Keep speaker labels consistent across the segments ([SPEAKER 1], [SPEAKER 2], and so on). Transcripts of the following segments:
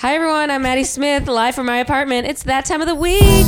[SPEAKER 1] Hi everyone, I'm Maddie Smith, live from my apartment. It's that time of the week.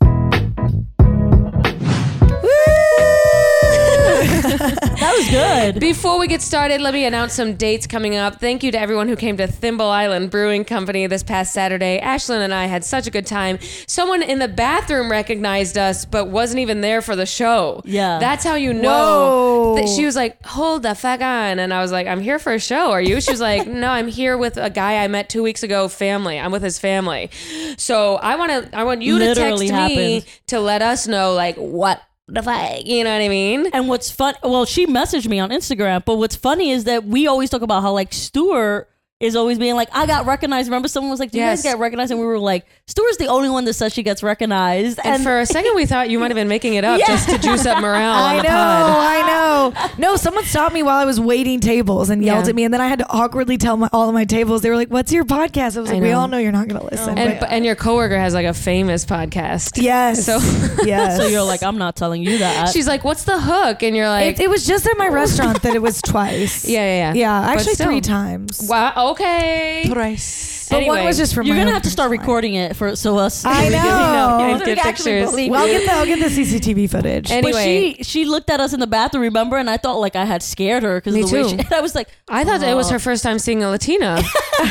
[SPEAKER 2] That was good.
[SPEAKER 1] Before we get started, let me announce some dates coming up. Thank you to everyone who came to Thimble Island Brewing Company this past Saturday. Ashlyn and I had such a good time. Someone in the bathroom recognized us, but wasn't even there for the show.
[SPEAKER 2] Yeah.
[SPEAKER 1] That's how you know.
[SPEAKER 2] Whoa.
[SPEAKER 1] That she was like, hold the fuck on. And I was like, I'm here for a show. Are you? She was like, no, I'm here with a guy I met two weeks ago, family. I'm with his family. So I want to, I want you
[SPEAKER 2] Literally
[SPEAKER 1] to text me
[SPEAKER 2] happened.
[SPEAKER 1] to let us know, like, what the fuck? You know what I mean?
[SPEAKER 2] And what's fun? Well, she messaged me on Instagram, but what's funny is that we always talk about how like Stuart is always being like, I got recognized. Remember, someone was like, Do you
[SPEAKER 1] Yes.
[SPEAKER 2] guys get recognized? And we were like, Stuart's the only one that says she gets recognized.
[SPEAKER 1] And, for a second, we thought you might have been making it up just to juice up morale on the
[SPEAKER 3] I know,
[SPEAKER 1] pod.
[SPEAKER 3] I know. No, someone stopped me while I was waiting tables and yelled
[SPEAKER 1] Yeah.
[SPEAKER 3] at me, and then I had to awkwardly tell my, all of my tables. They were like, "What's your podcast?" I was
[SPEAKER 1] I
[SPEAKER 3] like, "We
[SPEAKER 1] know.
[SPEAKER 3] all know you're not going to listen."
[SPEAKER 1] And,
[SPEAKER 3] but-
[SPEAKER 1] and your coworker has like a famous podcast.
[SPEAKER 3] yes,
[SPEAKER 1] So-
[SPEAKER 3] yes.
[SPEAKER 2] so you're like, I'm not telling you that.
[SPEAKER 1] She's like, "What's the hook?" And you're like,
[SPEAKER 3] it, it was just at my restaurant that it was twice.
[SPEAKER 1] "Yeah, yeah, yeah."
[SPEAKER 3] yeah,
[SPEAKER 1] But
[SPEAKER 3] actually
[SPEAKER 1] still.
[SPEAKER 3] three times.
[SPEAKER 1] Wow. Okay.
[SPEAKER 3] Twice. But one
[SPEAKER 1] Anyway,
[SPEAKER 3] was just for
[SPEAKER 2] You're
[SPEAKER 3] my
[SPEAKER 2] gonna
[SPEAKER 3] own
[SPEAKER 2] have to start
[SPEAKER 3] personal life.
[SPEAKER 2] recording it for so us.
[SPEAKER 3] I
[SPEAKER 2] we can-
[SPEAKER 3] know.
[SPEAKER 2] we
[SPEAKER 1] And
[SPEAKER 2] can
[SPEAKER 1] get
[SPEAKER 2] actually
[SPEAKER 1] pictures.
[SPEAKER 2] believe
[SPEAKER 3] Well, I'll
[SPEAKER 2] it.
[SPEAKER 3] get the I'll get the CCTV footage.
[SPEAKER 1] And- Anyway.
[SPEAKER 2] But she she looked at us in the bathroom, remember? And I thought like I had scared her because
[SPEAKER 1] Me
[SPEAKER 2] the way
[SPEAKER 1] too.
[SPEAKER 2] she, and I was like,
[SPEAKER 1] I thought it was
[SPEAKER 2] Oh.
[SPEAKER 1] her first time seeing a Latina.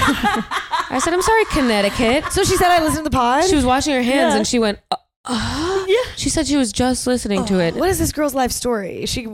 [SPEAKER 1] I said, "I'm sorry, Connecticut."
[SPEAKER 3] so she said I listened to the pod.
[SPEAKER 1] She was washing her hands
[SPEAKER 2] Yeah.
[SPEAKER 1] and she went. Uh, uh, She said she was just listening to it.
[SPEAKER 3] What is this girl's life story? She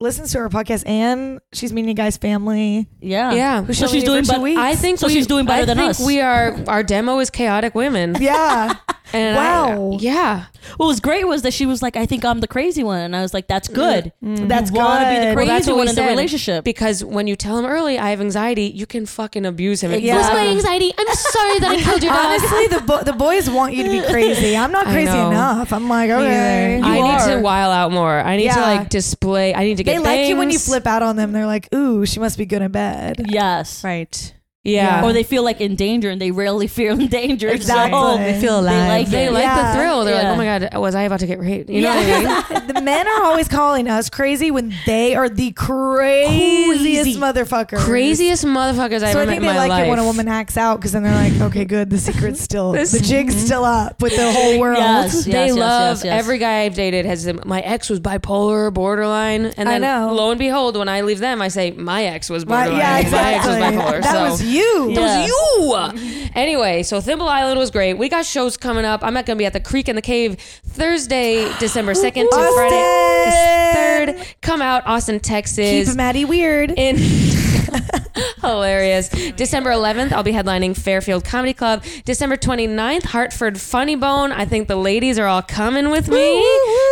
[SPEAKER 3] listens to her podcast and she's meeting a guy's family.
[SPEAKER 2] yeah,
[SPEAKER 1] Yeah.
[SPEAKER 3] Who
[SPEAKER 2] So
[SPEAKER 3] she's
[SPEAKER 2] she's doing
[SPEAKER 3] doing for two
[SPEAKER 2] better-
[SPEAKER 3] weeks.
[SPEAKER 1] I think
[SPEAKER 2] So
[SPEAKER 1] we-
[SPEAKER 2] she's doing better
[SPEAKER 1] I
[SPEAKER 2] than
[SPEAKER 1] think
[SPEAKER 2] us.
[SPEAKER 1] We are our demo is chaotic women.
[SPEAKER 3] yeah.
[SPEAKER 1] And I-
[SPEAKER 3] Wow.
[SPEAKER 1] yeah.
[SPEAKER 2] What was great was that she was like, I think I'm the crazy one. And I was like, that's good.
[SPEAKER 3] That's
[SPEAKER 2] you wanna be the crazy
[SPEAKER 3] good. Well,
[SPEAKER 1] Mm. that's what
[SPEAKER 2] one
[SPEAKER 1] we
[SPEAKER 2] in the
[SPEAKER 1] said.
[SPEAKER 2] relationship.
[SPEAKER 1] Because when you tell him early, I have anxiety, you can fucking abuse him. What's
[SPEAKER 2] Yeah.
[SPEAKER 1] my anxiety? I'm sorry that I killed your dog.
[SPEAKER 3] Honestly, the bo- the boys want you to be crazy. I'm not
[SPEAKER 1] Uh, I
[SPEAKER 3] crazy
[SPEAKER 1] know.
[SPEAKER 3] enough. I'm like, okay.
[SPEAKER 2] You
[SPEAKER 1] I need
[SPEAKER 2] are.
[SPEAKER 1] to while out more. I need to
[SPEAKER 3] Yeah.
[SPEAKER 1] like display. I need to
[SPEAKER 3] they
[SPEAKER 1] get.
[SPEAKER 3] like you when you
[SPEAKER 1] things.
[SPEAKER 3] flip out on them. They're like, ooh, she must be good in bed.
[SPEAKER 2] Yes.
[SPEAKER 4] Right.
[SPEAKER 1] Yeah.
[SPEAKER 2] Or they feel like in danger and they rarely feel in danger. so
[SPEAKER 3] Exactly. They feel
[SPEAKER 2] They like,
[SPEAKER 1] They
[SPEAKER 2] it.
[SPEAKER 1] like
[SPEAKER 3] Yeah.
[SPEAKER 1] the thrill. They're
[SPEAKER 2] Yeah.
[SPEAKER 1] like, oh my god, was I about to get raped? You know
[SPEAKER 2] Yeah.
[SPEAKER 1] what I mean?
[SPEAKER 3] the men are always calling us crazy when they are the craziest
[SPEAKER 1] Crazy.
[SPEAKER 3] motherfuckers.
[SPEAKER 1] Craziest motherfuckers I've
[SPEAKER 3] So I
[SPEAKER 1] ever met
[SPEAKER 3] think
[SPEAKER 1] in
[SPEAKER 3] they
[SPEAKER 1] my
[SPEAKER 3] like
[SPEAKER 1] life.
[SPEAKER 3] it when a woman acts out because then they're like, okay, good. The secret's still,
[SPEAKER 1] This-
[SPEAKER 3] the jig's still up with the whole world.
[SPEAKER 2] Yes, yes,
[SPEAKER 1] they
[SPEAKER 2] yes,
[SPEAKER 1] love
[SPEAKER 2] yes, yes.
[SPEAKER 1] every guy I've dated has them. My ex was bipolar, borderline, and then
[SPEAKER 3] I know.
[SPEAKER 1] lo and behold, when I leave them, I say my ex was
[SPEAKER 3] Right,
[SPEAKER 1] borderline.
[SPEAKER 3] yeah, exactly.
[SPEAKER 1] My ex was bipolar.
[SPEAKER 3] that
[SPEAKER 1] so.
[SPEAKER 3] was you.
[SPEAKER 2] Yeah.
[SPEAKER 1] That was you. Anyway, so Thimble Island was great. We got shows coming up. I'm not going to be at the Creek in the Cave Thursday, December 2nd to
[SPEAKER 3] Austin!
[SPEAKER 1] Friday, 3rd. Come out, Austin, Texas.
[SPEAKER 3] Keep Maddie weird.
[SPEAKER 1] in hilarious december 11th i'll be headlining fairfield comedy club december 29th hartford funny bone i think the ladies are all coming with me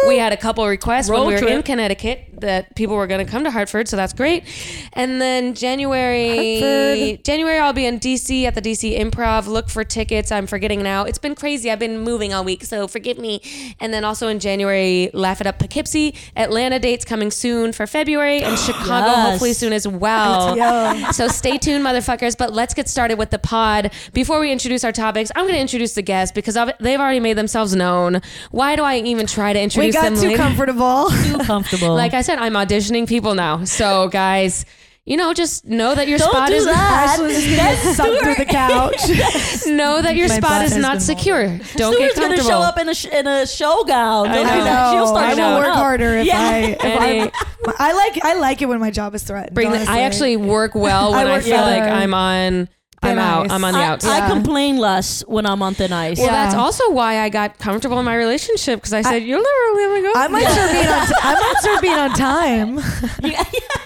[SPEAKER 1] we had a couple requests when
[SPEAKER 2] Road
[SPEAKER 1] we were
[SPEAKER 2] trip.
[SPEAKER 1] in connecticut that people were going to come to hartford so that's great and then january
[SPEAKER 3] Hartford.
[SPEAKER 1] january i'll be in dc at the dc improv look for tickets i'm forgetting now it's been crazy i've been moving all week so forgive me and then also in january laugh it up poughkeepsie atlanta dates coming soon for february and chicago
[SPEAKER 2] Yes.
[SPEAKER 1] hopefully soon as well
[SPEAKER 3] Yeah.
[SPEAKER 1] so stay tuned, motherfuckers. But let's get started with the pod. Before we introduce our topics, I'm going to introduce the guests because of- they've already made themselves known. Why do I even try to
[SPEAKER 3] We
[SPEAKER 1] introduce
[SPEAKER 3] got
[SPEAKER 1] them?
[SPEAKER 3] too
[SPEAKER 1] later?
[SPEAKER 3] comfortable.
[SPEAKER 2] Too comfortable.
[SPEAKER 1] like I said, I'm auditioning people now. So guys, you know, just know that your
[SPEAKER 2] Don't
[SPEAKER 1] spot
[SPEAKER 2] do
[SPEAKER 1] is
[SPEAKER 2] that.
[SPEAKER 3] Ashley's just gonna get sucked to the couch.
[SPEAKER 1] know that your
[SPEAKER 3] My
[SPEAKER 1] spot
[SPEAKER 3] butt
[SPEAKER 1] is
[SPEAKER 3] has
[SPEAKER 1] not
[SPEAKER 3] been
[SPEAKER 1] secure. Don't get
[SPEAKER 2] Stuart's gonna
[SPEAKER 1] comfortable.
[SPEAKER 2] show up in a sh- in a show gown.
[SPEAKER 1] I
[SPEAKER 2] Don't
[SPEAKER 1] know.
[SPEAKER 2] do that. She'll start
[SPEAKER 3] I
[SPEAKER 2] showing
[SPEAKER 3] will work
[SPEAKER 2] up.
[SPEAKER 3] harder if
[SPEAKER 2] Yeah.
[SPEAKER 3] I. If
[SPEAKER 1] Any-
[SPEAKER 3] I, I like I like it when my job is threatened.
[SPEAKER 1] Bring the,
[SPEAKER 3] honestly.
[SPEAKER 1] I actually work well when
[SPEAKER 3] I
[SPEAKER 1] I,
[SPEAKER 3] work
[SPEAKER 1] feel like
[SPEAKER 3] better.
[SPEAKER 1] I'm on. I'm
[SPEAKER 3] Thin
[SPEAKER 1] out.
[SPEAKER 3] ice.
[SPEAKER 1] I'm on the
[SPEAKER 2] I,
[SPEAKER 1] outs.
[SPEAKER 2] I
[SPEAKER 3] Yeah.
[SPEAKER 2] complain less when I'm on thin ice.
[SPEAKER 1] Well,
[SPEAKER 3] Yeah.
[SPEAKER 1] that's also why I got comfortable in my relationship because I said, "You'll never let me go."
[SPEAKER 3] I might start being on. T- I might start being on time.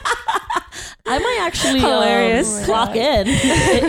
[SPEAKER 2] I might actually um,
[SPEAKER 1] Hilarious.
[SPEAKER 2] clock in.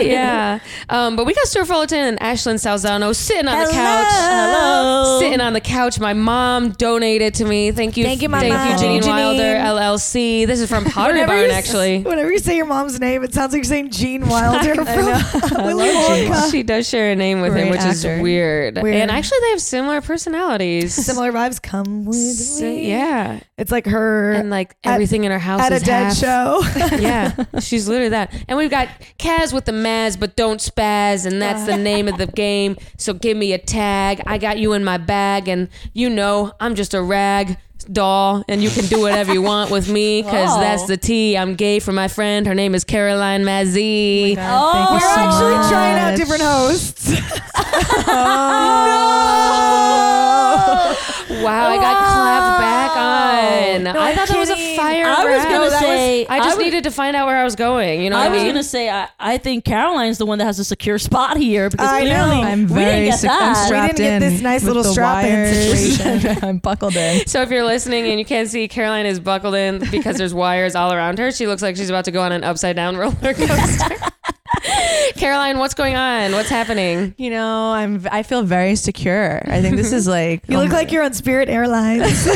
[SPEAKER 1] yeah. Um, but we got Stuart Fullerton and Ashlyn Salzano sitting on the
[SPEAKER 3] Hello.
[SPEAKER 1] couch.
[SPEAKER 2] Hello.
[SPEAKER 1] Sitting on the couch. My mom donated to me. Thank you.
[SPEAKER 3] Thank you, my
[SPEAKER 1] Thank
[SPEAKER 3] mom.
[SPEAKER 1] you, Janine,
[SPEAKER 3] Thank you,
[SPEAKER 1] Wilder,
[SPEAKER 3] Janine.
[SPEAKER 1] LLC. This is from Pottery
[SPEAKER 3] Whenever
[SPEAKER 1] Barn,
[SPEAKER 3] you s-
[SPEAKER 1] actually.
[SPEAKER 3] Whenever you say your mom's name, it sounds like you're saying Gene Wilder from Willy Wonka.
[SPEAKER 1] She does share a name with him,
[SPEAKER 4] Great
[SPEAKER 1] which
[SPEAKER 4] actor.
[SPEAKER 1] is weird.
[SPEAKER 3] Weird.
[SPEAKER 1] And actually, they have similar personalities.
[SPEAKER 3] Similar vibes come with
[SPEAKER 1] So,
[SPEAKER 3] me.
[SPEAKER 1] yeah.
[SPEAKER 3] It's like her
[SPEAKER 1] And like
[SPEAKER 3] At-
[SPEAKER 1] everything in her house
[SPEAKER 3] at a
[SPEAKER 1] is
[SPEAKER 3] dead
[SPEAKER 1] half.
[SPEAKER 3] show.
[SPEAKER 1] yeah, she's literally that. And we've got Kaz with the Maz, but don't spaz, and that's the name of the game. So give me a tag. I got you in my bag, and you know I'm just a rag. doll and you can do whatever you want with me because
[SPEAKER 2] Wow.
[SPEAKER 1] that's the tea. I'm gay for my friend. Her name is Caroline Mazzy.
[SPEAKER 2] Oh,
[SPEAKER 4] thank you
[SPEAKER 2] we're
[SPEAKER 3] We're
[SPEAKER 4] so
[SPEAKER 3] actually trying out
[SPEAKER 4] much.
[SPEAKER 3] different hosts. Oh,
[SPEAKER 1] Wow, I got clapped back on.
[SPEAKER 3] No,
[SPEAKER 1] I
[SPEAKER 3] I'm
[SPEAKER 1] thought that was a
[SPEAKER 3] kidding.
[SPEAKER 1] fire.
[SPEAKER 2] I was
[SPEAKER 1] round.
[SPEAKER 2] gonna
[SPEAKER 1] That
[SPEAKER 2] say-
[SPEAKER 1] I just
[SPEAKER 2] I was-
[SPEAKER 1] needed to find out where I was going. You know,
[SPEAKER 2] I
[SPEAKER 1] what
[SPEAKER 2] was
[SPEAKER 1] I mean?
[SPEAKER 2] gonna say I, I think Caroline's the one that has a secure spot here because
[SPEAKER 3] I know.
[SPEAKER 2] clearly
[SPEAKER 4] I'm
[SPEAKER 2] we didn't
[SPEAKER 4] very
[SPEAKER 2] get
[SPEAKER 4] sick. I'm
[SPEAKER 2] that.
[SPEAKER 3] We
[SPEAKER 4] strapped
[SPEAKER 3] didn't get
[SPEAKER 4] in
[SPEAKER 3] this nice
[SPEAKER 4] with
[SPEAKER 3] little
[SPEAKER 4] the
[SPEAKER 3] strap-in
[SPEAKER 4] wires.
[SPEAKER 3] situation.
[SPEAKER 4] I'm buckled in.
[SPEAKER 1] So if you're listening and you can't see, Caroline is buckled in because there's wires all around her. She looks like she's about to go on an upside down roller coaster. Caroline, what's going on? What's happening?
[SPEAKER 4] You know, I'm. I feel very secure. I think this is like.
[SPEAKER 3] You
[SPEAKER 4] oh
[SPEAKER 3] look
[SPEAKER 4] my-
[SPEAKER 3] like you're on Spirit Airlines.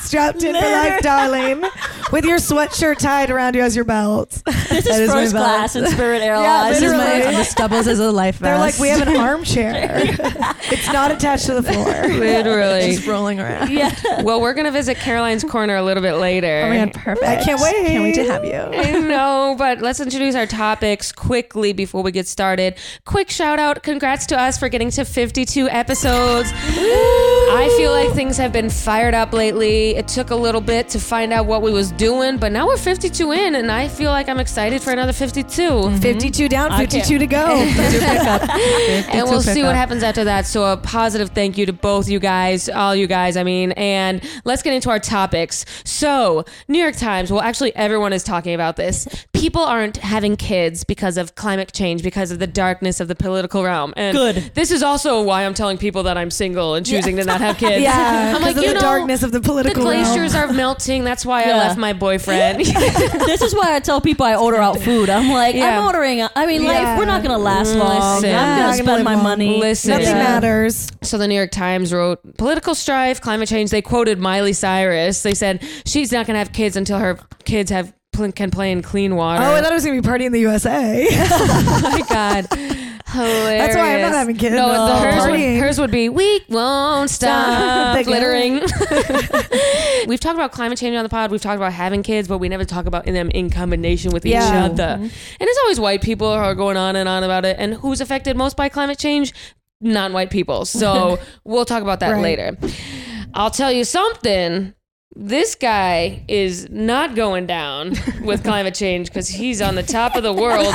[SPEAKER 3] Strapped in for life, darling. With your sweatshirt tied around you as your belt.
[SPEAKER 2] This
[SPEAKER 4] That
[SPEAKER 2] is,
[SPEAKER 4] is my
[SPEAKER 2] first
[SPEAKER 4] vibe.
[SPEAKER 2] class in Spirit Airlines.
[SPEAKER 4] This is my.
[SPEAKER 3] literally-
[SPEAKER 4] The stubbles is a life vest.
[SPEAKER 3] They're like, we have an armchair. it's not attached to the floor.
[SPEAKER 1] Literally.
[SPEAKER 4] Just rolling around.
[SPEAKER 2] yeah.
[SPEAKER 1] Well, we're gonna visit Caroline's corner a little bit later.
[SPEAKER 4] Oh my god, perfect!
[SPEAKER 3] I can't wait.
[SPEAKER 4] Can't wait to have you.
[SPEAKER 1] I know, but let's introduce our topics quickly before we get started. Quick shout out, congrats to us for getting to 52 episodes. I feel like things have been fired up lately. It took a little bit to find out what we was doing, but now we're 52 in and I feel like I'm excited for another 52.
[SPEAKER 3] 52 down,
[SPEAKER 2] I can't-
[SPEAKER 3] 52 to go.
[SPEAKER 1] and
[SPEAKER 4] It's
[SPEAKER 1] we'll
[SPEAKER 4] a
[SPEAKER 1] see what
[SPEAKER 4] pickup.
[SPEAKER 1] happens after that. So a positive thank you to both you guys, all you guys. I mean, and let's get into our topics. So New York Times. Well, actually, everyone is talking about this. People aren't having kids because of climate change, because of the darkness of the political realm. And
[SPEAKER 2] Good.
[SPEAKER 1] This is also why I'm telling people that I'm single and choosing to not have kids.
[SPEAKER 3] Yeah,
[SPEAKER 1] I'm
[SPEAKER 3] because
[SPEAKER 1] like,
[SPEAKER 3] of
[SPEAKER 1] you
[SPEAKER 3] the
[SPEAKER 1] know,
[SPEAKER 3] darkness of the
[SPEAKER 1] the
[SPEAKER 3] political realm.
[SPEAKER 1] glaciers are melting. That's why I
[SPEAKER 2] Yeah.
[SPEAKER 1] left my boyfriend.
[SPEAKER 2] this is why I tell people I order out food. I'm like,
[SPEAKER 1] Yeah.
[SPEAKER 2] I'm ordering. I mean,
[SPEAKER 3] Yeah.
[SPEAKER 2] life, we're not going to last long.
[SPEAKER 1] Listen. Not
[SPEAKER 2] I'm going
[SPEAKER 3] gonna
[SPEAKER 2] to spend
[SPEAKER 3] live
[SPEAKER 2] my
[SPEAKER 3] long.
[SPEAKER 2] money.
[SPEAKER 1] Listen.
[SPEAKER 3] Nothing
[SPEAKER 1] Yeah.
[SPEAKER 3] matters.
[SPEAKER 1] So the New York Times wrote political strife, climate change. They quoted Miley Cyrus. They said she's not going to have kids until her kids have pl- can play in clean water. Oh
[SPEAKER 3] Oh, I thought it was going to be Party in the USA.
[SPEAKER 1] my god. Hilarious.
[SPEAKER 3] That's why I'm not having kids.
[SPEAKER 1] No,
[SPEAKER 3] No.
[SPEAKER 1] the hers, would,
[SPEAKER 3] Partying.
[SPEAKER 1] hers would be we won't stop
[SPEAKER 3] Stop.
[SPEAKER 1] glittering. We've talked about climate change on the pod. We've talked about having kids, but we never talk about them in combination with
[SPEAKER 3] Yeah. Mm-hmm.
[SPEAKER 1] each other. And it's always white people who are going on and on about it. And who's affected most by climate change? Non-white people. So we'll talk about that
[SPEAKER 3] Right.
[SPEAKER 1] later. I'll tell you something. This guy is not going down with climate change because he's on the top of the world.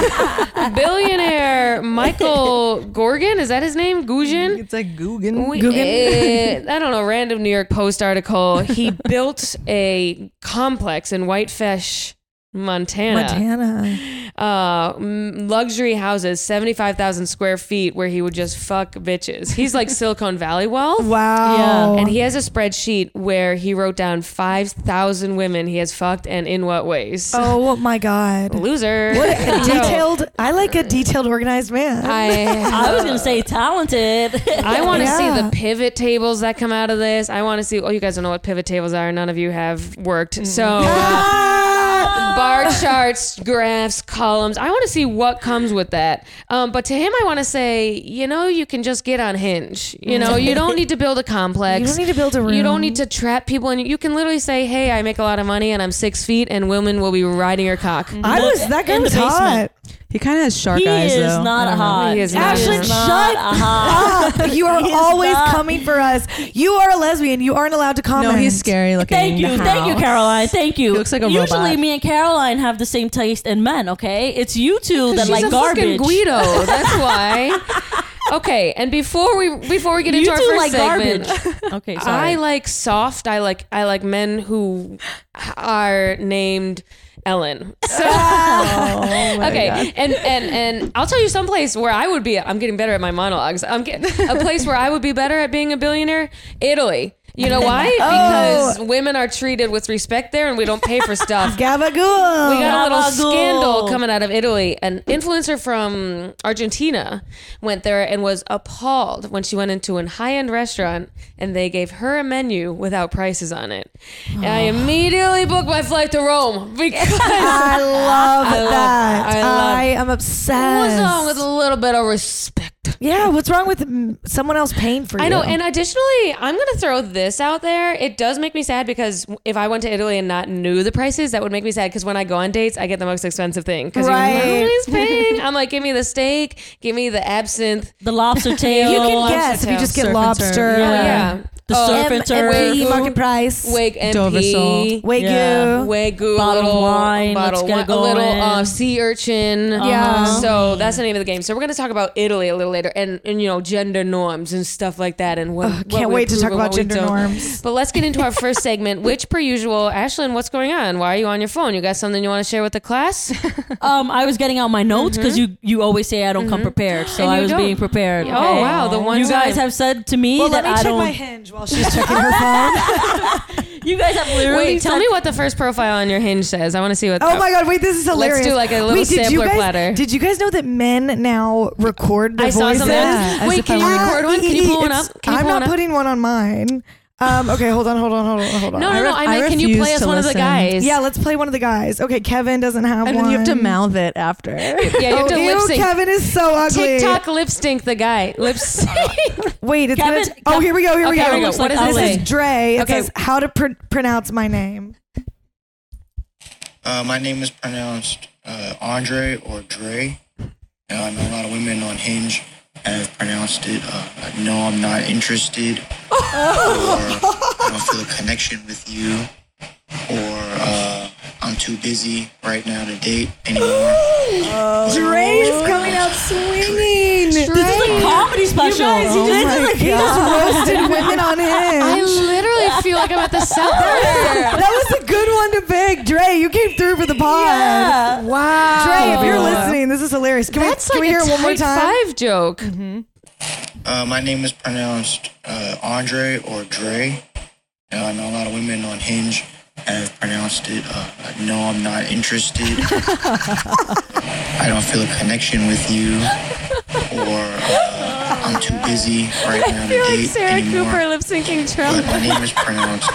[SPEAKER 1] Billionaire Michael Gorgon, is that his name? Gugin?
[SPEAKER 4] It's like Guggen.
[SPEAKER 1] We- eh, I don't know, random New York Post article. He built a complex in Whitefish, Montana.
[SPEAKER 3] Montana.
[SPEAKER 1] Uh, m- luxury houses, 75,000 square feet, where he would just fuck bitches. He's like Silicon Valley wealth.
[SPEAKER 3] Wow.
[SPEAKER 2] Yeah.
[SPEAKER 1] And he has a spreadsheet where he wrote down 5,000 women he has fucked and in what ways.
[SPEAKER 3] oh my God.
[SPEAKER 1] Loser.
[SPEAKER 3] What a
[SPEAKER 1] No.
[SPEAKER 3] detailed, I like a detailed, organized man.
[SPEAKER 1] I,
[SPEAKER 2] I was going to say talented.
[SPEAKER 1] I want to see
[SPEAKER 3] Yeah.
[SPEAKER 1] the pivot tables that come out of this. I want to see. Oh, you guys don't know what pivot tables are. None of you have worked. So. uh, Bar charts, graphs, columns. I want to see what comes with that. Um, but to him, I want to say, you know, you can just get on Hinge. You know, you don't need to build a complex.
[SPEAKER 3] You don't need to build a
[SPEAKER 1] You don't
[SPEAKER 3] room.
[SPEAKER 1] need to trap people. And you can literally say, hey, I make a lot of money and I'm six feet, and women will be riding your cock.
[SPEAKER 3] I was, that guy
[SPEAKER 2] In the
[SPEAKER 3] was hot.
[SPEAKER 2] basement.
[SPEAKER 4] He kind of has shark
[SPEAKER 2] He
[SPEAKER 4] eyes
[SPEAKER 2] is
[SPEAKER 4] though. I
[SPEAKER 2] not
[SPEAKER 4] don't know.
[SPEAKER 2] hot.
[SPEAKER 1] He is not.
[SPEAKER 2] Ashlyn,
[SPEAKER 1] He is
[SPEAKER 2] shut up.
[SPEAKER 3] Ah, you are
[SPEAKER 2] He is
[SPEAKER 3] always
[SPEAKER 2] not-
[SPEAKER 3] coming for us. You are a lesbian. You aren't allowed to comment.
[SPEAKER 4] No, he's scary looking.
[SPEAKER 2] Thank you, thank you, Caroline. Thank you.
[SPEAKER 4] He looks like a
[SPEAKER 2] Usually,
[SPEAKER 4] robot.
[SPEAKER 2] me and Caroline have the same taste in men. Okay, it's you two that
[SPEAKER 1] She's
[SPEAKER 2] like
[SPEAKER 1] a fucking
[SPEAKER 2] garbage.
[SPEAKER 1] Guido. That's why. okay, and before we before we get into
[SPEAKER 2] You
[SPEAKER 1] our
[SPEAKER 2] two
[SPEAKER 1] first
[SPEAKER 2] like
[SPEAKER 1] segment,
[SPEAKER 2] garbage. Okay, sorry.
[SPEAKER 1] I like soft. I like I like men who are named Ellen. So
[SPEAKER 2] Oh
[SPEAKER 1] okay, and and and I'll tell you some place where I would be. I'm getting better at my monologues. I'm getting a place where I would be better at being a billionaire. Italy. You know why?
[SPEAKER 2] Oh.
[SPEAKER 1] Because women are treated with respect there, and we don't pay for stuff.
[SPEAKER 3] Gabagool.
[SPEAKER 1] We got a little
[SPEAKER 2] Gabagool.
[SPEAKER 1] scandal coming out of Italy. An influencer from Argentina went there and was appalled when she went into a high end restaurant and they gave her a menu without prices on it. And I immediately booked my flight to Rome because.
[SPEAKER 3] I love
[SPEAKER 1] love-
[SPEAKER 3] that.
[SPEAKER 1] I
[SPEAKER 3] I,
[SPEAKER 1] love-
[SPEAKER 3] am obsessed.
[SPEAKER 1] What's wrong with a little bit of respect?
[SPEAKER 3] yeah, what's wrong with mm, someone else paying for you?
[SPEAKER 1] I know. And additionally, I'm going to throw this out there. It does make me sad because if I went to Italy and not knew the prices, that would make me sad because when I go on dates, I get the most expensive thing. Because
[SPEAKER 3] Right.
[SPEAKER 1] everybody's paying. I'm like, give me the steak, give me the absinthe,
[SPEAKER 2] the lobster tail.
[SPEAKER 3] you can
[SPEAKER 1] lobster
[SPEAKER 3] guess if you
[SPEAKER 1] tail.
[SPEAKER 3] just get
[SPEAKER 4] Surf and
[SPEAKER 3] lobster.
[SPEAKER 4] turf.
[SPEAKER 1] Oh, yeah.
[SPEAKER 2] the
[SPEAKER 1] Oh,
[SPEAKER 2] servants are
[SPEAKER 1] Wagyu.
[SPEAKER 3] MMP, market price.
[SPEAKER 1] Wig MP.
[SPEAKER 4] Doversal.
[SPEAKER 3] Wagyu.
[SPEAKER 2] Yeah.
[SPEAKER 1] Wagyu,
[SPEAKER 2] Bottle of
[SPEAKER 1] little-
[SPEAKER 2] wine, let's
[SPEAKER 1] of
[SPEAKER 2] get
[SPEAKER 1] wine,
[SPEAKER 2] it
[SPEAKER 1] a little
[SPEAKER 2] going.
[SPEAKER 1] uh, sea urchin.
[SPEAKER 3] Yeah.
[SPEAKER 2] Um,
[SPEAKER 1] So that's the name of the game. So we're gonna talk about Italy a little later, and, and you know gender norms and stuff like that, and what. what
[SPEAKER 3] Can't
[SPEAKER 1] we
[SPEAKER 3] wait to
[SPEAKER 1] approve
[SPEAKER 3] talk
[SPEAKER 1] and what we
[SPEAKER 3] about gender
[SPEAKER 1] don't.
[SPEAKER 3] norms.
[SPEAKER 1] But let's get into our first segment, which, per usual, Ashlyn, what's going on? Why are you on your phone? You got something you want to share with the class?
[SPEAKER 2] um, I was getting out my notes because you you always say I don't come prepared,
[SPEAKER 1] Mm-hmm.
[SPEAKER 2] so
[SPEAKER 1] And
[SPEAKER 2] I
[SPEAKER 1] you
[SPEAKER 2] was
[SPEAKER 1] don't.
[SPEAKER 2] being prepared.
[SPEAKER 1] Oh, wow, the one
[SPEAKER 2] you guys
[SPEAKER 1] time.
[SPEAKER 2] have said to me
[SPEAKER 3] Well,
[SPEAKER 2] that
[SPEAKER 3] let me
[SPEAKER 2] I
[SPEAKER 3] check
[SPEAKER 2] don't.
[SPEAKER 3] my hinge while she's checking her phone.
[SPEAKER 2] you guys have literally
[SPEAKER 1] wait, tell
[SPEAKER 2] said-
[SPEAKER 1] me what the first profile on your hinge says. I want to see what.
[SPEAKER 3] Oh my god! Wait, this is hilarious.
[SPEAKER 1] do like a little
[SPEAKER 3] wait, did you
[SPEAKER 1] sampler
[SPEAKER 3] guys,
[SPEAKER 1] platter.
[SPEAKER 3] Did you guys know that men now record their
[SPEAKER 1] I saw
[SPEAKER 3] voices?
[SPEAKER 1] something.
[SPEAKER 4] Yeah, as
[SPEAKER 1] Wait,
[SPEAKER 4] if I
[SPEAKER 1] can you
[SPEAKER 4] were-
[SPEAKER 1] record one? Can you pull one
[SPEAKER 3] It's-
[SPEAKER 1] up? Can you
[SPEAKER 3] I'm
[SPEAKER 1] pull
[SPEAKER 3] not
[SPEAKER 1] one up?
[SPEAKER 3] putting one on mine. Um, okay, hold on, hold on, hold on, hold on.
[SPEAKER 1] No, no,
[SPEAKER 4] I
[SPEAKER 1] no.
[SPEAKER 4] re-
[SPEAKER 1] I
[SPEAKER 4] I
[SPEAKER 1] meant, can you play
[SPEAKER 4] refuse
[SPEAKER 1] us
[SPEAKER 4] to
[SPEAKER 1] one of the
[SPEAKER 4] listen.
[SPEAKER 1] guys?
[SPEAKER 3] Yeah, let's play one of the guys. Okay, Kevin doesn't have
[SPEAKER 4] And
[SPEAKER 3] one.
[SPEAKER 4] then you have to mouth it after.
[SPEAKER 1] Yeah, you have to
[SPEAKER 3] oh,
[SPEAKER 1] lip
[SPEAKER 3] ew,
[SPEAKER 1] sync.
[SPEAKER 3] Kevin is so ugly.
[SPEAKER 1] TikTok lip sync the guy. Lip sync.
[SPEAKER 3] Wait, it's
[SPEAKER 2] Kevin-
[SPEAKER 3] gonna. oh, here we go. Here we
[SPEAKER 1] Okay,
[SPEAKER 3] go.
[SPEAKER 1] here we go. What
[SPEAKER 2] does it
[SPEAKER 3] this
[SPEAKER 2] say?
[SPEAKER 3] is Dre. It
[SPEAKER 1] Okay.
[SPEAKER 3] says how to pr- pronounce my name.
[SPEAKER 5] Uh, my name is pronounced uh, Andre or Dre. And I know a lot of women on Hinge have pronounced it. Uh, like, no, I'm not interested. or I don't feel a connection with you. Or uh, I'm too busy right now to date anymore.
[SPEAKER 3] Dre is coming out swinging.
[SPEAKER 2] This is a comedy special. Oh
[SPEAKER 3] he just,
[SPEAKER 2] This is a-
[SPEAKER 3] he just roasted women on
[SPEAKER 1] I
[SPEAKER 3] him.
[SPEAKER 1] literally feel like I'm at the cellar.
[SPEAKER 3] That was a good one to pick, Dre. You came through for the pod.
[SPEAKER 2] Yeah.
[SPEAKER 1] Wow.
[SPEAKER 3] Dre, if you're listening, this is hilarious. Can
[SPEAKER 1] that's like
[SPEAKER 3] we, can we hear
[SPEAKER 1] a
[SPEAKER 3] it one more
[SPEAKER 1] type
[SPEAKER 3] time? Mm-hmm.
[SPEAKER 1] five joke.
[SPEAKER 5] Uh, my name is pronounced uh, Andre or Dre. And I know a lot of women on Hinge have pronounced it. Uh, like, no, I'm not interested. I don't feel a connection with you. Or uh, I'm too busy right now
[SPEAKER 1] I
[SPEAKER 5] to
[SPEAKER 1] feel
[SPEAKER 5] date
[SPEAKER 1] like Sarah
[SPEAKER 5] anymore.
[SPEAKER 1] Cooper lip syncing
[SPEAKER 5] But
[SPEAKER 1] Trump.
[SPEAKER 5] my name is pronounced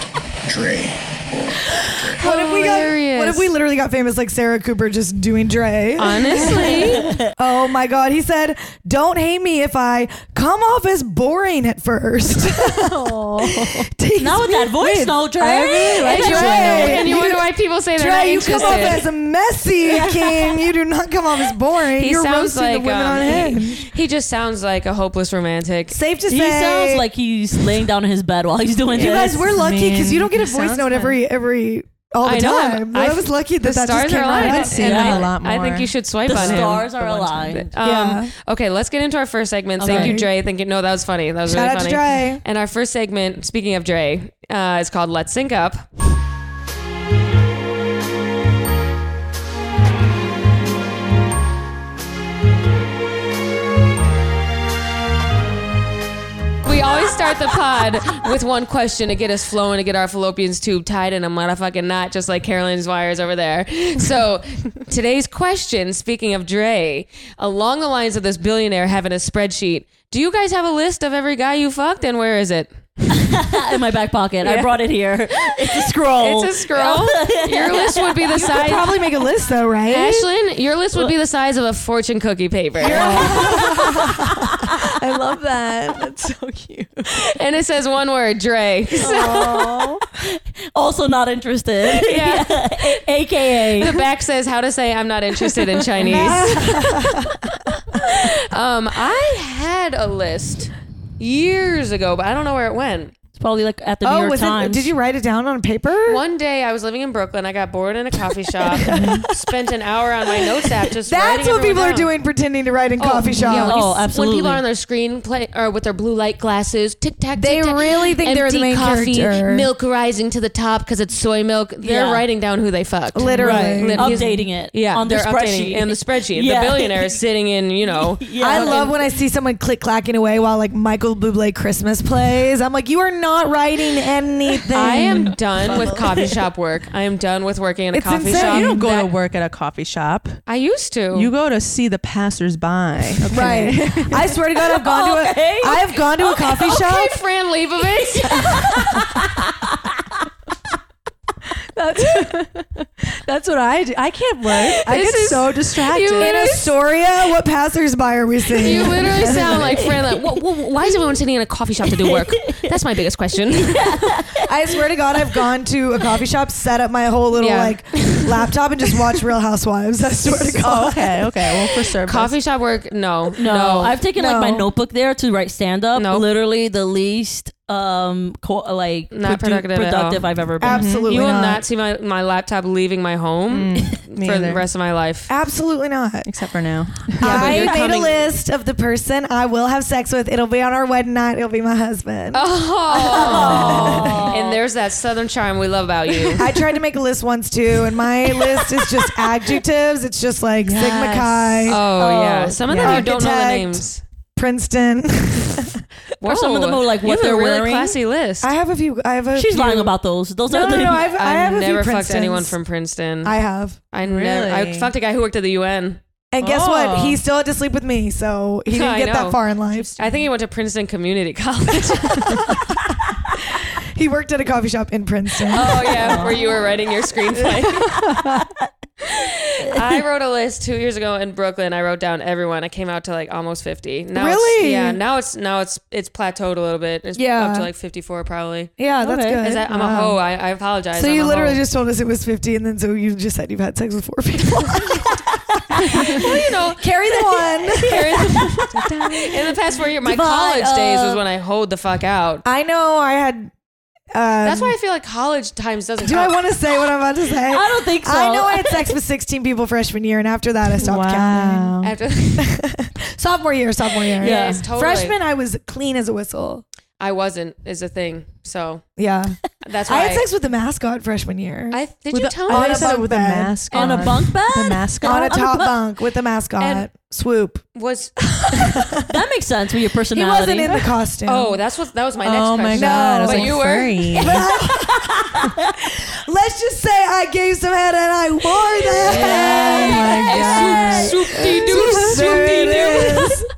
[SPEAKER 5] Dre. Or Dre.
[SPEAKER 3] What if, we got, what
[SPEAKER 1] Hilarious.
[SPEAKER 3] if we literally got famous like Sarah Cooper just doing Dre?
[SPEAKER 1] Honestly,
[SPEAKER 3] oh my God. He said, Don't hate me if I come off as boring at first. Takes
[SPEAKER 2] Not with that
[SPEAKER 3] me-
[SPEAKER 2] voice, though, Dre.
[SPEAKER 3] I really
[SPEAKER 1] and
[SPEAKER 3] like
[SPEAKER 1] you,
[SPEAKER 3] Dre.
[SPEAKER 1] wonder, and you wonder why
[SPEAKER 3] You-
[SPEAKER 1] people say they're not
[SPEAKER 3] Dre, you come
[SPEAKER 1] interested.
[SPEAKER 3] off as a messy king. You do not come off as boring.
[SPEAKER 1] he
[SPEAKER 3] You're
[SPEAKER 1] sounds
[SPEAKER 3] roasting
[SPEAKER 1] like
[SPEAKER 3] the women
[SPEAKER 1] um,
[SPEAKER 3] on him.
[SPEAKER 1] he, he just sounds like a hopeless romantic.
[SPEAKER 3] Safe to
[SPEAKER 2] He
[SPEAKER 3] say,
[SPEAKER 2] sounds like he's laying down in his bed while he's doing
[SPEAKER 3] you
[SPEAKER 2] this.
[SPEAKER 3] guys. We're lucky because you don't get a
[SPEAKER 4] He
[SPEAKER 3] voice
[SPEAKER 4] sounds
[SPEAKER 3] note
[SPEAKER 4] good.
[SPEAKER 3] every every all the
[SPEAKER 1] I know, I'm-
[SPEAKER 3] time. i
[SPEAKER 1] I've-
[SPEAKER 3] was lucky that
[SPEAKER 1] The
[SPEAKER 3] that
[SPEAKER 1] stars
[SPEAKER 3] just came
[SPEAKER 1] are
[SPEAKER 3] out.
[SPEAKER 1] aligned.
[SPEAKER 4] I've seen
[SPEAKER 1] and
[SPEAKER 4] that
[SPEAKER 1] I-
[SPEAKER 4] a lot
[SPEAKER 1] I think
[SPEAKER 4] more.
[SPEAKER 1] you should swipe
[SPEAKER 2] the
[SPEAKER 1] on him.
[SPEAKER 2] stars are
[SPEAKER 1] Um,
[SPEAKER 2] aligned.
[SPEAKER 3] Yeah.
[SPEAKER 1] Okay, let's get into our first segment. Thank
[SPEAKER 2] Okay.
[SPEAKER 1] you, Dre. Thank you. No, that was funny. That was
[SPEAKER 3] Shout
[SPEAKER 1] really
[SPEAKER 3] out to
[SPEAKER 1] funny.
[SPEAKER 3] Dre.
[SPEAKER 1] And our first segment, speaking of Dre, uh, is called "Let's Sync Up." We always start the pod with one question to get us flowing to get our fallopians tube tied in a motherfucking knot, just like Carolyn's wires over there. So today's question, speaking of Dre, along the lines of this billionaire having a spreadsheet, do you guys have a list of every guy you fucked and where is it?
[SPEAKER 2] in my back pocket. I brought it here. It's a scroll.
[SPEAKER 1] It's a scroll. Your list would be the size.
[SPEAKER 3] Probably make a list though, right?
[SPEAKER 1] Ashlyn, your list would be the size of a fortune cookie paper.
[SPEAKER 4] I love that. That's so cute.
[SPEAKER 1] and it says one word, Dre.
[SPEAKER 2] also not interested.
[SPEAKER 1] Yeah.
[SPEAKER 2] AKA.
[SPEAKER 1] the back says how to say I'm not interested in Chinese. um, I had a list years ago, but I don't know where it went.
[SPEAKER 2] It's probably like at the New
[SPEAKER 3] oh,
[SPEAKER 2] York
[SPEAKER 3] was it,
[SPEAKER 2] Times.
[SPEAKER 3] did you write it down on paper?
[SPEAKER 1] One day I was living in Brooklyn. I got bored in a coffee shop. spent an hour on my notes app just.
[SPEAKER 3] That's
[SPEAKER 1] writing
[SPEAKER 3] what people
[SPEAKER 1] everyone
[SPEAKER 3] are
[SPEAKER 1] down.
[SPEAKER 3] doing, pretending to write in
[SPEAKER 1] Oh,
[SPEAKER 3] coffee
[SPEAKER 1] yeah, when
[SPEAKER 3] shops.
[SPEAKER 1] you- When
[SPEAKER 2] Oh,
[SPEAKER 1] people
[SPEAKER 2] absolutely.
[SPEAKER 1] are on their screen play or with their blue light glasses, tic tac.
[SPEAKER 3] They really think they're the main
[SPEAKER 1] coffee,
[SPEAKER 3] character.
[SPEAKER 1] Milk rising to the top because it's soy milk. They're
[SPEAKER 2] Yeah.
[SPEAKER 1] writing down who they fucked.
[SPEAKER 3] Literally.
[SPEAKER 2] Right.
[SPEAKER 1] Lit- he's-
[SPEAKER 2] Updating it.
[SPEAKER 1] Yeah,
[SPEAKER 2] On the
[SPEAKER 1] they're updating
[SPEAKER 2] spreadsheet.
[SPEAKER 1] in the spreadsheet.
[SPEAKER 2] Yeah.
[SPEAKER 1] The billionaire is sitting in, you know,
[SPEAKER 2] Yeah.
[SPEAKER 3] I love when I see someone click clacking away while like Michael Bublé Christmas plays. I'm like, you are not writing anything.
[SPEAKER 1] I am done with coffee shop work. I am done with working in a
[SPEAKER 3] It's
[SPEAKER 1] coffee
[SPEAKER 3] insane.
[SPEAKER 1] shop.
[SPEAKER 3] You
[SPEAKER 4] You don't go
[SPEAKER 1] That-
[SPEAKER 4] to work at a coffee shop.
[SPEAKER 1] I used to.
[SPEAKER 4] You go to see the passersby. Okay.
[SPEAKER 3] Right. I swear to God, I've gone
[SPEAKER 2] Okay.
[SPEAKER 3] to a I have gone to a coffee
[SPEAKER 1] okay,
[SPEAKER 3] shop.
[SPEAKER 1] Oh, Fran Leibovitz.
[SPEAKER 4] That's what I do. I can't work. I
[SPEAKER 1] This
[SPEAKER 4] get
[SPEAKER 1] is-
[SPEAKER 4] so distracted.
[SPEAKER 1] you
[SPEAKER 3] In
[SPEAKER 1] literally-
[SPEAKER 3] Astoria, what passersby are we seeing?
[SPEAKER 1] You literally sound like Fran. Like, wh- wh- why is everyone sitting in a coffee shop to do work? That's my biggest question.
[SPEAKER 3] I swear to God, I've gone to a coffee shop, set up my whole little
[SPEAKER 1] Yeah.
[SPEAKER 3] like laptop, and just watch Real Housewives. I swear to
[SPEAKER 4] oh,
[SPEAKER 3] God.
[SPEAKER 4] okay, okay. Well, for service.
[SPEAKER 1] coffee shop work? No, no.
[SPEAKER 2] No, I've taken like my
[SPEAKER 3] No.
[SPEAKER 2] notebook there to write stand up.
[SPEAKER 1] Nope.
[SPEAKER 2] Literally the least um co- like
[SPEAKER 1] Not productive at all.
[SPEAKER 2] productive I've ever been.
[SPEAKER 3] Absolutely
[SPEAKER 1] You will
[SPEAKER 3] not.
[SPEAKER 1] not, see my, my laptop leaving my home
[SPEAKER 4] me
[SPEAKER 1] for the
[SPEAKER 4] either.
[SPEAKER 1] rest of my life.
[SPEAKER 3] Absolutely not.
[SPEAKER 4] Except for now.
[SPEAKER 1] but
[SPEAKER 3] I
[SPEAKER 1] you're
[SPEAKER 3] made a
[SPEAKER 1] coming-
[SPEAKER 3] list of the person I will have sex with. It'll be on our wedding night. It'll be my husband.
[SPEAKER 1] Oh. and there's that southern charm we love about you.
[SPEAKER 3] I tried to make a list once too, and my list is just adjectives. It's just like Sigma
[SPEAKER 4] Yes.
[SPEAKER 3] Chi,
[SPEAKER 1] Oh, yeah. Some of them
[SPEAKER 3] yeah.
[SPEAKER 1] you don't know the
[SPEAKER 3] Architect.
[SPEAKER 1] names.
[SPEAKER 3] Princeton.
[SPEAKER 2] Or some of them
[SPEAKER 1] Whoa.
[SPEAKER 2] are like
[SPEAKER 1] You have
[SPEAKER 2] what
[SPEAKER 1] a
[SPEAKER 2] they're
[SPEAKER 1] really
[SPEAKER 2] wearing.
[SPEAKER 1] classy list.
[SPEAKER 3] I have a few. I have a.
[SPEAKER 2] She's
[SPEAKER 3] few-
[SPEAKER 2] lying about those. Those
[SPEAKER 3] No,
[SPEAKER 2] are
[SPEAKER 3] no,
[SPEAKER 2] the
[SPEAKER 3] no. I've, I have a few
[SPEAKER 1] never fucked anyone
[SPEAKER 3] Princetons.
[SPEAKER 1] from Princeton. I,
[SPEAKER 3] I have.
[SPEAKER 1] never. I
[SPEAKER 4] Really?
[SPEAKER 1] fucked a guy who worked at the UN.
[SPEAKER 3] And guess what?
[SPEAKER 4] Oh.
[SPEAKER 3] He still had to sleep with me, so he didn't
[SPEAKER 1] I
[SPEAKER 3] get
[SPEAKER 1] know.
[SPEAKER 3] that far in life.
[SPEAKER 1] I think he went to Princeton Community College.
[SPEAKER 3] He worked at a coffee shop in Princeton.
[SPEAKER 1] Oh yeah, where you were writing your screenplay. I wrote a list two years ago in Brooklyn. I wrote down everyone. I came out to like almost fifty. Now it's-
[SPEAKER 3] Really?
[SPEAKER 1] yeah. Now it's now it's it's plateaued a little bit. It's
[SPEAKER 3] Yeah.
[SPEAKER 1] up to like fifty four probably.
[SPEAKER 3] yeah, that's
[SPEAKER 2] Okay.
[SPEAKER 3] good.
[SPEAKER 1] Is that, I'm a
[SPEAKER 3] Wow.
[SPEAKER 1] hoe. I, I apologize.
[SPEAKER 3] So
[SPEAKER 1] I'm
[SPEAKER 3] you
[SPEAKER 1] a
[SPEAKER 3] literally
[SPEAKER 1] hoe.
[SPEAKER 3] just told us it was 50, and then so you just said you've had sex with four people.
[SPEAKER 1] well, you know
[SPEAKER 3] Carry the one.
[SPEAKER 1] Karen, in the past four years, my
[SPEAKER 2] Divide
[SPEAKER 1] college days was
[SPEAKER 2] up.
[SPEAKER 1] when I hoed the fuck out.
[SPEAKER 3] I know I had. Um,
[SPEAKER 1] That's why I feel like college times doesn't.
[SPEAKER 3] Do I
[SPEAKER 1] count.
[SPEAKER 3] want to say what I'm about to say?
[SPEAKER 2] I don't think so.
[SPEAKER 3] I know I had sex with 16 people freshman year, and after that, I stopped
[SPEAKER 4] Wow.
[SPEAKER 1] After,
[SPEAKER 3] counting. Sophomore year, sophomore year.
[SPEAKER 2] Yeah.
[SPEAKER 1] yes, totally.
[SPEAKER 3] Freshman, I was clean as a whistle.
[SPEAKER 1] I wasn't is a thing. So
[SPEAKER 3] Yeah.
[SPEAKER 1] that's
[SPEAKER 3] I
[SPEAKER 1] why
[SPEAKER 3] had sex with the mascot freshman year.
[SPEAKER 1] I did
[SPEAKER 4] With
[SPEAKER 1] you
[SPEAKER 4] a-
[SPEAKER 1] tell me?
[SPEAKER 3] on
[SPEAKER 4] I
[SPEAKER 3] a
[SPEAKER 4] said
[SPEAKER 3] bunk
[SPEAKER 4] with a
[SPEAKER 3] bed.
[SPEAKER 4] mask
[SPEAKER 2] on a bunk bed.
[SPEAKER 4] The mask
[SPEAKER 3] on a top
[SPEAKER 2] bu-
[SPEAKER 3] bunk with the mascot
[SPEAKER 1] And-
[SPEAKER 3] swoop.
[SPEAKER 1] was
[SPEAKER 2] That makes sense with your
[SPEAKER 3] He
[SPEAKER 2] personality.
[SPEAKER 3] wasn't in the costume.
[SPEAKER 1] oh that's what that was my next
[SPEAKER 4] oh my
[SPEAKER 1] question.
[SPEAKER 4] god! I was
[SPEAKER 1] but
[SPEAKER 4] like,
[SPEAKER 1] you were
[SPEAKER 4] furry.
[SPEAKER 3] Let's just say I gave some head and I wore that. Oh
[SPEAKER 1] Oh Yeah. Soup- soup-dee-doo, soup-dee-doo.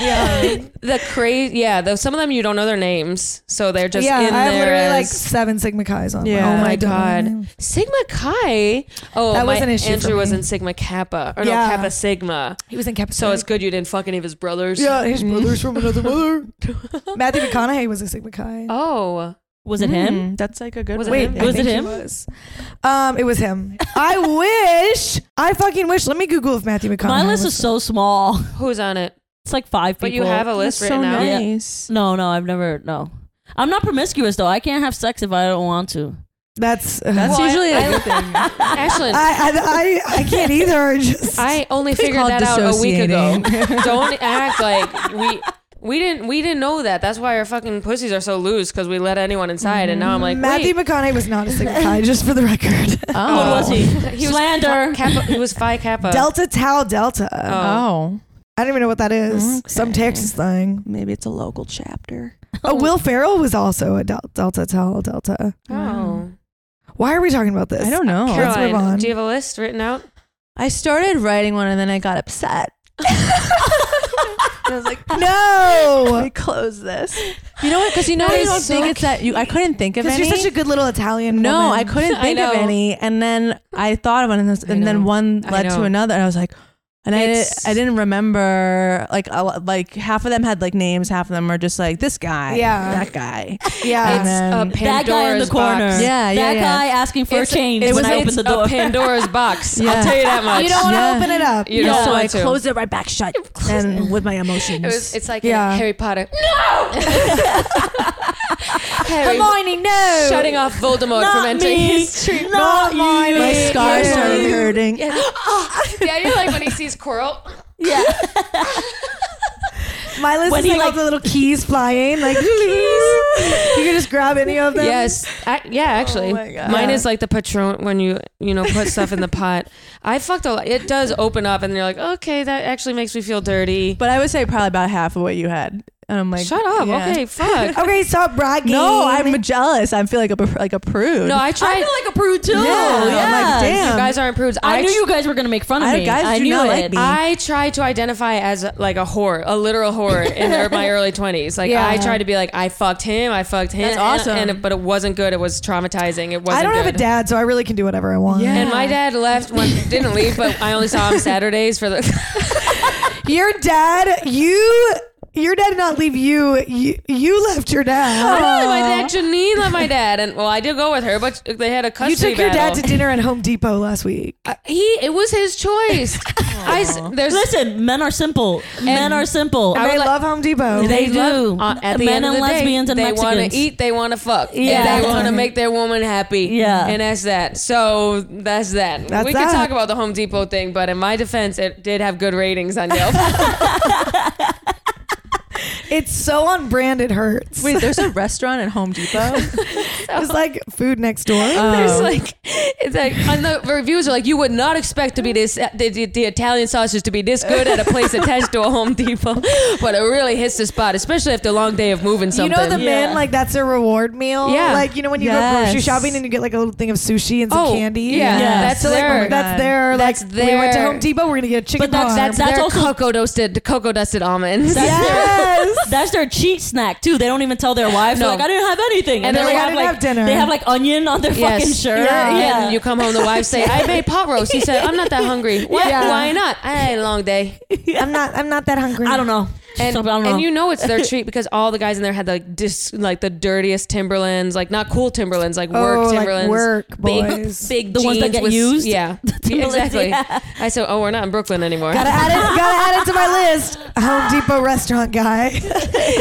[SPEAKER 3] yeah,
[SPEAKER 1] the crazy yeah though some of them you don't know their names so they're just
[SPEAKER 3] yeah.
[SPEAKER 1] in
[SPEAKER 3] I have
[SPEAKER 1] there
[SPEAKER 3] literally
[SPEAKER 1] as-
[SPEAKER 3] like seven Sigma Chi's on.
[SPEAKER 4] Yeah.
[SPEAKER 1] oh my
[SPEAKER 3] dome.
[SPEAKER 1] god Sigma Chi oh
[SPEAKER 3] That was
[SPEAKER 1] my-
[SPEAKER 3] an issue for
[SPEAKER 1] Andrew was
[SPEAKER 3] me.
[SPEAKER 1] in Sigma Kappa or
[SPEAKER 3] Yeah.
[SPEAKER 1] no Kappa Sigma
[SPEAKER 3] He was in Kappa.
[SPEAKER 1] so it's good you didn't fuck any of his brothers
[SPEAKER 3] Yeah, his brother's from another mother. Mm-hmm. Matthew McConaughey was a Sigma Chi.
[SPEAKER 1] oh
[SPEAKER 2] was it him?
[SPEAKER 4] Mm, That's like a good
[SPEAKER 1] Was it
[SPEAKER 3] Wait,
[SPEAKER 1] him?
[SPEAKER 3] I
[SPEAKER 2] Was it
[SPEAKER 3] think he
[SPEAKER 2] him?
[SPEAKER 3] was. Um, it was him. I wish. I fucking wish. Let me Google if Matthew McConaughey.
[SPEAKER 2] My list
[SPEAKER 3] was
[SPEAKER 2] is so small.
[SPEAKER 1] who's on it
[SPEAKER 2] It's like five people.
[SPEAKER 1] but you have a
[SPEAKER 4] That's
[SPEAKER 1] list
[SPEAKER 4] so
[SPEAKER 1] written out
[SPEAKER 2] Yeah.
[SPEAKER 4] nice.
[SPEAKER 2] no, no. I've never no. I'm not promiscuous though. I can't have sex if I don't want to.
[SPEAKER 3] That's. uh,
[SPEAKER 4] That's
[SPEAKER 1] Well, I-
[SPEAKER 4] usually
[SPEAKER 1] I-
[SPEAKER 4] a good thing.
[SPEAKER 1] Ashlyn
[SPEAKER 3] I, I I I can't either. Just
[SPEAKER 1] I only figured
[SPEAKER 4] called
[SPEAKER 1] that out a week ago.
[SPEAKER 4] dissociating.
[SPEAKER 1] Don't act like we we didn't we didn't know that. That's why our fucking pussies are so loose because we let anyone inside. And now I'm like,
[SPEAKER 3] Matthew
[SPEAKER 1] wait,
[SPEAKER 3] McConaughey was not a Sigma Chi, just for the record.
[SPEAKER 4] Oh,
[SPEAKER 2] What was he?
[SPEAKER 1] he was
[SPEAKER 2] Slander.
[SPEAKER 1] Kappa, he was Phi Kappa.
[SPEAKER 3] Delta Tau Delta.
[SPEAKER 4] Oh,
[SPEAKER 3] I don't even know what that is.
[SPEAKER 4] Okay.
[SPEAKER 3] Some Texas thing.
[SPEAKER 4] maybe it's a local chapter.
[SPEAKER 3] Oh, Will Ferrell was also a Del- Delta Tau Delta.
[SPEAKER 1] Oh,
[SPEAKER 3] Why are we talking about this?
[SPEAKER 4] I don't
[SPEAKER 2] Oh,
[SPEAKER 4] know.
[SPEAKER 3] Let's move
[SPEAKER 1] Caroline,
[SPEAKER 3] on.
[SPEAKER 1] do you have a list written out?
[SPEAKER 4] I started writing one and then I got upset. I was like, let
[SPEAKER 3] No,
[SPEAKER 4] me close this. You know what? Because you know,
[SPEAKER 1] That
[SPEAKER 4] you
[SPEAKER 1] is
[SPEAKER 4] don't
[SPEAKER 1] so
[SPEAKER 4] think it's that you. I couldn't think of
[SPEAKER 3] because
[SPEAKER 4] any.
[SPEAKER 3] you're such a good little Italian.
[SPEAKER 4] no,
[SPEAKER 3] woman.
[SPEAKER 4] I couldn't
[SPEAKER 1] I
[SPEAKER 4] think of
[SPEAKER 1] know.
[SPEAKER 4] any, and then I thought of one, and, this,
[SPEAKER 1] I
[SPEAKER 4] and then
[SPEAKER 1] know.
[SPEAKER 4] one
[SPEAKER 1] I
[SPEAKER 4] led to
[SPEAKER 1] know.
[SPEAKER 4] another, and I was like, and I, did,
[SPEAKER 1] It's-
[SPEAKER 4] I didn't remember like a, lo- like half of them had like names, half of them were just like this guy,
[SPEAKER 3] Yeah.
[SPEAKER 4] that guy,
[SPEAKER 3] Yeah,
[SPEAKER 4] And then-
[SPEAKER 1] It's a
[SPEAKER 2] That guy in the
[SPEAKER 1] Pandora's
[SPEAKER 2] corner.
[SPEAKER 1] box.
[SPEAKER 4] Um, Yeah, yeah,
[SPEAKER 2] That
[SPEAKER 4] yeah.
[SPEAKER 2] guy asking for
[SPEAKER 1] It's-
[SPEAKER 2] a change
[SPEAKER 1] It
[SPEAKER 2] when
[SPEAKER 1] was
[SPEAKER 2] I
[SPEAKER 1] it's
[SPEAKER 2] opened the door.
[SPEAKER 1] a Pandora's box.
[SPEAKER 4] Yeah.
[SPEAKER 1] I'll tell you that much.
[SPEAKER 3] you don't want to
[SPEAKER 4] Yeah.
[SPEAKER 3] open it up.
[SPEAKER 1] You
[SPEAKER 2] Yeah.
[SPEAKER 1] don't
[SPEAKER 4] so I
[SPEAKER 1] want to.
[SPEAKER 4] closed it right back shut, and with my emotions.
[SPEAKER 1] It was, it's like
[SPEAKER 3] Yeah.
[SPEAKER 1] in Harry Potter. No, Harry
[SPEAKER 2] Hermione,
[SPEAKER 4] Oh.
[SPEAKER 2] no.
[SPEAKER 1] shutting off Voldemort
[SPEAKER 2] Not
[SPEAKER 1] from entering
[SPEAKER 2] me.
[SPEAKER 1] his tree.
[SPEAKER 2] Not mine.
[SPEAKER 4] my
[SPEAKER 2] Yeah.
[SPEAKER 4] scars started hurting.
[SPEAKER 1] Yeah, you're like when he sees Coral.
[SPEAKER 2] Yeah.
[SPEAKER 3] My list
[SPEAKER 2] When
[SPEAKER 3] is
[SPEAKER 2] he,
[SPEAKER 3] like, all
[SPEAKER 2] like-
[SPEAKER 3] the little keys flying, like keys. You can just grab any of them.
[SPEAKER 1] Yes, I, yeah, actually,
[SPEAKER 4] my God.
[SPEAKER 1] mine
[SPEAKER 3] Yeah.
[SPEAKER 1] is like the patron when you you know put stuff in the pot. I fucked a lot. It does open up, and you're like, okay, that actually makes me feel dirty.
[SPEAKER 4] But I would say probably about half of what you had. And I'm like,
[SPEAKER 1] Shut up.
[SPEAKER 4] yeah.
[SPEAKER 1] Okay, fuck.
[SPEAKER 3] Okay, stop bragging.
[SPEAKER 4] No, I'm jealous. I feel like a like a prude.
[SPEAKER 1] No, I tried.
[SPEAKER 2] I feel like a prude too.
[SPEAKER 4] Yeah,
[SPEAKER 2] Yes.
[SPEAKER 4] I'm like, damn.
[SPEAKER 1] you guys aren't prudes.
[SPEAKER 2] I, knew
[SPEAKER 1] tr-
[SPEAKER 2] you guys were gonna make fun of
[SPEAKER 4] I-
[SPEAKER 2] me.
[SPEAKER 4] guys
[SPEAKER 2] I
[SPEAKER 4] do
[SPEAKER 2] knew
[SPEAKER 4] not
[SPEAKER 2] it.
[SPEAKER 4] like me.
[SPEAKER 1] I tried to identify as like a whore, a literal whore in their, my early 20s. Like
[SPEAKER 3] Yeah.
[SPEAKER 1] I tried to be like I fucked him, I fucked him.
[SPEAKER 4] That's
[SPEAKER 1] and-
[SPEAKER 4] awesome.
[SPEAKER 1] And, but it wasn't good. It was traumatizing. It wasn't
[SPEAKER 3] I don't
[SPEAKER 1] good.
[SPEAKER 3] have a dad, so I really can do whatever I want.
[SPEAKER 4] Yeah.
[SPEAKER 1] And my dad left, when, didn't leave, but I only saw him Saturdays for the.
[SPEAKER 3] Your dad, you your dad did not leave you. You, you left your
[SPEAKER 1] I
[SPEAKER 3] dad.
[SPEAKER 1] don't know, my dad, Janine, left my dad, and well, I did go with her, but they had a
[SPEAKER 3] You
[SPEAKER 1] custody
[SPEAKER 3] took your dad
[SPEAKER 1] battle. Uh,
[SPEAKER 3] to dinner at Home Depot last week.
[SPEAKER 1] he, it was his choice. I, s- there's
[SPEAKER 2] Listen, men are simple. men are simple.
[SPEAKER 1] I
[SPEAKER 3] I
[SPEAKER 1] would like-
[SPEAKER 3] love Home Depot.
[SPEAKER 2] They do.
[SPEAKER 1] Uh, at the
[SPEAKER 2] Men
[SPEAKER 1] end of
[SPEAKER 2] and
[SPEAKER 1] the
[SPEAKER 2] lesbians
[SPEAKER 1] day,
[SPEAKER 2] and
[SPEAKER 1] they want
[SPEAKER 2] Mexicans.
[SPEAKER 1] to eat, they want to fuck,
[SPEAKER 2] Yeah.
[SPEAKER 1] yeah. they want to make their woman happy.
[SPEAKER 2] Yeah.
[SPEAKER 1] and that's that. So that's that.
[SPEAKER 3] That's
[SPEAKER 1] we
[SPEAKER 3] that.
[SPEAKER 1] could talk about the Home Depot thing, but in my defense, it did have good ratings on Yelp.
[SPEAKER 3] It's so on brand it hurts.
[SPEAKER 4] Wait, there's a restaurant at Home Depot.
[SPEAKER 3] It's like food next door. Oh.
[SPEAKER 1] There's like, it's like, and the reviews are like, you would not expect to be this, uh, the, the, the Italian sausage to be this good at a place attached to a Home Depot, but it really hits the spot, especially after a long day of moving
[SPEAKER 3] you
[SPEAKER 1] something.
[SPEAKER 3] know the
[SPEAKER 2] Yeah.
[SPEAKER 3] men like that's their reward meal.
[SPEAKER 1] Yeah.
[SPEAKER 3] like you know when you go grocery
[SPEAKER 4] Yes.
[SPEAKER 3] shopping and you get like a little thing of sushi and some
[SPEAKER 1] Oh,
[SPEAKER 3] candy.
[SPEAKER 1] yeah.
[SPEAKER 2] Yes.
[SPEAKER 3] that's
[SPEAKER 1] That's
[SPEAKER 3] like
[SPEAKER 1] their-
[SPEAKER 3] when- that's their like
[SPEAKER 1] That's
[SPEAKER 3] we went to
[SPEAKER 1] their-
[SPEAKER 3] Home Depot. We're gonna get a
[SPEAKER 2] But
[SPEAKER 3] chicken
[SPEAKER 2] that's-
[SPEAKER 3] parm.
[SPEAKER 1] that's,
[SPEAKER 2] They're
[SPEAKER 1] that's also cocoa dusted, cocoa dusted almonds.
[SPEAKER 2] That's
[SPEAKER 3] Yes.
[SPEAKER 2] their that's their cheat snack too. They don't even tell their wives.
[SPEAKER 1] No.
[SPEAKER 2] They're like I didn't have anything,
[SPEAKER 1] And they're
[SPEAKER 2] they
[SPEAKER 1] like, "I
[SPEAKER 3] didn't have dinner."
[SPEAKER 2] They have like onion on their fucking shirt.
[SPEAKER 3] Yeah.
[SPEAKER 1] And you come home, the wife say, "I made pot roast." He said, "I'm not that hungry. What?
[SPEAKER 3] Yeah.
[SPEAKER 1] Why not? I had a long day."
[SPEAKER 3] I'm not. I'm not that hungry.
[SPEAKER 2] I don't know.
[SPEAKER 1] And,
[SPEAKER 2] So, I don't know.
[SPEAKER 1] and you know it's their treat because all the guys in there had like dis, like the dirtiest Timberlands, like not cool Timberlands, like work
[SPEAKER 3] Oh, like
[SPEAKER 1] Timberlands,
[SPEAKER 3] work
[SPEAKER 1] big,
[SPEAKER 3] boys.
[SPEAKER 1] big
[SPEAKER 2] The ones that
[SPEAKER 1] jeans
[SPEAKER 2] get
[SPEAKER 1] with-
[SPEAKER 2] used?
[SPEAKER 1] Yeah,
[SPEAKER 2] Timberlands,
[SPEAKER 1] exactly.
[SPEAKER 2] yeah.
[SPEAKER 1] I said, "Oh, we're not in Brooklyn anymore."
[SPEAKER 3] Gotta add it. Gotta add it to my list. Home Depot restaurant guy.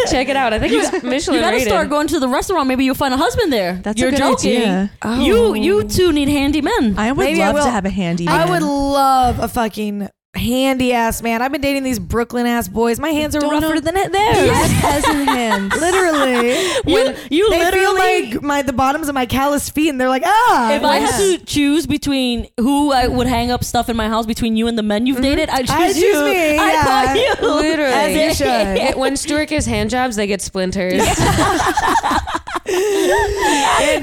[SPEAKER 1] Check it out. I think it was Michelin
[SPEAKER 2] you gotta
[SPEAKER 1] rated.
[SPEAKER 2] start going to the restaurant. Maybe you'll find a husband there.
[SPEAKER 4] That's
[SPEAKER 2] You're
[SPEAKER 4] a good
[SPEAKER 2] joking.
[SPEAKER 4] idea.
[SPEAKER 2] You
[SPEAKER 1] Oh.
[SPEAKER 2] you two need handy men.
[SPEAKER 4] I would
[SPEAKER 3] Maybe I
[SPEAKER 4] love
[SPEAKER 3] will.
[SPEAKER 4] to have a handy.
[SPEAKER 3] I
[SPEAKER 4] man.
[SPEAKER 3] would love a fucking handy ass man. I've been dating these Brooklyn ass boys. My hands are
[SPEAKER 4] Don't
[SPEAKER 3] rougher
[SPEAKER 4] know-
[SPEAKER 3] than it- theirs.
[SPEAKER 4] Just peasant hands.
[SPEAKER 3] Literally.
[SPEAKER 2] you you
[SPEAKER 3] They
[SPEAKER 2] literally.
[SPEAKER 3] feel like my the bottoms of my calloused feet, and they're like, ah.
[SPEAKER 2] if I had to choose between who I would hang up stuff in my house between you and the men you've dated, I choose
[SPEAKER 3] I choose
[SPEAKER 2] you.
[SPEAKER 3] me,
[SPEAKER 2] I
[SPEAKER 3] yeah.
[SPEAKER 2] call you.
[SPEAKER 1] Literally.
[SPEAKER 3] As you should.
[SPEAKER 1] Yeah, when Stuart gives hand jobs, they get splinters.
[SPEAKER 3] in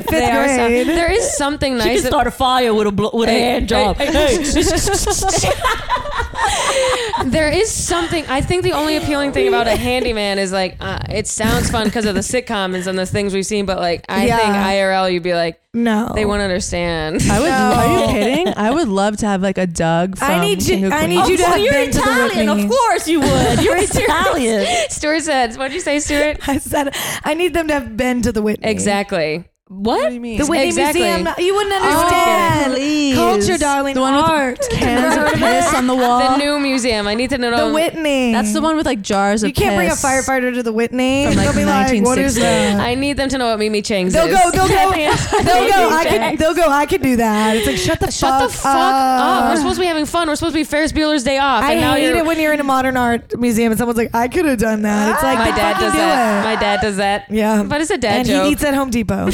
[SPEAKER 3] fifth
[SPEAKER 1] They are so-
[SPEAKER 3] grade.
[SPEAKER 1] there is something
[SPEAKER 2] She
[SPEAKER 1] nice.
[SPEAKER 2] can start a fire with a blo- with a hand job.
[SPEAKER 1] hey, There is something. I think the only appealing thing about a handyman is like uh, it sounds fun because of the sitcom and some of the things we've seen, but like I
[SPEAKER 3] Yeah.
[SPEAKER 1] think IRL, you'd be like,
[SPEAKER 3] no,
[SPEAKER 1] they won't understand.
[SPEAKER 4] I would. Are you kidding? I would love to have like a Doug. From
[SPEAKER 3] I need you-
[SPEAKER 4] Single
[SPEAKER 3] I
[SPEAKER 4] Queen.
[SPEAKER 3] need you
[SPEAKER 2] oh,
[SPEAKER 3] to have
[SPEAKER 2] you're
[SPEAKER 3] been to the
[SPEAKER 2] Italian,
[SPEAKER 3] Whitney.
[SPEAKER 2] of course you would. You're Italian.
[SPEAKER 1] Stuart said, "What'd you say, Stuart?"
[SPEAKER 3] I said I need them to have been to the Whitney.
[SPEAKER 1] exactly.
[SPEAKER 4] What do you mean?
[SPEAKER 3] The Whitney
[SPEAKER 1] Exactly. Oh,
[SPEAKER 3] Museum. You wouldn't understand.
[SPEAKER 4] please.
[SPEAKER 3] Culture, darling.
[SPEAKER 4] The one with
[SPEAKER 3] art.
[SPEAKER 4] cans of piss on the
[SPEAKER 1] The
[SPEAKER 4] wall.
[SPEAKER 1] new museum. I need to know.
[SPEAKER 3] the Whitney.
[SPEAKER 4] That's the one with like jars of.
[SPEAKER 3] You can't
[SPEAKER 4] piss.
[SPEAKER 3] bring a firefighter to the Whitney.
[SPEAKER 4] From, like,
[SPEAKER 3] they'll be like, what is
[SPEAKER 4] 1960.
[SPEAKER 3] that?
[SPEAKER 1] I need them to know what Mimi Chang's
[SPEAKER 3] They'll
[SPEAKER 1] is.
[SPEAKER 3] go. They'll go. they'll go. I
[SPEAKER 1] Jack.
[SPEAKER 3] can. They'll go. I can do that. It's like shut the
[SPEAKER 1] Shut
[SPEAKER 3] fuck
[SPEAKER 1] the fuck up. We're supposed to be having fun. We're supposed to be Ferris Bueller's Day Off.
[SPEAKER 3] I
[SPEAKER 1] and now
[SPEAKER 3] hate
[SPEAKER 1] you're,
[SPEAKER 3] it when you're in a modern art museum and someone's like, I could have done that. It's like
[SPEAKER 1] my
[SPEAKER 3] then
[SPEAKER 1] dad
[SPEAKER 3] fucking
[SPEAKER 1] does
[SPEAKER 3] do
[SPEAKER 1] that.
[SPEAKER 3] it.
[SPEAKER 1] My dad does that.
[SPEAKER 3] yeah,
[SPEAKER 1] But it's a dad
[SPEAKER 3] and
[SPEAKER 1] joke,
[SPEAKER 3] he eats at Home Depot,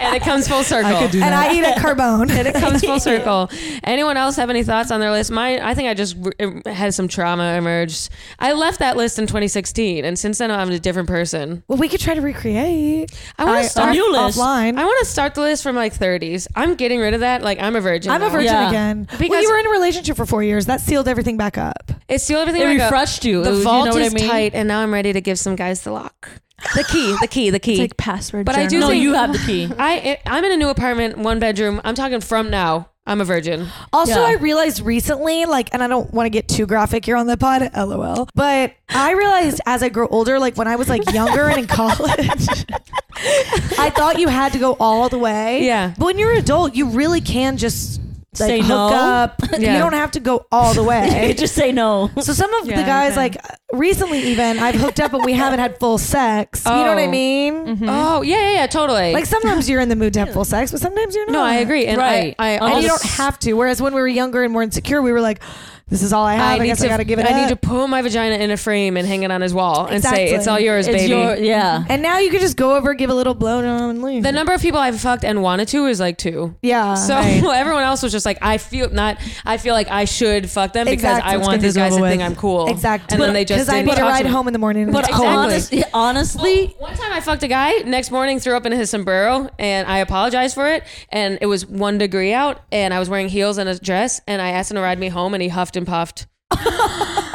[SPEAKER 1] and it comes full circle.
[SPEAKER 3] and I eat at Carbone.
[SPEAKER 1] it comes full circle. Anyone else have any thoughts on their list? My, I think I just re- had some trauma emerge. I left that list in 2016, and since then I'm a different person.
[SPEAKER 3] well, we could try to recreate.
[SPEAKER 1] I want
[SPEAKER 3] I-
[SPEAKER 1] to start.
[SPEAKER 2] new list.
[SPEAKER 3] Offline,
[SPEAKER 1] I want to start the list from like 30s. I'm getting rid of that. Like I'm a virgin.
[SPEAKER 3] I'm a
[SPEAKER 1] now.
[SPEAKER 3] virgin
[SPEAKER 2] Yeah.
[SPEAKER 3] again. well,
[SPEAKER 1] Because-
[SPEAKER 3] you were in a relationship for four years. That sealed everything back up.
[SPEAKER 1] It sealed everything.
[SPEAKER 2] It
[SPEAKER 1] back up.
[SPEAKER 2] refreshed you. It
[SPEAKER 1] The
[SPEAKER 2] was- you
[SPEAKER 1] vault
[SPEAKER 2] know what I
[SPEAKER 1] is
[SPEAKER 2] mean?
[SPEAKER 1] tight, and now I'm ready to give some guys the lock, the key, the key, the key.
[SPEAKER 4] It's like password.
[SPEAKER 1] But I do
[SPEAKER 2] No,
[SPEAKER 1] think-
[SPEAKER 2] you have the key.
[SPEAKER 1] I, I'm in a new apartment, one bedroom. I'm talking from now. I'm a virgin.
[SPEAKER 3] Also,
[SPEAKER 2] Yeah.
[SPEAKER 3] I realized recently, like, and I don't want to get too graphic here on the pod, lol. But I realized as I grow older, like when I was like younger and in college, I thought you had to go all the way.
[SPEAKER 1] Yeah.
[SPEAKER 3] But when you're an adult, you really can just like
[SPEAKER 2] Say
[SPEAKER 3] hook
[SPEAKER 2] no.
[SPEAKER 3] up.
[SPEAKER 1] Yeah.
[SPEAKER 3] You don't have to go all the
[SPEAKER 2] You
[SPEAKER 3] way.
[SPEAKER 2] just say no.
[SPEAKER 3] So some of the
[SPEAKER 1] Yeah,
[SPEAKER 3] guys,
[SPEAKER 1] okay.
[SPEAKER 3] like recently, even I've hooked up and we haven't had full sex. You know what I
[SPEAKER 1] Oh.
[SPEAKER 3] mean?
[SPEAKER 1] Oh yeah, yeah, yeah, totally.
[SPEAKER 3] Hmm? Like sometimes you're in the mood to have full sex, but sometimes you're not.
[SPEAKER 1] no, I agree. And
[SPEAKER 2] Right.
[SPEAKER 1] I, I
[SPEAKER 2] And
[SPEAKER 3] And you
[SPEAKER 1] also-
[SPEAKER 3] don't have to. Whereas when we were younger and more insecure, we were like, "This is all I have. I, guess I gotta give it
[SPEAKER 1] I
[SPEAKER 3] up."
[SPEAKER 1] need to put my vagina in a frame and hang it on his wall and
[SPEAKER 3] Exactly.
[SPEAKER 1] say, "It's all yours,
[SPEAKER 2] It's
[SPEAKER 1] baby."
[SPEAKER 2] your yeah.
[SPEAKER 3] and now you can just go over, give a little blowjob, and leave.
[SPEAKER 1] the number of people I've fucked and wanted to is like two.
[SPEAKER 3] yeah.
[SPEAKER 1] So everyone else was just like, I feel not. I feel like I should fuck them
[SPEAKER 3] Exactly.
[SPEAKER 1] because I
[SPEAKER 3] Let's
[SPEAKER 1] want
[SPEAKER 4] get
[SPEAKER 1] these
[SPEAKER 4] this
[SPEAKER 1] guys to
[SPEAKER 4] over
[SPEAKER 1] think
[SPEAKER 4] with.
[SPEAKER 1] I'm cool.
[SPEAKER 3] exactly.
[SPEAKER 1] And then they just
[SPEAKER 3] because I
[SPEAKER 1] didn't
[SPEAKER 3] need to
[SPEAKER 1] talk
[SPEAKER 3] ride
[SPEAKER 1] me.
[SPEAKER 3] home in the morning.
[SPEAKER 2] But
[SPEAKER 3] But
[SPEAKER 1] Exactly.
[SPEAKER 2] honest, honestly,
[SPEAKER 1] One time I fucked a guy next morning, threw up in his sombrero, and I apologized for it. And it was one degree out, and I was wearing heels and a dress, and I asked him to ride me home, and he huffed and puffed.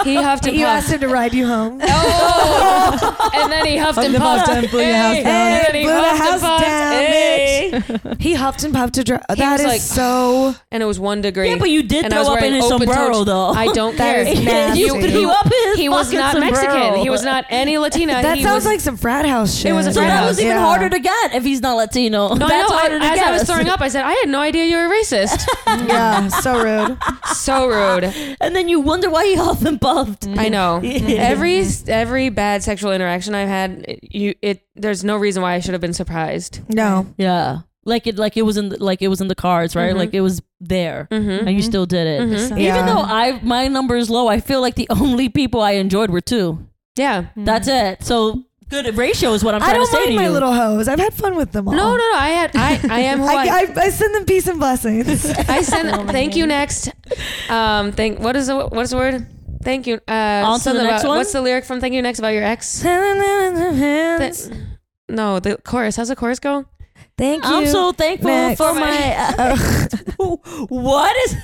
[SPEAKER 1] He huffed and
[SPEAKER 3] You asked
[SPEAKER 1] puffed.
[SPEAKER 3] him to ride you home.
[SPEAKER 1] Oh, and then he huffed and
[SPEAKER 4] Huffed and
[SPEAKER 1] puffed.
[SPEAKER 4] puffed, blew your house
[SPEAKER 1] Hey,
[SPEAKER 4] down.
[SPEAKER 1] and then he
[SPEAKER 3] Blew the
[SPEAKER 1] huffed and
[SPEAKER 3] house
[SPEAKER 1] puffed.
[SPEAKER 3] down,
[SPEAKER 1] Hey.
[SPEAKER 3] He huffed and puffed to drive. That
[SPEAKER 1] was
[SPEAKER 3] is
[SPEAKER 1] like-
[SPEAKER 3] so.
[SPEAKER 1] And it was one degree.
[SPEAKER 2] Yeah, but you did
[SPEAKER 1] and I was
[SPEAKER 2] throw up in
[SPEAKER 1] wearing
[SPEAKER 2] his
[SPEAKER 1] open-toed-
[SPEAKER 2] sombrero, though.
[SPEAKER 1] I don't
[SPEAKER 3] That
[SPEAKER 1] care.
[SPEAKER 3] is
[SPEAKER 2] you
[SPEAKER 3] nasty.
[SPEAKER 2] threw up in his
[SPEAKER 1] He was
[SPEAKER 2] fucking
[SPEAKER 1] not
[SPEAKER 2] sombrero.
[SPEAKER 1] Mexican. He was not any Latina.
[SPEAKER 3] That
[SPEAKER 1] Uh, he
[SPEAKER 3] sounds
[SPEAKER 1] was,
[SPEAKER 3] like some frat house shit.
[SPEAKER 1] It was a
[SPEAKER 2] So
[SPEAKER 1] frat
[SPEAKER 2] that
[SPEAKER 1] house,
[SPEAKER 2] was even
[SPEAKER 3] Yeah.
[SPEAKER 2] harder to get if he's not Latino.
[SPEAKER 1] No,
[SPEAKER 2] That's
[SPEAKER 1] I know.
[SPEAKER 2] harder to
[SPEAKER 1] I, as
[SPEAKER 2] get.
[SPEAKER 1] I was throwing up, I said, "I had no idea you were racist."
[SPEAKER 3] Yeah, so rude.
[SPEAKER 1] so rude.
[SPEAKER 2] and then you wonder why he huffed and puffed.
[SPEAKER 1] I know. Every every bad sexual interaction I've had, it, you it there's no reason why I should have been surprised.
[SPEAKER 3] No.
[SPEAKER 2] Yeah, like it, like it was in, the, like it was in the cards, right? Like it was there,
[SPEAKER 1] Mm-hmm.
[SPEAKER 2] and you still did it. Even
[SPEAKER 3] Mm-hmm. Yeah.
[SPEAKER 2] though I my number is low, I feel like the only people I enjoyed were two.
[SPEAKER 1] Yeah.
[SPEAKER 2] That's it. So good ratio is what I'm
[SPEAKER 3] Mm-hmm. I
[SPEAKER 2] trying
[SPEAKER 3] don't
[SPEAKER 2] to say
[SPEAKER 3] mind
[SPEAKER 2] to
[SPEAKER 3] my
[SPEAKER 2] you.
[SPEAKER 3] little hoes. I've had fun with them all.
[SPEAKER 1] No, no, no. I had I I am who I, I,
[SPEAKER 3] I, I, I send them peace and blessings.
[SPEAKER 1] send. thank you next. Um, thank. What is the what is the word? Thank you. Uh,
[SPEAKER 2] On to
[SPEAKER 1] something
[SPEAKER 2] the next
[SPEAKER 1] about-
[SPEAKER 2] one?
[SPEAKER 1] What's the lyric from Thank You Next about your ex? Th-
[SPEAKER 3] Thank
[SPEAKER 1] no, the chorus. How's the chorus go?
[SPEAKER 3] you.
[SPEAKER 2] I'm so thankful
[SPEAKER 3] Next.
[SPEAKER 2] for my. what is?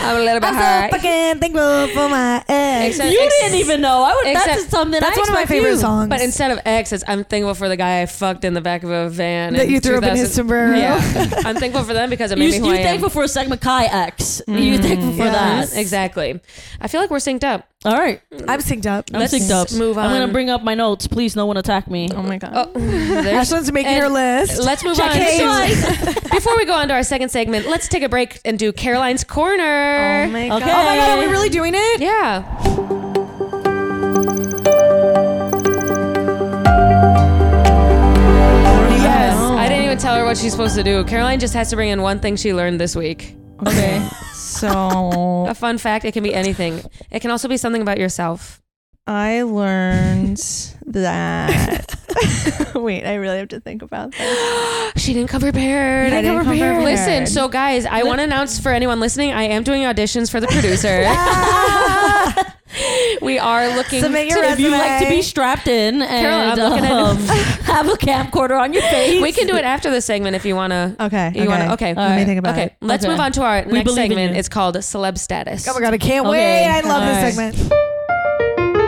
[SPEAKER 1] I'm a little bit
[SPEAKER 3] I'm so fucking thankful for my ex.
[SPEAKER 1] Except-
[SPEAKER 2] You
[SPEAKER 1] Ex-
[SPEAKER 2] didn't even know. I would.
[SPEAKER 1] except-
[SPEAKER 2] that's something.
[SPEAKER 3] That's
[SPEAKER 2] I
[SPEAKER 3] one of my
[SPEAKER 2] expect you.
[SPEAKER 3] favorite songs.
[SPEAKER 1] But instead of exes, I'm thankful for the guy I fucked in the back of a van.
[SPEAKER 3] That
[SPEAKER 1] in
[SPEAKER 3] you threw up in
[SPEAKER 1] 2000
[SPEAKER 3] his sombrero.
[SPEAKER 1] Yeah, I'm thankful for them because it made
[SPEAKER 2] You,
[SPEAKER 1] me who
[SPEAKER 2] you
[SPEAKER 1] I am.
[SPEAKER 2] thankful for a Sigma Chi X. You thankful for
[SPEAKER 3] Mm-hmm. Yes.
[SPEAKER 2] that.
[SPEAKER 1] Exactly. I feel like we're synced up.
[SPEAKER 2] All right.
[SPEAKER 3] I'm synced up.
[SPEAKER 2] I'm
[SPEAKER 1] Let's
[SPEAKER 2] synced up.
[SPEAKER 1] move
[SPEAKER 2] I'm
[SPEAKER 1] on.
[SPEAKER 2] gonna bring up my notes. Please, no one attack me.
[SPEAKER 4] Oh my god.
[SPEAKER 1] Oh, there's-
[SPEAKER 3] Ashlyn's making
[SPEAKER 1] and
[SPEAKER 3] her list.
[SPEAKER 1] Let's move
[SPEAKER 2] Check
[SPEAKER 1] on.
[SPEAKER 2] it
[SPEAKER 1] to- Before we go on to our second segment, let's take a break and do Caroline's Corner.
[SPEAKER 3] Oh
[SPEAKER 2] Okay.
[SPEAKER 3] my god, are we really doing it?
[SPEAKER 1] yeah. Yes. I didn't even tell her what she's supposed to do. Caroline just has to bring in one thing she learned this week.
[SPEAKER 4] Okay. so
[SPEAKER 1] A fun fact. It can be anything. It can also be something about yourself.
[SPEAKER 4] I learned that. Wait, I really have to think about that.
[SPEAKER 1] She didn't come prepared.
[SPEAKER 4] I didn't come prepared.
[SPEAKER 1] Listen, so guys, I want to announce for anyone listening, I am doing auditions for the producer. we are looking.
[SPEAKER 3] Submit your
[SPEAKER 1] to-
[SPEAKER 2] If you like to
[SPEAKER 3] Resume.
[SPEAKER 2] be strapped in and
[SPEAKER 1] I'm looking at
[SPEAKER 2] um, have a camcorder on your face,
[SPEAKER 1] we can do it after the segment if you want to.
[SPEAKER 4] Okay.
[SPEAKER 1] You want to? Okay.
[SPEAKER 4] Let me
[SPEAKER 2] Alright.
[SPEAKER 4] think about
[SPEAKER 1] okay.
[SPEAKER 4] it.
[SPEAKER 1] Let's
[SPEAKER 2] Okay.
[SPEAKER 1] move on to our
[SPEAKER 2] We
[SPEAKER 1] next
[SPEAKER 2] believe in
[SPEAKER 1] segment.
[SPEAKER 2] you.
[SPEAKER 1] It's called Celeb Status.
[SPEAKER 3] Oh my god, I can't
[SPEAKER 2] Okay.
[SPEAKER 3] wait. I love
[SPEAKER 2] All right.
[SPEAKER 3] this segment.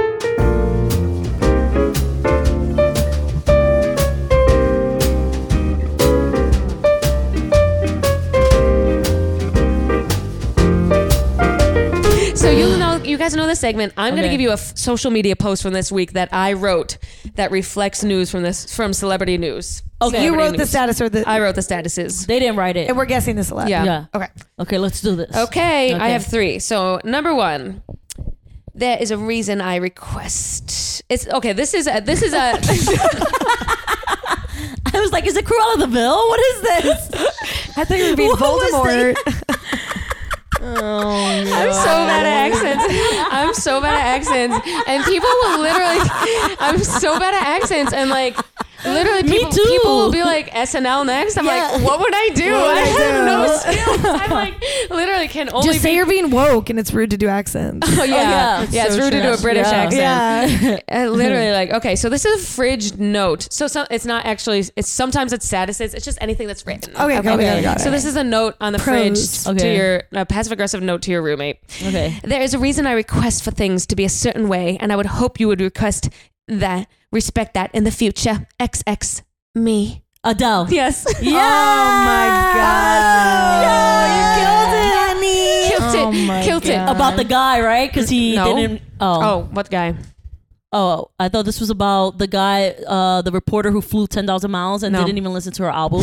[SPEAKER 1] So you know, you guys know this segment. I'm going to
[SPEAKER 2] Okay.
[SPEAKER 1] give you a f- social media post from this week that I wrote that reflects news from this from celebrity news.
[SPEAKER 2] Okay.
[SPEAKER 1] Celebrity
[SPEAKER 3] Oh, You wrote the
[SPEAKER 1] news.
[SPEAKER 3] status or the
[SPEAKER 1] I wrote the statuses.
[SPEAKER 2] They didn't write it.
[SPEAKER 3] and we're guessing this a lot.
[SPEAKER 1] Yeah.
[SPEAKER 2] yeah.
[SPEAKER 3] Okay.
[SPEAKER 2] Okay. Let's do this.
[SPEAKER 1] Okay, I
[SPEAKER 2] Okay.
[SPEAKER 1] have three. So number one, there is a reason I request. It's okay. This is a this is a
[SPEAKER 2] I was like, is it Cruella de Vil? What is this?
[SPEAKER 3] I think it would be
[SPEAKER 2] What was
[SPEAKER 3] Voldemort.
[SPEAKER 1] I'm so bad at accents. I'm so bad at accents, and people will literally. I'm so bad at accents, and like literally,
[SPEAKER 2] Me
[SPEAKER 1] people,
[SPEAKER 2] too.
[SPEAKER 1] people will be like SNL next. I'm
[SPEAKER 2] Yeah.
[SPEAKER 1] like, what would I do?
[SPEAKER 3] What would
[SPEAKER 1] I
[SPEAKER 3] I
[SPEAKER 1] have
[SPEAKER 3] do?
[SPEAKER 1] no skills. I'm like literally can only
[SPEAKER 3] Just say
[SPEAKER 1] be.
[SPEAKER 3] you're being woke and it's rude to do accents.
[SPEAKER 1] Oh, yeah,
[SPEAKER 2] yeah.
[SPEAKER 1] yeah.
[SPEAKER 2] It's
[SPEAKER 1] it's
[SPEAKER 2] so
[SPEAKER 1] rude to do
[SPEAKER 2] true.
[SPEAKER 1] a British
[SPEAKER 2] Yeah.
[SPEAKER 1] accent.
[SPEAKER 3] Yeah.
[SPEAKER 1] Uh, literally like okay so this is a fridge note so, so it's not actually it's sometimes it's statuses it's just anything that's written
[SPEAKER 3] Okay, got it, got it, got it.
[SPEAKER 1] so this is a note on the
[SPEAKER 3] Pros.
[SPEAKER 1] fridge to
[SPEAKER 2] Okay.
[SPEAKER 1] your a passive aggressive note to your roommate
[SPEAKER 2] Okay.
[SPEAKER 1] there is a reason i request for things to be a certain way and i would hope you would request that respect that in the future xx me
[SPEAKER 2] Adele.
[SPEAKER 1] yes
[SPEAKER 2] Yeah.
[SPEAKER 3] Oh my god. you killed it, honey.
[SPEAKER 1] kilt
[SPEAKER 4] Oh
[SPEAKER 1] it
[SPEAKER 4] my
[SPEAKER 1] kilt it
[SPEAKER 4] God.
[SPEAKER 2] About the guy, right? Because he
[SPEAKER 1] No.
[SPEAKER 2] didn't. Oh.
[SPEAKER 1] oh what guy
[SPEAKER 2] Oh, I thought this was about the guy, uh, the reporter who flew 10,000 miles and
[SPEAKER 1] No.
[SPEAKER 2] didn't even listen to her album.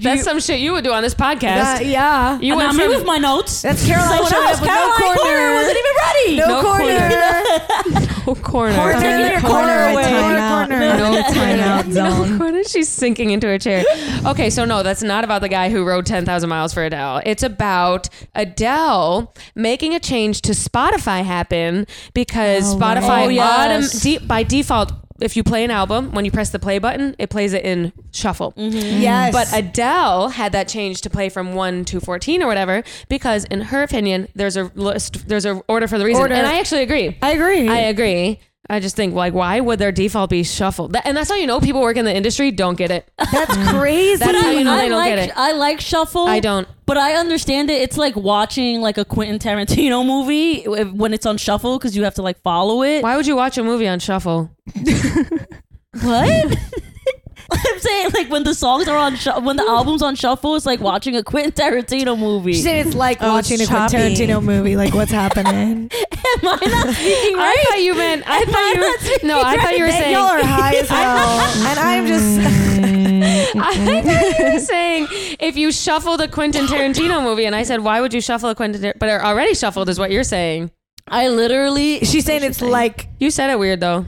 [SPEAKER 1] that's some shit you would do on this podcast
[SPEAKER 3] That- yeah.
[SPEAKER 1] you
[SPEAKER 2] and
[SPEAKER 1] went
[SPEAKER 2] I'm
[SPEAKER 1] from
[SPEAKER 2] here with my notes.
[SPEAKER 3] That's Caroline
[SPEAKER 2] Someone
[SPEAKER 3] showing
[SPEAKER 2] else,
[SPEAKER 3] up with no
[SPEAKER 2] Caroline
[SPEAKER 3] corner.
[SPEAKER 2] Corner wasn't even ready.
[SPEAKER 3] No,
[SPEAKER 1] No
[SPEAKER 3] corner.
[SPEAKER 1] corner. corner
[SPEAKER 3] Corner,
[SPEAKER 2] Taking your
[SPEAKER 3] corner,
[SPEAKER 2] corner away.
[SPEAKER 3] corner, corner.
[SPEAKER 1] No
[SPEAKER 4] timeout zone.
[SPEAKER 1] What is she sinking into her chair? Okay, so no, that's not about the guy who rode 10,000 miles for Adele. It's about Adele making a change to Spotify happen because Spotify
[SPEAKER 2] Oh, yes.
[SPEAKER 1] autom- de- by default, if you play an album, when you press the play button, it plays it in shuffle.
[SPEAKER 3] Yes.
[SPEAKER 1] But Adele had that change to play from 1 to 14 or whatever because in her opinion, there's a list, there's a order for the reason.
[SPEAKER 3] Order.
[SPEAKER 1] And I actually agree.
[SPEAKER 3] I agree.
[SPEAKER 1] I agree. I just think like, why would their default be shuffled? That, and that's how you know people work in the industry don't get it.
[SPEAKER 3] That's crazy.
[SPEAKER 1] That's how you know
[SPEAKER 2] I
[SPEAKER 1] they don't
[SPEAKER 2] like,
[SPEAKER 1] get it.
[SPEAKER 2] I like shuffle.
[SPEAKER 1] I don't.
[SPEAKER 2] But I understand it. It's like watching like a Quentin Tarantino movie if- when it's on shuffle because you have to like follow it.
[SPEAKER 1] Why would you watch a movie on shuffle?
[SPEAKER 2] What? I'm saying like when the songs are on shu- when the album's on shuffle, it's like watching a Quentin Tarantino movie.
[SPEAKER 3] She said it's like
[SPEAKER 4] Oh, it's
[SPEAKER 3] watching a Quentin
[SPEAKER 4] choppy.
[SPEAKER 3] Tarantino movie. Like, what's
[SPEAKER 2] Am
[SPEAKER 3] happening?
[SPEAKER 2] I not speaking right?
[SPEAKER 1] I thought you meant. I thought you were. No, I thought you were saying. Mm.
[SPEAKER 3] Y'all are high as hell, and I'm just.
[SPEAKER 1] I thought you were saying if you shuffled a Quentin Tarantino movie, and I said, why would you shuffle a Quentin? Tar-? But they're already shuffled is what you're saying.
[SPEAKER 2] I literally
[SPEAKER 3] She's saying it's like
[SPEAKER 1] You said it weird though.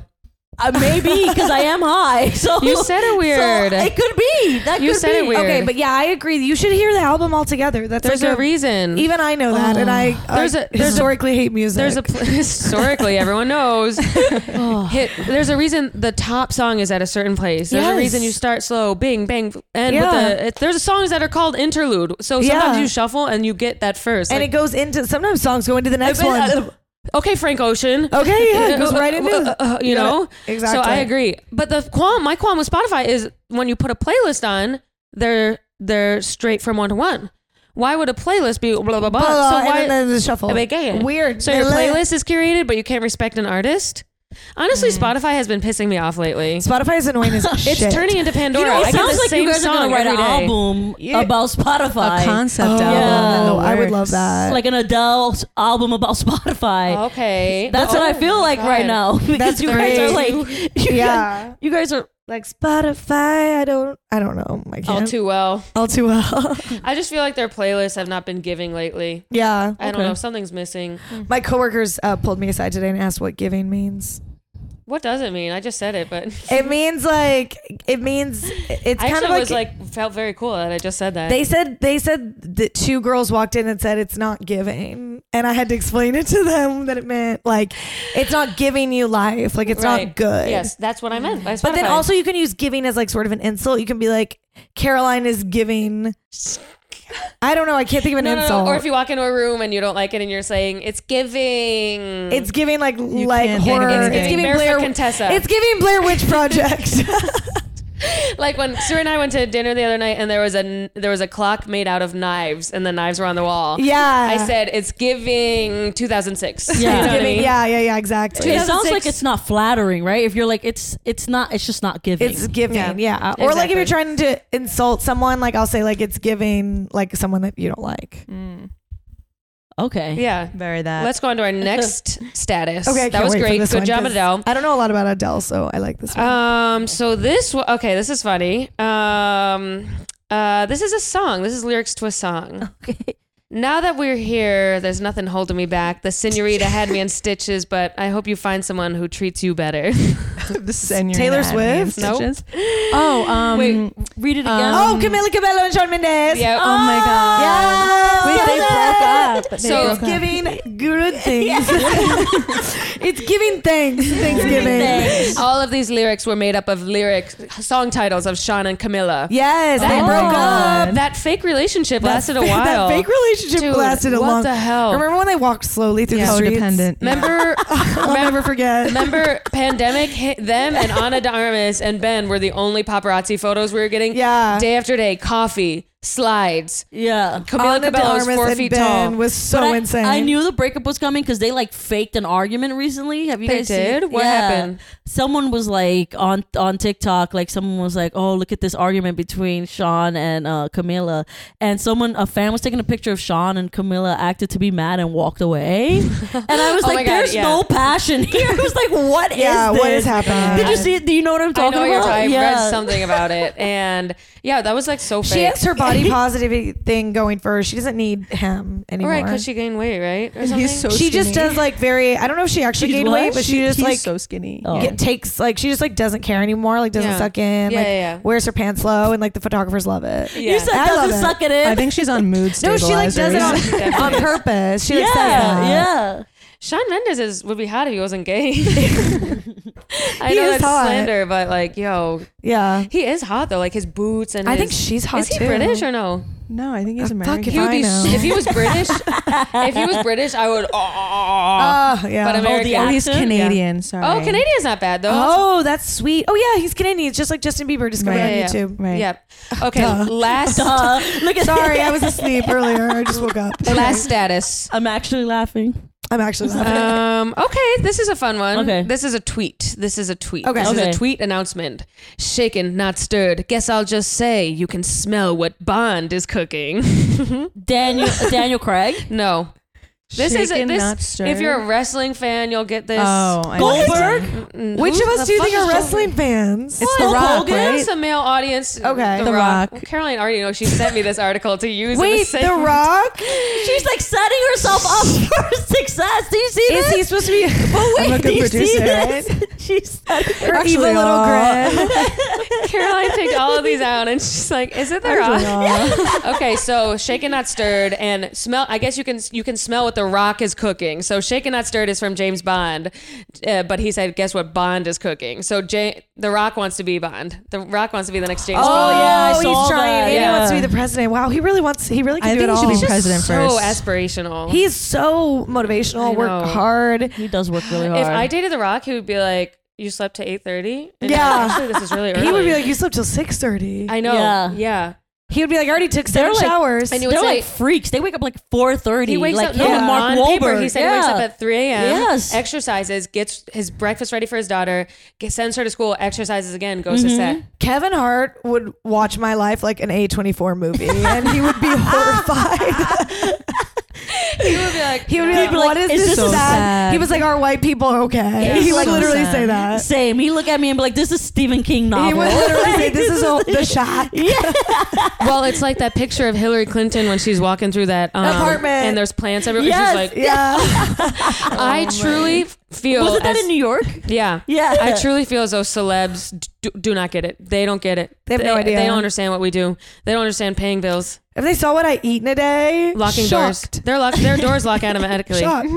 [SPEAKER 2] uh, maybe because I am high. So
[SPEAKER 1] You said it
[SPEAKER 2] so
[SPEAKER 1] weird.
[SPEAKER 2] it could be that
[SPEAKER 1] You
[SPEAKER 2] could
[SPEAKER 1] said it
[SPEAKER 2] be.
[SPEAKER 1] weird.
[SPEAKER 3] okay, but yeah, I agree. You should hear the album all together. That's
[SPEAKER 1] There's a
[SPEAKER 3] like
[SPEAKER 1] reason. Oh.
[SPEAKER 3] Even I know that, and I
[SPEAKER 1] There's
[SPEAKER 3] there's
[SPEAKER 1] a-
[SPEAKER 3] a,
[SPEAKER 1] there's a-
[SPEAKER 3] historically hate music.
[SPEAKER 1] There's a pl- historically everyone knows. Hit, there's a reason the top song is at a certain place. There's a
[SPEAKER 3] Yes.
[SPEAKER 1] reason you start slow, bing bang, and with
[SPEAKER 3] Yeah.
[SPEAKER 1] the, it, there's songs that are called interlude. So sometimes
[SPEAKER 3] Yeah.
[SPEAKER 1] you shuffle and you get that first.
[SPEAKER 3] and
[SPEAKER 1] like-
[SPEAKER 3] it goes into sometimes songs go into the next one.
[SPEAKER 1] okay, Frank Ocean.
[SPEAKER 3] Okay, yeah, it goes
[SPEAKER 1] Uh, uh,
[SPEAKER 3] right into
[SPEAKER 1] uh, uh, you
[SPEAKER 3] gotta-
[SPEAKER 1] know. So
[SPEAKER 3] exactly.
[SPEAKER 1] I agree. But the qualm, my qualm with Spotify is when you put a playlist on, they're they're straight from one to one. Why would a playlist be blah blah blah?
[SPEAKER 3] Blah,
[SPEAKER 1] so why,
[SPEAKER 3] and then the shuffle.
[SPEAKER 1] I mean, yeah, yeah.
[SPEAKER 3] Weird.
[SPEAKER 1] So your
[SPEAKER 3] Blah.
[SPEAKER 1] playlist is curated, but you can't respect an artist. Honestly,
[SPEAKER 3] Mm.
[SPEAKER 1] Spotify has been pissing me off lately.
[SPEAKER 3] Spotify is annoying as shit.
[SPEAKER 1] It's turning into Pandora.
[SPEAKER 2] You know, it
[SPEAKER 1] I get
[SPEAKER 2] sounds
[SPEAKER 1] the
[SPEAKER 2] like
[SPEAKER 1] same
[SPEAKER 2] you guys are
[SPEAKER 1] song
[SPEAKER 2] gonna write
[SPEAKER 1] every
[SPEAKER 2] an
[SPEAKER 1] day.
[SPEAKER 2] album about Spotify.
[SPEAKER 4] a concept
[SPEAKER 3] Oh,
[SPEAKER 4] album.
[SPEAKER 2] Yeah.
[SPEAKER 3] no,
[SPEAKER 4] in the
[SPEAKER 3] I would love
[SPEAKER 4] works.
[SPEAKER 3] that.
[SPEAKER 2] like an Adele s- album about Spotify.
[SPEAKER 1] Oh, Okay,
[SPEAKER 2] That's what I
[SPEAKER 1] oh
[SPEAKER 2] feel like right now because
[SPEAKER 3] That's
[SPEAKER 2] you guys are like,
[SPEAKER 3] great.
[SPEAKER 2] you guys,
[SPEAKER 3] yeah,
[SPEAKER 2] you guys are.
[SPEAKER 3] like Spotify. I don't. I don't know. I can't.
[SPEAKER 1] Oh. all too well.
[SPEAKER 3] all too well.
[SPEAKER 1] I just feel like their playlists have not been giving lately.
[SPEAKER 3] yeah.
[SPEAKER 1] I don't know. Something's missing.
[SPEAKER 3] My coworkers uh, pulled me aside today and asked what giving means.
[SPEAKER 1] What does it mean? I just said it, but
[SPEAKER 3] It means like it means it's
[SPEAKER 1] I
[SPEAKER 3] kind
[SPEAKER 1] actually
[SPEAKER 3] of like,
[SPEAKER 1] was like felt very cool that I just said that.
[SPEAKER 3] they said they said that two girls walked in and said it's not giving, and I had to explain it to them that it meant like it's not giving you life, like it's
[SPEAKER 1] Right.
[SPEAKER 3] not good.
[SPEAKER 1] Yes, that's what I meant. By
[SPEAKER 3] But then
[SPEAKER 1] Spotify.
[SPEAKER 3] also you can use giving as like sort of an insult. You can be like Caroline is giving. I don't know. I can't think of an
[SPEAKER 1] no, no,
[SPEAKER 3] insult.
[SPEAKER 1] no. Or if you walk into a room and you don't like it and you're saying it's giving.
[SPEAKER 3] it's giving like like
[SPEAKER 4] can't think of
[SPEAKER 3] horror.
[SPEAKER 4] anything.
[SPEAKER 3] It's giving
[SPEAKER 1] Barefoot
[SPEAKER 3] Blair.
[SPEAKER 1] Contessa.
[SPEAKER 3] It's giving Blair Witch Project.
[SPEAKER 1] like when Sue and I went to dinner the other night and there was a there was a clock made out of knives and the knives were on the wall.
[SPEAKER 3] yeah.
[SPEAKER 1] I said it's giving 2006.
[SPEAKER 2] Yeah.
[SPEAKER 1] you know what I
[SPEAKER 3] Giving-
[SPEAKER 1] mean?
[SPEAKER 3] Yeah, yeah, yeah, exactly.
[SPEAKER 2] It sounds
[SPEAKER 1] 2006
[SPEAKER 2] like it's not flattering, right? If you're like, it's it's not, it's just not giving.
[SPEAKER 3] It's giving, yeah. Or like
[SPEAKER 1] Exactly.
[SPEAKER 3] if you're trying to insult someone, like I'll say like it's giving like someone that you don't like.
[SPEAKER 4] Mm,
[SPEAKER 2] okay.
[SPEAKER 1] Yeah.
[SPEAKER 4] very that.
[SPEAKER 1] Let's go on to our next status.
[SPEAKER 3] Okay, I
[SPEAKER 1] that
[SPEAKER 3] can't
[SPEAKER 1] was
[SPEAKER 3] wait for
[SPEAKER 1] great.
[SPEAKER 3] this
[SPEAKER 1] Good
[SPEAKER 3] one,
[SPEAKER 1] job,
[SPEAKER 3] 'cause
[SPEAKER 1] Adele.
[SPEAKER 3] I don't know a lot about Adele, so I like this one.
[SPEAKER 1] Um. So this. wa- Okay. This is funny. Um. Uh. This is a song. This is lyrics to a
[SPEAKER 3] Oh.
[SPEAKER 1] song.
[SPEAKER 2] Okay.
[SPEAKER 1] Now that we're here, there's nothing holding me back. The senorita had me in stitches, but I hope you find someone who treats you better.
[SPEAKER 4] Oh, this is in your
[SPEAKER 3] Taylor
[SPEAKER 4] anatomy and
[SPEAKER 3] Swift?
[SPEAKER 1] Nope.
[SPEAKER 4] stitches. Oh, um,
[SPEAKER 2] Wait, read it again.
[SPEAKER 4] um,
[SPEAKER 3] oh, Camila Cabello and Shawn Mendes.
[SPEAKER 1] yeah.
[SPEAKER 4] Oh my god.
[SPEAKER 3] Yeah.
[SPEAKER 4] Wait, they broke up. They
[SPEAKER 1] So-
[SPEAKER 3] It's
[SPEAKER 4] broke up.
[SPEAKER 3] giving good things. it's giving thanks. Thanksgiving.
[SPEAKER 2] Thanks.
[SPEAKER 1] All of these lyrics were made up of lyrics, song titles of Sean and Camilla.
[SPEAKER 3] Yes, they
[SPEAKER 1] That-
[SPEAKER 3] broke
[SPEAKER 4] God.
[SPEAKER 3] up.
[SPEAKER 1] That fake relationship lasted a
[SPEAKER 3] That-
[SPEAKER 1] while.
[SPEAKER 3] That fake relationship
[SPEAKER 1] Dude,
[SPEAKER 3] lasted a
[SPEAKER 1] what
[SPEAKER 3] long.
[SPEAKER 1] the hell?
[SPEAKER 3] Remember when they walked slowly through the streets?
[SPEAKER 4] Codependent.
[SPEAKER 1] Remember,
[SPEAKER 3] I'll never forget.
[SPEAKER 1] remember, pandemic hit them and Anna de Armas and Ben were the only paparazzi photos we were getting.
[SPEAKER 3] Yeah.
[SPEAKER 1] Day after day, coffee, slides.
[SPEAKER 2] yeah.
[SPEAKER 1] Camila
[SPEAKER 3] Ana de
[SPEAKER 1] Cabello's
[SPEAKER 3] Armas
[SPEAKER 1] four
[SPEAKER 3] and
[SPEAKER 1] feet
[SPEAKER 3] Ben
[SPEAKER 1] tall.
[SPEAKER 3] was so
[SPEAKER 2] But I,
[SPEAKER 3] insane.
[SPEAKER 2] I knew the breakup was coming because they like faked an argument recently. Have you
[SPEAKER 1] They
[SPEAKER 2] guys
[SPEAKER 1] did?
[SPEAKER 2] Seen?
[SPEAKER 1] What happened?
[SPEAKER 2] Someone was like on on TikTok, like someone was like, "Oh, look at this argument between Sean and uh, Camila," and someone a fan was taking a picture of Sean and Camila acted to be mad and walked away, and I was
[SPEAKER 1] Oh my
[SPEAKER 2] like,
[SPEAKER 1] God,
[SPEAKER 2] "There's
[SPEAKER 1] yeah.
[SPEAKER 2] no passion here." I was like, "What is
[SPEAKER 3] yeah,
[SPEAKER 2] this?
[SPEAKER 3] what is happening?
[SPEAKER 2] Did you see? it? Do you know what I'm
[SPEAKER 1] I
[SPEAKER 2] talking
[SPEAKER 1] know what you're
[SPEAKER 2] about?
[SPEAKER 1] talking. I
[SPEAKER 2] yeah.
[SPEAKER 1] read something about it, and yeah, that was like so fake.
[SPEAKER 3] She has her body positivity thing going for her. She doesn't need him
[SPEAKER 1] All
[SPEAKER 3] anymore.
[SPEAKER 1] right, because she gained weight, right? Or
[SPEAKER 4] And
[SPEAKER 1] something.
[SPEAKER 4] he's so
[SPEAKER 3] she just
[SPEAKER 4] skinny.
[SPEAKER 3] does like very. I don't know if she actually
[SPEAKER 2] She's
[SPEAKER 3] gained
[SPEAKER 2] what?
[SPEAKER 3] weight, but she,
[SPEAKER 4] She-
[SPEAKER 3] just
[SPEAKER 4] he's
[SPEAKER 3] like
[SPEAKER 4] so skinny.
[SPEAKER 2] Oh.
[SPEAKER 3] get, takes like she just like doesn't care anymore. Like doesn't
[SPEAKER 1] Yeah.
[SPEAKER 3] suck in.
[SPEAKER 1] Yeah,
[SPEAKER 3] like
[SPEAKER 1] yeah, yeah.
[SPEAKER 3] wears her pants low, and like the photographers love it.
[SPEAKER 1] yeah.
[SPEAKER 2] You said
[SPEAKER 3] I love
[SPEAKER 2] doesn't
[SPEAKER 3] it.
[SPEAKER 2] suck it in.
[SPEAKER 4] I think she's on mood
[SPEAKER 3] No, she like
[SPEAKER 4] stabilizers.
[SPEAKER 3] does
[SPEAKER 1] Yeah, she
[SPEAKER 3] it on,
[SPEAKER 1] definitely
[SPEAKER 3] on
[SPEAKER 1] is.
[SPEAKER 3] purpose. She
[SPEAKER 2] yeah,
[SPEAKER 3] like says that.
[SPEAKER 2] yeah.
[SPEAKER 1] Sean Mendes is would be hot if he wasn't gay. I know
[SPEAKER 3] is
[SPEAKER 1] that's
[SPEAKER 3] hot.
[SPEAKER 1] slander, but like, yo,
[SPEAKER 3] Yeah.
[SPEAKER 1] he is hot though. Like his boots and
[SPEAKER 3] I think
[SPEAKER 1] his-
[SPEAKER 3] she's hot
[SPEAKER 1] Is he
[SPEAKER 3] too.
[SPEAKER 1] British or no?
[SPEAKER 4] No, I think he's
[SPEAKER 3] Uh, fuck
[SPEAKER 4] American.
[SPEAKER 3] if
[SPEAKER 1] He would be,
[SPEAKER 3] know.
[SPEAKER 1] if he was British, if he was British, I would. Oh,
[SPEAKER 3] Oh, yeah.
[SPEAKER 1] But American.
[SPEAKER 4] oh, he's
[SPEAKER 2] accent?
[SPEAKER 4] Canadian. Sorry.
[SPEAKER 1] oh, Canadian's not bad though.
[SPEAKER 3] Oh, that's sweet. Oh yeah, he's Canadian. It's just like Justin Bieber discovered
[SPEAKER 1] Yeah, yeah,
[SPEAKER 3] on
[SPEAKER 1] yeah.
[SPEAKER 3] YouTube.
[SPEAKER 4] Right.
[SPEAKER 1] Yep. Okay. Last
[SPEAKER 2] Duh. Look at
[SPEAKER 3] Sorry, I was asleep earlier. I just woke up.
[SPEAKER 1] last status.
[SPEAKER 2] I'm actually laughing.
[SPEAKER 3] I'm actually laughing.
[SPEAKER 1] Um, okay, this is a fun one.
[SPEAKER 2] Okay.
[SPEAKER 1] This is a tweet. This is a tweet.
[SPEAKER 3] Okay.
[SPEAKER 1] This
[SPEAKER 2] Okay.
[SPEAKER 1] is a tweet announcement. Shaken, not stirred. Guess I'll just say you can smell what Bond is cooking.
[SPEAKER 2] Daniel Daniel Craig.
[SPEAKER 1] no. This
[SPEAKER 4] Shaken,
[SPEAKER 1] is
[SPEAKER 4] not
[SPEAKER 1] this,
[SPEAKER 4] stirred?
[SPEAKER 1] if you're a wrestling fan, you'll get this.
[SPEAKER 4] Oh, I
[SPEAKER 2] Goldberg?
[SPEAKER 4] understand.
[SPEAKER 1] Mm,
[SPEAKER 3] Which
[SPEAKER 1] who
[SPEAKER 3] of
[SPEAKER 1] the
[SPEAKER 3] us do you
[SPEAKER 1] fuck is
[SPEAKER 3] think are
[SPEAKER 1] Goldberg?
[SPEAKER 3] wrestling fans?
[SPEAKER 4] It's The Rock, right?
[SPEAKER 1] It's a male audience.
[SPEAKER 3] Okay.
[SPEAKER 1] The,
[SPEAKER 4] The
[SPEAKER 1] Rock.
[SPEAKER 4] Rock.
[SPEAKER 1] Caroline already knows she sent me this article to use. in
[SPEAKER 3] Wait,
[SPEAKER 1] the,
[SPEAKER 3] The Rock?
[SPEAKER 2] She's like setting herself up for success. Do you see
[SPEAKER 3] Is
[SPEAKER 2] this?
[SPEAKER 3] he supposed to be
[SPEAKER 2] Wait,
[SPEAKER 4] a good
[SPEAKER 2] do you see
[SPEAKER 4] producer,
[SPEAKER 2] this? She's
[SPEAKER 3] her
[SPEAKER 4] Actually,
[SPEAKER 3] evil little
[SPEAKER 4] uh,
[SPEAKER 3] grin?
[SPEAKER 1] Caroline picked all of these out, and she's like, "Is it The Rock?" okay, so shaken not stirred and smell. I guess you can you can smell what the rock is cooking. So shaken not stirred is from James Bond, uh, but he said, "Guess what Bond is cooking?" So J- the Rock wants to be Bond. The Rock wants to be the next James
[SPEAKER 2] Oh,
[SPEAKER 1] Bond.
[SPEAKER 2] yeah, I
[SPEAKER 3] he's
[SPEAKER 2] saw
[SPEAKER 3] trying.
[SPEAKER 2] that,
[SPEAKER 3] And
[SPEAKER 2] yeah.
[SPEAKER 3] He wants to be the president. Wow, he really wants. He really can
[SPEAKER 4] I
[SPEAKER 3] do
[SPEAKER 4] think
[SPEAKER 3] it
[SPEAKER 4] he should
[SPEAKER 3] all.
[SPEAKER 1] He's
[SPEAKER 4] be
[SPEAKER 1] just
[SPEAKER 4] president
[SPEAKER 1] so
[SPEAKER 4] first.
[SPEAKER 1] aspirational.
[SPEAKER 3] He's so motivational.
[SPEAKER 1] I know.
[SPEAKER 3] Work hard.
[SPEAKER 2] He does work really hard.
[SPEAKER 1] if I dated the Rock, he would be like, "You slept to 8.30? And
[SPEAKER 3] Yeah.
[SPEAKER 1] like, actually, this is really early.
[SPEAKER 3] He would be like, "You slept till 6.30.
[SPEAKER 1] "I know,
[SPEAKER 2] Yeah.
[SPEAKER 1] yeah."
[SPEAKER 3] He would be like, "I already took
[SPEAKER 2] They're
[SPEAKER 3] seven
[SPEAKER 2] like-
[SPEAKER 3] showers."
[SPEAKER 1] And he would
[SPEAKER 2] They're
[SPEAKER 1] say-
[SPEAKER 2] like freaks. They wake up like four thirty.
[SPEAKER 1] He wakes
[SPEAKER 2] like
[SPEAKER 1] up.
[SPEAKER 2] him
[SPEAKER 1] No,
[SPEAKER 2] and Mark
[SPEAKER 1] on
[SPEAKER 2] Wahlberg.
[SPEAKER 1] paper, he said he wakes up
[SPEAKER 2] Yeah.
[SPEAKER 1] at 3 a.m.
[SPEAKER 2] Yes.
[SPEAKER 1] Exercises, gets his breakfast ready for his daughter, gets, sends her to school, exercises again, goes to set.
[SPEAKER 3] Kevin Hart would watch my life like an A24 movie, and he would be horrified.
[SPEAKER 1] He would be like,
[SPEAKER 3] he would be
[SPEAKER 1] "Yeah."
[SPEAKER 3] like,
[SPEAKER 2] be like,
[SPEAKER 3] "What is
[SPEAKER 2] "Is
[SPEAKER 3] this
[SPEAKER 2] this so
[SPEAKER 3] sad?
[SPEAKER 4] sad?"
[SPEAKER 3] He was like, "Are white people okay?"
[SPEAKER 1] Yeah.
[SPEAKER 3] he would
[SPEAKER 4] So
[SPEAKER 3] literally
[SPEAKER 4] sad.
[SPEAKER 3] say that.
[SPEAKER 2] Same. He look at me and be like, "This is Stephen King
[SPEAKER 3] He would
[SPEAKER 2] novel."
[SPEAKER 3] literally say, "This is all the shot."
[SPEAKER 1] well, it's like that picture of Hillary Clinton when she's walking through that um,
[SPEAKER 3] Apartment. Oh
[SPEAKER 1] and there's plants everywhere.
[SPEAKER 2] Yes.
[SPEAKER 1] She's like,
[SPEAKER 3] Yeah,
[SPEAKER 1] I truly feel.
[SPEAKER 2] Wasn't that
[SPEAKER 1] as-
[SPEAKER 2] in New York?
[SPEAKER 1] yeah.
[SPEAKER 2] Yeah.
[SPEAKER 1] I truly feel as though celebs do, do not get it. They don't get it.
[SPEAKER 3] They have no idea.
[SPEAKER 1] They don't understand what we do. They don't understand paying bills,
[SPEAKER 3] if they saw what I eat in a day,
[SPEAKER 1] locking doors.
[SPEAKER 3] shocked.
[SPEAKER 1] Their lock, their doors lock automatically.
[SPEAKER 3] Shocked.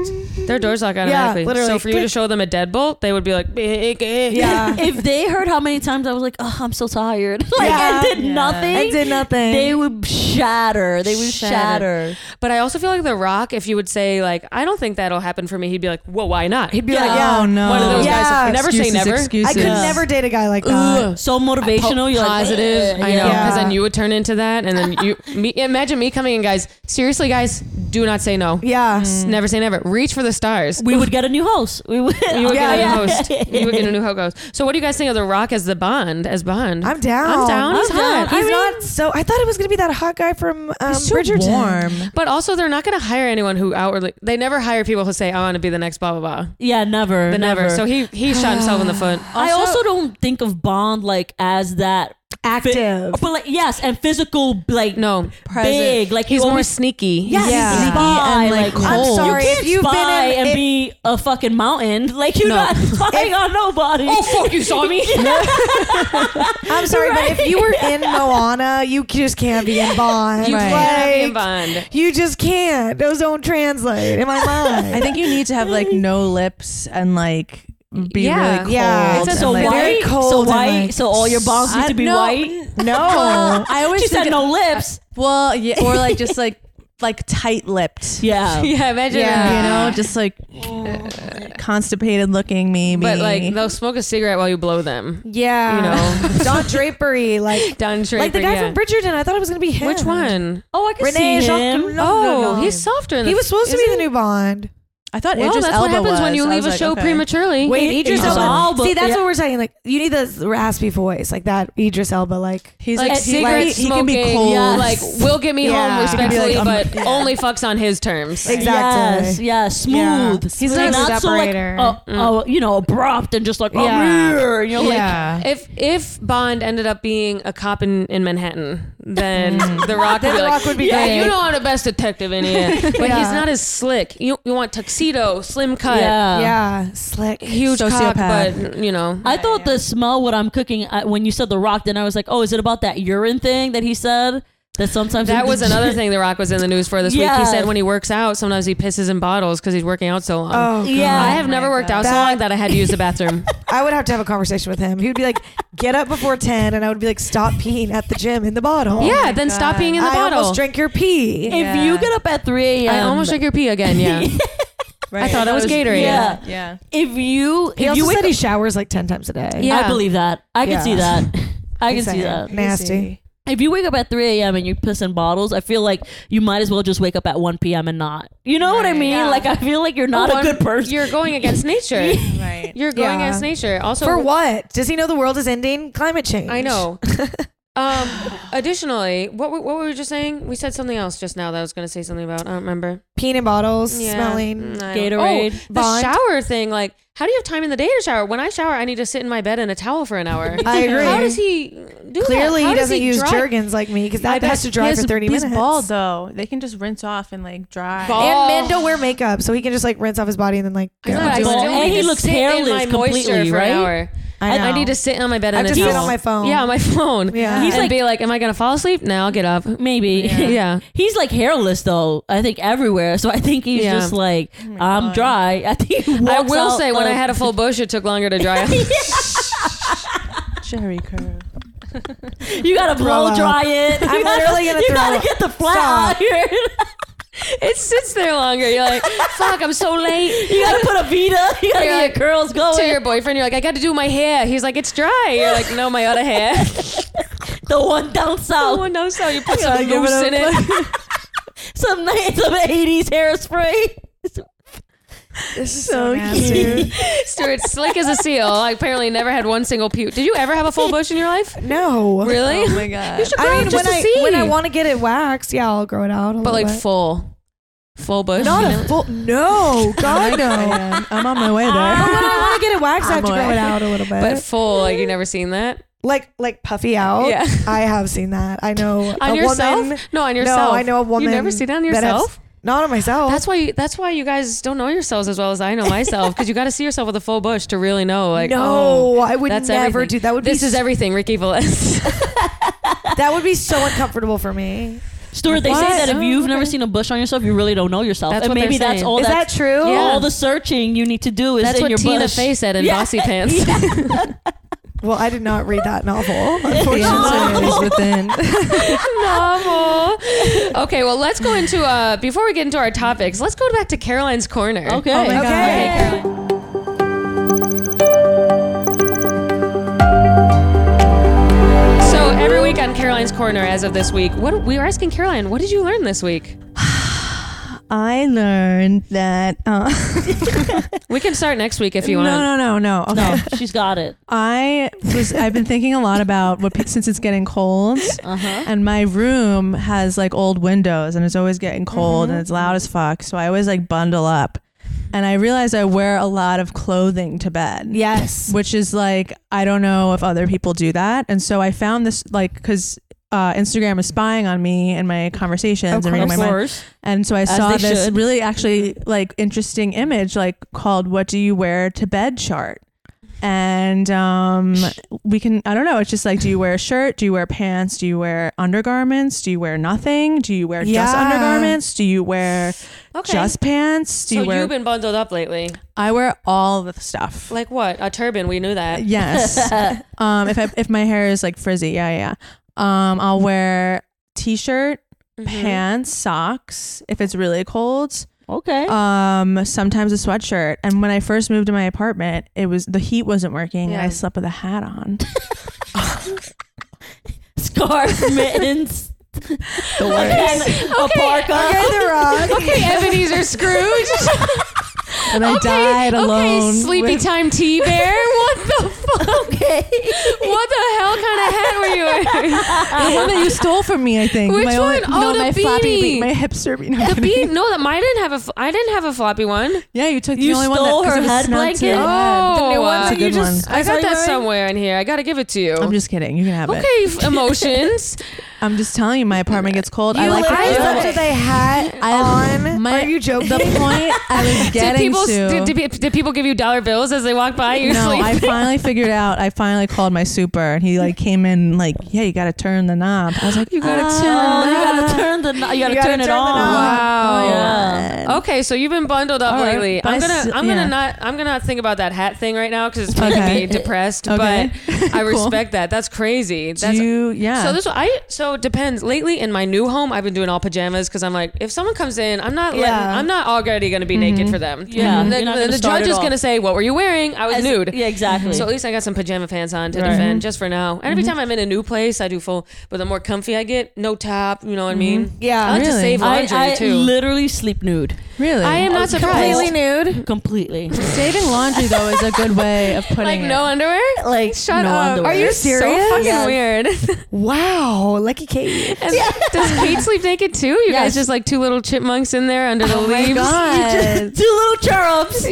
[SPEAKER 1] Their doors lock automatically.
[SPEAKER 3] literally.
[SPEAKER 1] So for you to
[SPEAKER 3] Click.
[SPEAKER 1] show them a deadbolt, they would be like, eh,
[SPEAKER 3] Yeah.
[SPEAKER 2] if they heard how many times I was like, "Oh, I'm so tired," like
[SPEAKER 3] Yeah.
[SPEAKER 2] I did
[SPEAKER 4] Yeah.
[SPEAKER 2] nothing,
[SPEAKER 3] I did nothing.
[SPEAKER 2] They would shatter. They would shatter.
[SPEAKER 1] Shattered. But I also feel like The Rock, if you would say like, I don't think that'll happen for me, he'd be like, Well, why not?
[SPEAKER 3] He'd be
[SPEAKER 2] Yeah.
[SPEAKER 3] like, "Yeah,
[SPEAKER 4] Oh no.
[SPEAKER 1] One of those
[SPEAKER 3] Yeah.
[SPEAKER 1] guys. Never say
[SPEAKER 4] Excuses,
[SPEAKER 1] never.
[SPEAKER 4] Excuses.
[SPEAKER 3] I could never date a guy
[SPEAKER 1] Uh,
[SPEAKER 3] like that."
[SPEAKER 1] Ugh.
[SPEAKER 2] So motivational. you're like
[SPEAKER 1] positive.
[SPEAKER 2] "Ugh."
[SPEAKER 1] "Eh, I know.
[SPEAKER 3] Yeah.
[SPEAKER 1] Because then you would turn into that, and then you me, imagine me coming in, guys. Seriously, guys, do not say no.
[SPEAKER 3] Yeah.
[SPEAKER 1] Never say never. Reach for the stars.
[SPEAKER 2] We would get a new house. We would.
[SPEAKER 1] you would
[SPEAKER 3] Yeah,
[SPEAKER 1] get a
[SPEAKER 3] yeah.
[SPEAKER 1] new host. You would get a new host. So, what do you guys think of The Rock as the Bond? As Bond,
[SPEAKER 3] I'm down.
[SPEAKER 1] I'm down. He's
[SPEAKER 2] I'm
[SPEAKER 1] hot.
[SPEAKER 2] down.
[SPEAKER 3] He's
[SPEAKER 2] I mean-
[SPEAKER 3] not so. I thought it was gonna be that hot guy from um,
[SPEAKER 4] He's too
[SPEAKER 3] Bridgerton.
[SPEAKER 4] warm.
[SPEAKER 1] But also, they're not going to hire anyone who outwardly. They never hire people who say, "I want to be the next blah blah blah."
[SPEAKER 2] yeah, never.
[SPEAKER 1] But never. So he he shot himself in the foot.
[SPEAKER 2] I also don't think of Bond like as that
[SPEAKER 3] Active.
[SPEAKER 2] but like yes, and physical like
[SPEAKER 1] no.
[SPEAKER 2] big. Like
[SPEAKER 1] He's
[SPEAKER 2] he
[SPEAKER 1] more
[SPEAKER 2] always
[SPEAKER 1] sneaky.
[SPEAKER 2] yeah, he's
[SPEAKER 3] Yeah.
[SPEAKER 2] spy,
[SPEAKER 4] and,
[SPEAKER 2] like,
[SPEAKER 4] like,
[SPEAKER 2] cold.
[SPEAKER 3] I'm sorry
[SPEAKER 2] you
[SPEAKER 3] if
[SPEAKER 2] can't
[SPEAKER 3] you've been
[SPEAKER 2] spy
[SPEAKER 3] in-
[SPEAKER 2] and
[SPEAKER 3] if-
[SPEAKER 2] be a fucking mountain. Like you're
[SPEAKER 1] No.
[SPEAKER 2] not spying
[SPEAKER 3] If-
[SPEAKER 2] on nobody.
[SPEAKER 1] Oh fuck! You saw me.
[SPEAKER 3] I'm sorry, but if you were in Moana, you just can't be in Bond.
[SPEAKER 1] You
[SPEAKER 3] Like,
[SPEAKER 1] cannot be in Bond.
[SPEAKER 3] You just can't. Those don't translate in my mind.
[SPEAKER 4] I think you need to have like no lips and like be
[SPEAKER 1] Yeah.
[SPEAKER 4] really cold.
[SPEAKER 3] Yeah.
[SPEAKER 1] It's a-
[SPEAKER 4] and,
[SPEAKER 2] so
[SPEAKER 4] like,
[SPEAKER 3] Very
[SPEAKER 2] white, so
[SPEAKER 3] cold and,
[SPEAKER 2] white,
[SPEAKER 3] like,
[SPEAKER 2] so all your bonds need
[SPEAKER 4] I-
[SPEAKER 2] to be
[SPEAKER 4] no,
[SPEAKER 2] white.
[SPEAKER 4] No, I always
[SPEAKER 2] She
[SPEAKER 4] think
[SPEAKER 2] said
[SPEAKER 4] it-
[SPEAKER 2] no lips.
[SPEAKER 3] uh,
[SPEAKER 4] Well, yeah, or like just like like tight lipped.
[SPEAKER 2] Yeah,
[SPEAKER 1] Yeah, imagine.
[SPEAKER 4] You
[SPEAKER 1] that.
[SPEAKER 4] know, just like uh, constipated looking maybe.
[SPEAKER 1] But like they'll smoke a cigarette while you blow them.
[SPEAKER 3] yeah,
[SPEAKER 1] You know,
[SPEAKER 3] Don Drapery, like
[SPEAKER 1] Don Draper.
[SPEAKER 3] like the guy
[SPEAKER 1] yeah.
[SPEAKER 3] from Bridgerton. I thought it was gonna be him.
[SPEAKER 1] Which one?
[SPEAKER 2] Oh, I can
[SPEAKER 3] Renee
[SPEAKER 2] see
[SPEAKER 3] Jean-
[SPEAKER 2] him.
[SPEAKER 3] No,
[SPEAKER 1] oh,
[SPEAKER 3] no, no.
[SPEAKER 1] he's softer. In the
[SPEAKER 3] He was supposed to be
[SPEAKER 1] isn't
[SPEAKER 3] the new Bond.
[SPEAKER 4] I thought
[SPEAKER 1] Well,
[SPEAKER 4] Idris
[SPEAKER 1] that's
[SPEAKER 4] Elba
[SPEAKER 1] what happens when
[SPEAKER 4] was.
[SPEAKER 1] you
[SPEAKER 4] I
[SPEAKER 1] leave
[SPEAKER 4] was
[SPEAKER 1] a
[SPEAKER 4] like,
[SPEAKER 1] show
[SPEAKER 4] okay.
[SPEAKER 1] prematurely.
[SPEAKER 3] Wait, Idris
[SPEAKER 2] Idris
[SPEAKER 3] Elba.
[SPEAKER 2] Elba.
[SPEAKER 3] See, that's
[SPEAKER 2] Yeah.
[SPEAKER 3] what we're saying. Like you need this raspy voice, like that Idris Elba. Like
[SPEAKER 4] He's
[SPEAKER 1] like,
[SPEAKER 4] like,
[SPEAKER 1] cigarette cigarettes
[SPEAKER 4] he, can
[SPEAKER 1] smoking,
[SPEAKER 4] be cold.
[SPEAKER 2] yeah.
[SPEAKER 1] like will get me
[SPEAKER 3] Yeah.
[SPEAKER 1] home
[SPEAKER 3] He
[SPEAKER 4] can be
[SPEAKER 1] respectfully,
[SPEAKER 4] like, um,
[SPEAKER 1] but only fucks on his terms.
[SPEAKER 3] Exactly.
[SPEAKER 2] Yes, yes, smooth.
[SPEAKER 4] He's
[SPEAKER 2] Like,
[SPEAKER 4] not a
[SPEAKER 2] so like,
[SPEAKER 4] separator.
[SPEAKER 2] uh,
[SPEAKER 1] Mm.
[SPEAKER 2] uh, you know, abrupt and just like, oh,
[SPEAKER 4] Yeah.
[SPEAKER 2] yeah. you know, like,
[SPEAKER 4] yeah.
[SPEAKER 1] If if Bond ended up being a cop in, in Manhattan, then The Rock would be
[SPEAKER 3] The
[SPEAKER 1] like,
[SPEAKER 3] Rock would be
[SPEAKER 1] yeah,
[SPEAKER 3] great."
[SPEAKER 1] you know I'm the best detective in here, but he's not as slick. You you want tuxedo, slim cut,
[SPEAKER 2] yeah.
[SPEAKER 3] yeah, slick.
[SPEAKER 1] Uh, huge cock,
[SPEAKER 4] Sociopath.
[SPEAKER 1] but you know.
[SPEAKER 2] I thought uh, the smell what I'm cooking I, when you said the rock. Then I was like, oh, is it about that urine thing that he said? That sometimes
[SPEAKER 1] That was another thing The Rock was in the news for this week.
[SPEAKER 2] Yeah.
[SPEAKER 1] He said when he works out, sometimes he pisses in bottles because he's working out so long.
[SPEAKER 3] Oh,
[SPEAKER 2] Yeah.
[SPEAKER 1] I have never worked out so
[SPEAKER 3] That-
[SPEAKER 1] long that I had to use the bathroom.
[SPEAKER 3] I would have to have a conversation with him. He would be like, "Get up before 10," and I would be like, "Stop peeing at the gym in the
[SPEAKER 2] Oh
[SPEAKER 3] bottle."
[SPEAKER 1] yeah, then stop being in the
[SPEAKER 3] I
[SPEAKER 1] bottle.
[SPEAKER 3] almost drank your pee.
[SPEAKER 2] If you get up at three a.m.,
[SPEAKER 3] Um,
[SPEAKER 1] I almost drank your pee again. Yeah,
[SPEAKER 4] Right.
[SPEAKER 1] thought it was Gatorade.
[SPEAKER 2] Yeah.
[SPEAKER 4] Yeah.
[SPEAKER 2] if you if
[SPEAKER 3] He also
[SPEAKER 2] you wake
[SPEAKER 3] said he showers like 10 times a day.
[SPEAKER 1] Yeah.
[SPEAKER 2] I believe that. I can
[SPEAKER 3] Yeah.
[SPEAKER 2] see that. I can see
[SPEAKER 3] Insane.
[SPEAKER 2] that.
[SPEAKER 3] Nasty.
[SPEAKER 2] If you wake up at 3 a.m. and you piss in bottles, I feel like you might as well just wake up at 1 p.m. and not. You know what I
[SPEAKER 4] Right,
[SPEAKER 2] mean?
[SPEAKER 1] yeah.
[SPEAKER 2] Like I feel like you're not
[SPEAKER 1] One-
[SPEAKER 2] a good person.
[SPEAKER 1] You're going against nature.
[SPEAKER 4] Right.
[SPEAKER 1] You're going
[SPEAKER 3] Yeah.
[SPEAKER 1] against nature. Also,
[SPEAKER 3] For what? Does he know the world is ending? Climate change.
[SPEAKER 1] I know. um, additionally, what were- what were we just saying? We said something else just now that I was going to say something about. I don't remember.
[SPEAKER 3] Peeing in bottles,
[SPEAKER 1] Yeah.
[SPEAKER 3] smelling.
[SPEAKER 1] Mm, I don't-
[SPEAKER 2] Gatorade.
[SPEAKER 1] Oh, the
[SPEAKER 3] Bond.
[SPEAKER 1] shower thing. Like, how do you have time in the day to shower? When I shower, I need to sit in my bed in a towel for an hour.
[SPEAKER 3] I agree.
[SPEAKER 1] How does he do that?
[SPEAKER 3] Clearly,
[SPEAKER 1] How
[SPEAKER 3] he
[SPEAKER 1] does
[SPEAKER 3] doesn't use
[SPEAKER 1] dry-
[SPEAKER 3] Jergens like me because that
[SPEAKER 4] bet
[SPEAKER 3] has to dry
[SPEAKER 4] he
[SPEAKER 3] for
[SPEAKER 4] has-
[SPEAKER 3] 30
[SPEAKER 4] he's
[SPEAKER 3] minutes.
[SPEAKER 4] bald though. They can just rinse off and like dry.
[SPEAKER 1] Bald.
[SPEAKER 3] And
[SPEAKER 1] Oh.
[SPEAKER 3] men don't wear makeup, so he can just like rinse off his body and then like.
[SPEAKER 1] I know, I
[SPEAKER 2] Well,
[SPEAKER 1] still
[SPEAKER 2] and
[SPEAKER 1] need
[SPEAKER 2] he
[SPEAKER 1] to
[SPEAKER 2] looks
[SPEAKER 1] sit in
[SPEAKER 2] hairless
[SPEAKER 1] my moisture
[SPEAKER 2] completely,
[SPEAKER 1] for
[SPEAKER 2] right?
[SPEAKER 1] An hour.
[SPEAKER 3] I, know.
[SPEAKER 1] I need to sit on my bed
[SPEAKER 3] I
[SPEAKER 1] in
[SPEAKER 3] have
[SPEAKER 1] a
[SPEAKER 3] to sit
[SPEAKER 1] towel.
[SPEAKER 3] on my phone.
[SPEAKER 1] Yeah, on my phone.
[SPEAKER 3] Yeah.
[SPEAKER 1] He's
[SPEAKER 3] He's
[SPEAKER 1] and
[SPEAKER 2] like-
[SPEAKER 1] be like, "Am I gonna fall asleep?" Now get up.
[SPEAKER 2] Maybe.
[SPEAKER 1] Yeah.
[SPEAKER 2] He's like hairless though. I think everywhere. So I think he's
[SPEAKER 1] Yeah. Oh
[SPEAKER 2] just like I'm
[SPEAKER 4] God.
[SPEAKER 2] dry. I think he
[SPEAKER 1] I
[SPEAKER 2] walks
[SPEAKER 1] will
[SPEAKER 2] out
[SPEAKER 1] say, when I
[SPEAKER 2] like-
[SPEAKER 1] had a full bush, it took longer to dry out.
[SPEAKER 4] Jerry curl.
[SPEAKER 2] you gotta
[SPEAKER 3] Throw
[SPEAKER 2] blow
[SPEAKER 3] up.
[SPEAKER 2] dry it.
[SPEAKER 3] I'm
[SPEAKER 2] You gotta-
[SPEAKER 3] literally gonna
[SPEAKER 2] You
[SPEAKER 3] throw
[SPEAKER 2] gotta
[SPEAKER 3] up.
[SPEAKER 2] get the flat
[SPEAKER 3] Stop.
[SPEAKER 2] out here.
[SPEAKER 1] it sits there longer. You're like, "Fuck, I'm so late."
[SPEAKER 2] you gotta put a Vita.
[SPEAKER 1] You're
[SPEAKER 2] You gotta get
[SPEAKER 1] like-
[SPEAKER 2] your curls going.
[SPEAKER 1] to your boyfriend, you're like, I got to do my hair. He's like, it's dry. You're like, no, my other hair.
[SPEAKER 2] the one down
[SPEAKER 1] no
[SPEAKER 2] south.
[SPEAKER 1] one knows how you put
[SPEAKER 3] gotta
[SPEAKER 1] some
[SPEAKER 3] give it
[SPEAKER 1] mousse
[SPEAKER 3] up.
[SPEAKER 1] in it.
[SPEAKER 2] some night some 80s hairspray.
[SPEAKER 3] This is so
[SPEAKER 4] nasty.
[SPEAKER 1] Stuart's slick as a seal. I apparently never had one single puke. Did you ever have a full bush in your life?
[SPEAKER 3] No.
[SPEAKER 1] Really?
[SPEAKER 4] Oh my god.
[SPEAKER 1] You should grow
[SPEAKER 3] I
[SPEAKER 1] it
[SPEAKER 3] mean,
[SPEAKER 1] just
[SPEAKER 3] when
[SPEAKER 1] to
[SPEAKER 3] I
[SPEAKER 1] see.
[SPEAKER 3] when I want to get it waxed, yeah, I'll grow it out. A
[SPEAKER 1] but
[SPEAKER 3] little
[SPEAKER 1] like
[SPEAKER 3] bit.
[SPEAKER 1] full, full bush.
[SPEAKER 3] not
[SPEAKER 1] you
[SPEAKER 3] a
[SPEAKER 1] know?
[SPEAKER 3] full. No, God no.
[SPEAKER 4] am. I'm on my way
[SPEAKER 3] But
[SPEAKER 1] Ah.
[SPEAKER 3] when
[SPEAKER 4] there.
[SPEAKER 3] I want to get it waxed, I have to
[SPEAKER 4] I'm
[SPEAKER 3] grow
[SPEAKER 4] aware.
[SPEAKER 3] it out a little bit.
[SPEAKER 1] but full. Like you never seen that
[SPEAKER 3] like like puffy out.
[SPEAKER 1] Yeah.
[SPEAKER 3] I have seen that. I know
[SPEAKER 1] on
[SPEAKER 3] a
[SPEAKER 1] yourself?
[SPEAKER 3] woman.
[SPEAKER 1] no, on yourself.
[SPEAKER 3] No, I know a woman.
[SPEAKER 1] You never see that on
[SPEAKER 3] that has-
[SPEAKER 1] yourself.
[SPEAKER 3] not on myself.
[SPEAKER 1] that's why. You, that's why you guys don't know yourselves as well as I know myself. Because you got to see yourself with a full bush to really know. Like,
[SPEAKER 3] no,
[SPEAKER 1] oh,
[SPEAKER 3] I would
[SPEAKER 1] that's
[SPEAKER 3] never
[SPEAKER 1] everything.
[SPEAKER 3] do that. Would
[SPEAKER 1] this
[SPEAKER 3] be
[SPEAKER 1] is everything, Ricky Velez.
[SPEAKER 3] that would be so uncomfortable for me.
[SPEAKER 2] Stuart, they say
[SPEAKER 3] What?
[SPEAKER 2] that if
[SPEAKER 1] Oh,
[SPEAKER 2] you've
[SPEAKER 1] okay.
[SPEAKER 2] never seen a bush on yourself, you really don't know yourself.
[SPEAKER 1] That's
[SPEAKER 2] and
[SPEAKER 1] what they're
[SPEAKER 2] maybe that's
[SPEAKER 1] saying.
[SPEAKER 2] all
[SPEAKER 3] is that
[SPEAKER 2] that's
[SPEAKER 3] true?
[SPEAKER 1] Yeah.
[SPEAKER 2] all the searching you need to do is
[SPEAKER 1] That's
[SPEAKER 2] in
[SPEAKER 1] what
[SPEAKER 2] your
[SPEAKER 1] Tina
[SPEAKER 2] bush.
[SPEAKER 1] Fey said in
[SPEAKER 2] Yeah.
[SPEAKER 1] Bossy Pants.
[SPEAKER 3] Well, I did not read that novel.
[SPEAKER 4] The answer
[SPEAKER 3] Unfortunately,
[SPEAKER 4] is within.
[SPEAKER 1] Novel. Okay, well, let's go into uh before we get into our topics. Let's go back to Caroline's corner.
[SPEAKER 2] Okay.
[SPEAKER 4] Oh my God.
[SPEAKER 1] Okay,
[SPEAKER 3] okay.
[SPEAKER 1] Caroline. So every week on Caroline's corner, as of this week, what we were asking Caroline, what did you learn this week?
[SPEAKER 4] I learned that. Uh,
[SPEAKER 1] We can start next week if you
[SPEAKER 4] no,
[SPEAKER 1] want.
[SPEAKER 4] no, no, no. Okay.
[SPEAKER 2] No, she's got it.
[SPEAKER 4] I was. I've been thinking a lot about what pe- since it's getting cold,
[SPEAKER 2] Uh-huh.
[SPEAKER 4] and my room has like old windows, and it's always getting cold, and it's loud as fuck. So I always like bundle up, and I realized I wear a lot of clothing to bed.
[SPEAKER 3] yes.
[SPEAKER 4] which is like I don't know if other people do that, and so I found this like because uh, Instagram is spying on me and my conversations
[SPEAKER 3] Of
[SPEAKER 4] and reading my
[SPEAKER 2] Of
[SPEAKER 4] mind,
[SPEAKER 2] course.
[SPEAKER 4] and so I saw
[SPEAKER 2] they
[SPEAKER 4] this
[SPEAKER 2] should.
[SPEAKER 4] really actually like interesting image like called "What Do You Wear to Bed" chart. And um, we can, I don't know, it's just like, do you wear a shirt? Do you wear pants? Do you wear undergarments? Do you wear nothing? Do you wear just
[SPEAKER 3] Yeah.
[SPEAKER 4] undergarments? Do you wear
[SPEAKER 1] Okay.
[SPEAKER 4] just pants? Do
[SPEAKER 1] so
[SPEAKER 4] you wear,
[SPEAKER 1] you've been bundled up lately.
[SPEAKER 4] I wear all the stuff.
[SPEAKER 1] Like what? A turban, we knew that.
[SPEAKER 4] Uh, Yes. um, if I, if my hair is like frizzy, yeah, yeah. yeah. Um, I'll wear t-shirt, pants, socks if it's really cold.
[SPEAKER 2] Okay.
[SPEAKER 4] Um, sometimes a sweatshirt. And when I first moved to my apartment, it was the heat wasn't working. and
[SPEAKER 1] Yeah.
[SPEAKER 4] I slept with a hat on.
[SPEAKER 2] Scarf, mittens. the A parka.
[SPEAKER 3] Okay, The Rock.
[SPEAKER 1] Okay, Ebenezer Scrooge.
[SPEAKER 4] And I died alone.
[SPEAKER 1] Okay, sleepy
[SPEAKER 4] with-
[SPEAKER 1] time tea bear. What the fuck? What the hell kind of hat were you wearing?
[SPEAKER 4] the one that you stole from me, I think.
[SPEAKER 1] Which
[SPEAKER 4] my own-
[SPEAKER 1] one? Oh,
[SPEAKER 4] no,
[SPEAKER 1] the
[SPEAKER 4] my flappy,
[SPEAKER 1] beanie.
[SPEAKER 4] beanie, my hipster beanie. I'm
[SPEAKER 1] The
[SPEAKER 4] kidding.
[SPEAKER 1] bean? No, that mine didn't have a. Fl- I didn't have a floppy one.
[SPEAKER 4] Yeah, you took
[SPEAKER 2] You
[SPEAKER 4] the only one.
[SPEAKER 2] stole
[SPEAKER 4] that, 'cause
[SPEAKER 2] her
[SPEAKER 4] it was
[SPEAKER 2] head
[SPEAKER 4] snugged to your
[SPEAKER 2] blanket?
[SPEAKER 4] head.
[SPEAKER 1] Oh,
[SPEAKER 4] It's a
[SPEAKER 1] you
[SPEAKER 4] good one.
[SPEAKER 1] I
[SPEAKER 2] That's all
[SPEAKER 1] got
[SPEAKER 2] you're
[SPEAKER 1] that
[SPEAKER 2] wearing?
[SPEAKER 1] somewhere in here. I gotta give it to you.
[SPEAKER 4] I'm just kidding. You can have it.
[SPEAKER 1] okay, f- emotions.
[SPEAKER 4] I'm just telling you, my apartment gets cold. I
[SPEAKER 3] You
[SPEAKER 4] like
[SPEAKER 3] like
[SPEAKER 4] to
[SPEAKER 3] literally
[SPEAKER 4] feel
[SPEAKER 3] slept
[SPEAKER 4] it.
[SPEAKER 3] with a hat
[SPEAKER 2] I-
[SPEAKER 3] on.
[SPEAKER 2] my-
[SPEAKER 3] Are you joking?
[SPEAKER 4] The point I was
[SPEAKER 1] Did
[SPEAKER 4] getting
[SPEAKER 1] people,
[SPEAKER 4] to.
[SPEAKER 1] did, did, did people give you dollar bills as they walked by? you
[SPEAKER 4] no,
[SPEAKER 1] sleep?
[SPEAKER 4] I finally figured out. I finally called my super, and he like came in like, "Yeah, you got to turn the knob." I was like, "You got to turn."
[SPEAKER 2] Oh,
[SPEAKER 4] the
[SPEAKER 2] you
[SPEAKER 4] knob."
[SPEAKER 2] gotta turn the kno- you gotta,
[SPEAKER 3] You gotta
[SPEAKER 2] turn, it
[SPEAKER 3] turn the
[SPEAKER 2] on.
[SPEAKER 3] knob.
[SPEAKER 1] Wow.
[SPEAKER 2] Oh, yeah.
[SPEAKER 1] Okay, so you've been bundled up
[SPEAKER 4] All right,
[SPEAKER 1] lately.
[SPEAKER 4] but I
[SPEAKER 1] I'm gonna,
[SPEAKER 4] s-
[SPEAKER 1] I'm gonna
[SPEAKER 4] yeah.
[SPEAKER 1] not, I'm gonna not think about that hat thing right now because it's making
[SPEAKER 4] Okay.
[SPEAKER 1] me depressed.
[SPEAKER 4] Okay.
[SPEAKER 1] But I
[SPEAKER 4] Cool.
[SPEAKER 1] respect that. That's crazy. That's
[SPEAKER 4] Do you- yeah.
[SPEAKER 1] So this, I, so it depends. Lately in my new home, I've been doing all pajamas because I'm like, if someone comes in, I'm not, letting,
[SPEAKER 3] Yeah.
[SPEAKER 1] I'm not already gonna be naked for them.
[SPEAKER 2] Yeah.
[SPEAKER 1] The,
[SPEAKER 2] You're not gonna
[SPEAKER 1] the
[SPEAKER 2] start
[SPEAKER 1] judge
[SPEAKER 2] it
[SPEAKER 1] is
[SPEAKER 2] off.
[SPEAKER 1] gonna say, "What were you wearing?" I was
[SPEAKER 2] As-
[SPEAKER 1] nude.
[SPEAKER 2] Yeah, exactly.
[SPEAKER 1] So at least I got some pajama pants on to
[SPEAKER 2] Right.
[SPEAKER 1] defend just for now. And every time I'm in a new place, I do full. But the more comfy I get, no top. You know what I mean?
[SPEAKER 3] Yeah.
[SPEAKER 1] I like to
[SPEAKER 4] Really?
[SPEAKER 1] save
[SPEAKER 2] I,
[SPEAKER 1] laundry
[SPEAKER 2] I
[SPEAKER 1] too.
[SPEAKER 2] literally sleep nude
[SPEAKER 4] really,
[SPEAKER 1] I am not surprised.
[SPEAKER 3] completely nude.
[SPEAKER 2] completely.
[SPEAKER 4] saving laundry though is a good way of putting
[SPEAKER 1] like
[SPEAKER 4] it.
[SPEAKER 1] no underwear.
[SPEAKER 2] like
[SPEAKER 1] Shut
[SPEAKER 2] no
[SPEAKER 1] up.
[SPEAKER 2] underwear.
[SPEAKER 3] Are you
[SPEAKER 1] That's
[SPEAKER 3] serious?
[SPEAKER 1] So fucking
[SPEAKER 3] Yes.
[SPEAKER 1] weird.
[SPEAKER 3] Wow, lucky Kate.
[SPEAKER 1] And Does Kate sleep naked too? You guys
[SPEAKER 2] Yes.
[SPEAKER 1] just like two little chipmunks in there under the leaves.
[SPEAKER 3] God.
[SPEAKER 2] two little cherubs?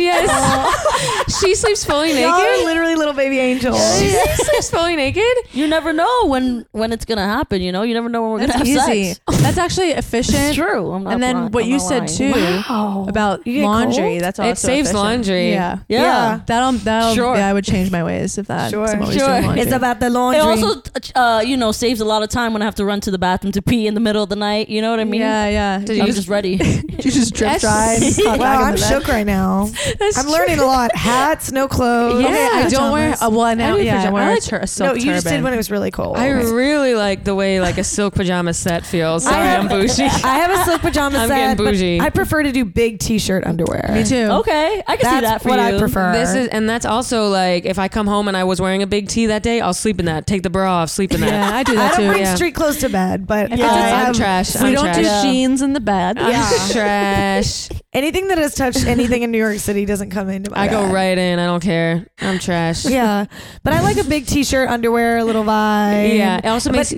[SPEAKER 1] Yes. she sleeps fully
[SPEAKER 3] Y'all are
[SPEAKER 1] naked.
[SPEAKER 3] literally little baby angels.
[SPEAKER 1] She sleeps fully naked.
[SPEAKER 2] You never know when when it's gonna happen. You know, you never know when we're
[SPEAKER 4] That's
[SPEAKER 2] gonna have
[SPEAKER 4] easy.
[SPEAKER 2] sex.
[SPEAKER 4] That's actually
[SPEAKER 2] It's
[SPEAKER 4] efficient.
[SPEAKER 2] true. I'm not
[SPEAKER 4] and then
[SPEAKER 2] lying.
[SPEAKER 4] what
[SPEAKER 2] I'm
[SPEAKER 4] you
[SPEAKER 2] not
[SPEAKER 4] said
[SPEAKER 2] lying.
[SPEAKER 4] too about
[SPEAKER 3] get
[SPEAKER 4] laundry.
[SPEAKER 3] cold?
[SPEAKER 4] That's also
[SPEAKER 1] It saves
[SPEAKER 4] efficient.
[SPEAKER 1] laundry.
[SPEAKER 4] Yeah,
[SPEAKER 2] Yeah.
[SPEAKER 3] Yeah.
[SPEAKER 4] that'll that'll
[SPEAKER 2] Sure.
[SPEAKER 4] yeah. I would change my ways if that.
[SPEAKER 3] Sure.
[SPEAKER 4] 'cause I'm always
[SPEAKER 1] Sure.
[SPEAKER 4] doing laundry.
[SPEAKER 3] It's about the
[SPEAKER 2] It
[SPEAKER 3] laundry.
[SPEAKER 2] also, uh, you know, saves a lot of time when I have to run to the bathroom to pee in the middle of the night. You know what I mean?
[SPEAKER 4] yeah, yeah.
[SPEAKER 1] Did
[SPEAKER 2] I'm
[SPEAKER 1] you-
[SPEAKER 2] just ready.
[SPEAKER 4] you just drip
[SPEAKER 1] That's-
[SPEAKER 4] dry. and hop back
[SPEAKER 3] wow,
[SPEAKER 4] in
[SPEAKER 3] I'm
[SPEAKER 4] the bed.
[SPEAKER 3] shook right now. I'm learning a lot. Hats, no clothes.
[SPEAKER 1] Yeah.
[SPEAKER 4] Okay, I don't wear.
[SPEAKER 3] pajamas.
[SPEAKER 4] Uh, well, now,
[SPEAKER 1] I do
[SPEAKER 4] yeah, I
[SPEAKER 1] pajama-
[SPEAKER 4] wear
[SPEAKER 1] I
[SPEAKER 4] a,
[SPEAKER 1] like-
[SPEAKER 4] tur- a silk
[SPEAKER 3] No, you just did
[SPEAKER 4] turban.
[SPEAKER 3] when it was really cold.
[SPEAKER 1] I really like the way like a silk pajama set feels. Sorry,
[SPEAKER 3] have-
[SPEAKER 1] I'm bougie.
[SPEAKER 3] I have a silk pajama
[SPEAKER 1] I'm
[SPEAKER 3] set.
[SPEAKER 1] getting
[SPEAKER 3] but
[SPEAKER 1] bougie.
[SPEAKER 3] I prefer to do big t-shirt underwear.
[SPEAKER 4] Me too.
[SPEAKER 2] okay, I can
[SPEAKER 3] That's
[SPEAKER 2] see that for
[SPEAKER 3] what I
[SPEAKER 2] you.
[SPEAKER 3] prefer.
[SPEAKER 1] This is, and that's also like if I come home and I was wearing a big tee that day, I'll sleep in that. Take the bra off, sleep in that.
[SPEAKER 4] Yeah, I do
[SPEAKER 3] I
[SPEAKER 4] that
[SPEAKER 3] don't
[SPEAKER 4] too.
[SPEAKER 3] bring
[SPEAKER 1] yeah.
[SPEAKER 3] street clothes to bed, but
[SPEAKER 2] Yeah.
[SPEAKER 3] I
[SPEAKER 1] I'm
[SPEAKER 3] have-
[SPEAKER 1] trash.
[SPEAKER 4] We
[SPEAKER 1] I'm
[SPEAKER 4] don't do
[SPEAKER 1] trash.
[SPEAKER 4] jeans in the bed.
[SPEAKER 3] Yeah.
[SPEAKER 1] I'm trash.
[SPEAKER 3] anything that has touched anything in New York City doesn't come into my
[SPEAKER 1] I go
[SPEAKER 3] bed.
[SPEAKER 1] right in. I don't care. I'm trash.
[SPEAKER 3] Yeah, but I like a big t-shirt underwear, a little vibe.
[SPEAKER 1] Yeah. It also
[SPEAKER 3] But-
[SPEAKER 1] makes.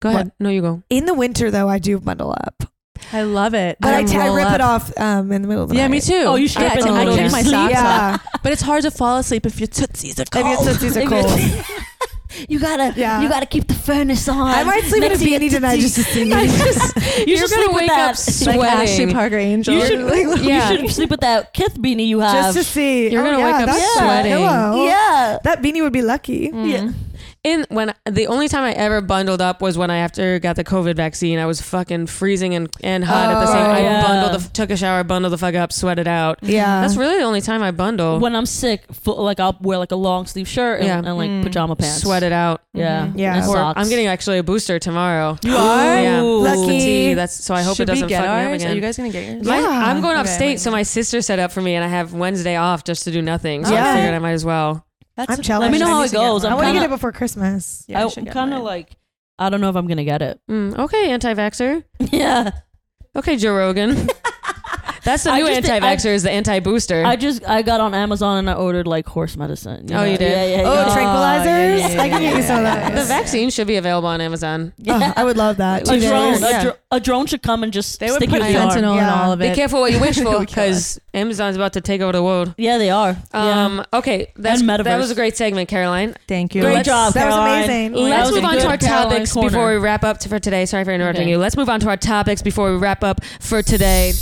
[SPEAKER 1] go ahead. No, you go.
[SPEAKER 3] In the winter, though, I do bundle up,
[SPEAKER 4] I love it.
[SPEAKER 3] but I, t- I
[SPEAKER 4] roll
[SPEAKER 3] rip
[SPEAKER 4] up.
[SPEAKER 3] it off um, in the middle of the
[SPEAKER 4] Yeah,
[SPEAKER 3] night.
[SPEAKER 4] me too.
[SPEAKER 2] Oh, you
[SPEAKER 4] yeah,
[SPEAKER 2] strip
[SPEAKER 4] I
[SPEAKER 2] in the
[SPEAKER 4] t- I
[SPEAKER 2] middle
[SPEAKER 4] kick
[SPEAKER 2] of
[SPEAKER 4] my
[SPEAKER 2] the night.
[SPEAKER 4] socks off.
[SPEAKER 3] Yeah,
[SPEAKER 4] But it's hard to fall asleep if your tootsies are
[SPEAKER 3] if
[SPEAKER 4] cold.
[SPEAKER 3] your tootsies are cold.
[SPEAKER 2] You gotta,
[SPEAKER 3] Yeah.
[SPEAKER 2] you gotta keep the furnace on.
[SPEAKER 3] I might sleep in a
[SPEAKER 2] Next to your
[SPEAKER 3] beanie tonight
[SPEAKER 2] titties.
[SPEAKER 3] just to see.
[SPEAKER 2] I just- you
[SPEAKER 1] You're
[SPEAKER 2] should
[SPEAKER 1] gonna
[SPEAKER 2] sleep with
[SPEAKER 1] wake
[SPEAKER 2] that.
[SPEAKER 1] up
[SPEAKER 2] Like,
[SPEAKER 1] sweating.
[SPEAKER 4] Ashley Parker Angel.
[SPEAKER 2] You should,
[SPEAKER 1] Yeah.
[SPEAKER 2] you should sleep with that Kith beanie you have.
[SPEAKER 3] just to see.
[SPEAKER 1] You're
[SPEAKER 3] Oh,
[SPEAKER 1] gonna
[SPEAKER 3] yeah,
[SPEAKER 1] wake up
[SPEAKER 3] that's a
[SPEAKER 1] sweating. Mm.
[SPEAKER 3] pillow.
[SPEAKER 2] yeah.
[SPEAKER 3] That beanie would be lucky.
[SPEAKER 2] yeah.
[SPEAKER 1] In when the only time I ever bundled up was when I after got the COVID vaccine. I was fucking freezing and, and hot at the same.
[SPEAKER 3] Oh,
[SPEAKER 1] I
[SPEAKER 2] yeah.
[SPEAKER 1] bundled the took a shower, bundled the fuck up, sweated out.
[SPEAKER 3] Yeah,
[SPEAKER 1] That's really the only time I bundle.
[SPEAKER 2] When I'm sick, full, like I'll wear like a long sleeve shirt and,
[SPEAKER 1] Yeah.
[SPEAKER 2] and like
[SPEAKER 4] Mm.
[SPEAKER 2] pajama pants.
[SPEAKER 1] Sweat it out.
[SPEAKER 2] Yeah.
[SPEAKER 3] Yeah.
[SPEAKER 2] Mm-hmm. And
[SPEAKER 1] Or
[SPEAKER 2] socks.
[SPEAKER 1] I'm getting actually a booster tomorrow.
[SPEAKER 4] You are?
[SPEAKER 1] Yeah.
[SPEAKER 2] Ooh.
[SPEAKER 1] That's the
[SPEAKER 3] Lucky.
[SPEAKER 1] tea. That's so I hope
[SPEAKER 4] Should
[SPEAKER 1] it doesn't
[SPEAKER 4] we get
[SPEAKER 1] fuck me up
[SPEAKER 4] ours?
[SPEAKER 1] again.
[SPEAKER 4] Are you guys gonna get yours?
[SPEAKER 1] My-
[SPEAKER 3] Yeah.
[SPEAKER 1] I'm going
[SPEAKER 4] Okay,
[SPEAKER 1] upstate,
[SPEAKER 4] wait, wait.
[SPEAKER 1] so my sister set up for me, and I have Wednesday off just to do nothing. So I
[SPEAKER 3] Yeah.
[SPEAKER 1] figured I might as well.
[SPEAKER 3] I'm jealous.
[SPEAKER 2] Let me know
[SPEAKER 3] I
[SPEAKER 2] how
[SPEAKER 3] need
[SPEAKER 2] it
[SPEAKER 4] to get
[SPEAKER 2] goes.
[SPEAKER 4] one.
[SPEAKER 3] I
[SPEAKER 2] I'm
[SPEAKER 3] want to
[SPEAKER 2] kinda,
[SPEAKER 3] get it before Christmas.
[SPEAKER 4] Yeah,
[SPEAKER 2] I-
[SPEAKER 4] should
[SPEAKER 2] I'm
[SPEAKER 4] get
[SPEAKER 2] kind of
[SPEAKER 4] mine.
[SPEAKER 2] like, I don't know if I'm gonna get it.
[SPEAKER 1] Mm, okay, anti-vaxer.
[SPEAKER 2] yeah.
[SPEAKER 1] Okay, Joe Rogan. That's the
[SPEAKER 2] I
[SPEAKER 1] new
[SPEAKER 2] just-
[SPEAKER 1] anti-vaxer is the anti-booster.
[SPEAKER 2] I just I got on Amazon and I ordered like horse medicine.
[SPEAKER 1] Oh, you did?
[SPEAKER 2] Yeah, yeah.
[SPEAKER 3] Oh,
[SPEAKER 2] yeah.
[SPEAKER 3] tranquilizers!
[SPEAKER 4] yeah, yeah, yeah,
[SPEAKER 3] I can get you
[SPEAKER 4] yeah,
[SPEAKER 3] some of
[SPEAKER 4] yeah,
[SPEAKER 3] that.
[SPEAKER 1] the vaccine should be available on Amazon.
[SPEAKER 2] Yeah.
[SPEAKER 3] I would love that.
[SPEAKER 2] a drone,
[SPEAKER 1] Yeah.
[SPEAKER 2] a, dr- a drone should come and just
[SPEAKER 4] They would
[SPEAKER 2] stick
[SPEAKER 4] put
[SPEAKER 2] it in your arm.
[SPEAKER 4] fentanyl in
[SPEAKER 3] Yeah.
[SPEAKER 4] all of
[SPEAKER 1] Be
[SPEAKER 4] it.
[SPEAKER 1] careful what you wish for,
[SPEAKER 4] Kill us.
[SPEAKER 1] because Amazon's about to take over the world.
[SPEAKER 2] Yeah, they are. Yeah.
[SPEAKER 1] Um, okay, that's,
[SPEAKER 2] And metaverse.
[SPEAKER 1] that was a great segment, Caroline.
[SPEAKER 4] Thank you.
[SPEAKER 2] Great
[SPEAKER 1] let's-
[SPEAKER 2] job,
[SPEAKER 3] that was
[SPEAKER 2] Caroline.
[SPEAKER 3] amazing.
[SPEAKER 2] That
[SPEAKER 1] Let's
[SPEAKER 2] was
[SPEAKER 1] move
[SPEAKER 2] a
[SPEAKER 1] on
[SPEAKER 2] good
[SPEAKER 1] to our
[SPEAKER 2] Caroline
[SPEAKER 1] topics
[SPEAKER 2] corner.
[SPEAKER 1] before we wrap up for today. Sorry for interrupting
[SPEAKER 2] Okay.
[SPEAKER 1] you. Let's move on to our topics before we wrap up for today.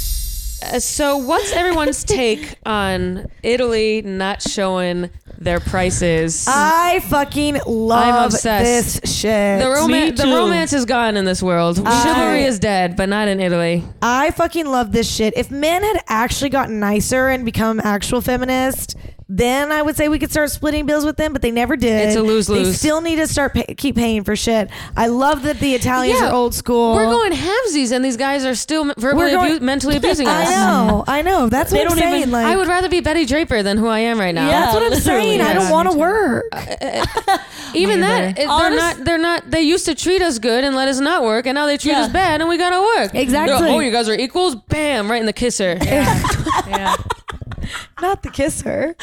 [SPEAKER 1] Uh, so, what's everyone's take on Italy not showing their
[SPEAKER 2] Uh,
[SPEAKER 1] prices?
[SPEAKER 3] I fucking
[SPEAKER 1] I'm
[SPEAKER 3] love
[SPEAKER 1] obsessed.
[SPEAKER 3] this shit.
[SPEAKER 1] the,
[SPEAKER 2] me
[SPEAKER 1] roman- the
[SPEAKER 2] too.
[SPEAKER 1] romance is gone in this world.
[SPEAKER 3] I-
[SPEAKER 1] Chivalry is dead, but not in Italy.
[SPEAKER 3] I fucking love this shit. If men had actually gotten nicer and become actual feminists, then I would say we could start splitting bills with them, but they never did.
[SPEAKER 1] It's a lose-lose.
[SPEAKER 3] They still need to start pay- keep paying for shit. I love that the Italians
[SPEAKER 1] Yeah.
[SPEAKER 3] are old school.
[SPEAKER 1] We're going halvesies, and these guys are still m- verbally
[SPEAKER 3] We're going-
[SPEAKER 1] abu- mentally abusing
[SPEAKER 3] I
[SPEAKER 1] us.
[SPEAKER 3] know. I know. That's
[SPEAKER 2] They
[SPEAKER 3] what
[SPEAKER 2] don't
[SPEAKER 3] I'm saying.
[SPEAKER 2] even-
[SPEAKER 3] like,
[SPEAKER 1] I would rather be Betty Draper than who I am right now.
[SPEAKER 2] Yeah,
[SPEAKER 3] that's what I'm
[SPEAKER 2] literally,
[SPEAKER 3] saying.
[SPEAKER 2] yeah,
[SPEAKER 3] I don't
[SPEAKER 2] me
[SPEAKER 3] want to work.
[SPEAKER 1] Even that, it- they're
[SPEAKER 2] Honest-
[SPEAKER 1] not. They're not. They used to treat us good and let us not work, and now they treat
[SPEAKER 2] Yeah.
[SPEAKER 1] us bad, and we gotta work.
[SPEAKER 3] Exactly.
[SPEAKER 1] They're like, oh, you guys are equals. Bam! Right in the kisser.
[SPEAKER 4] Yeah.
[SPEAKER 3] Not the kiss her.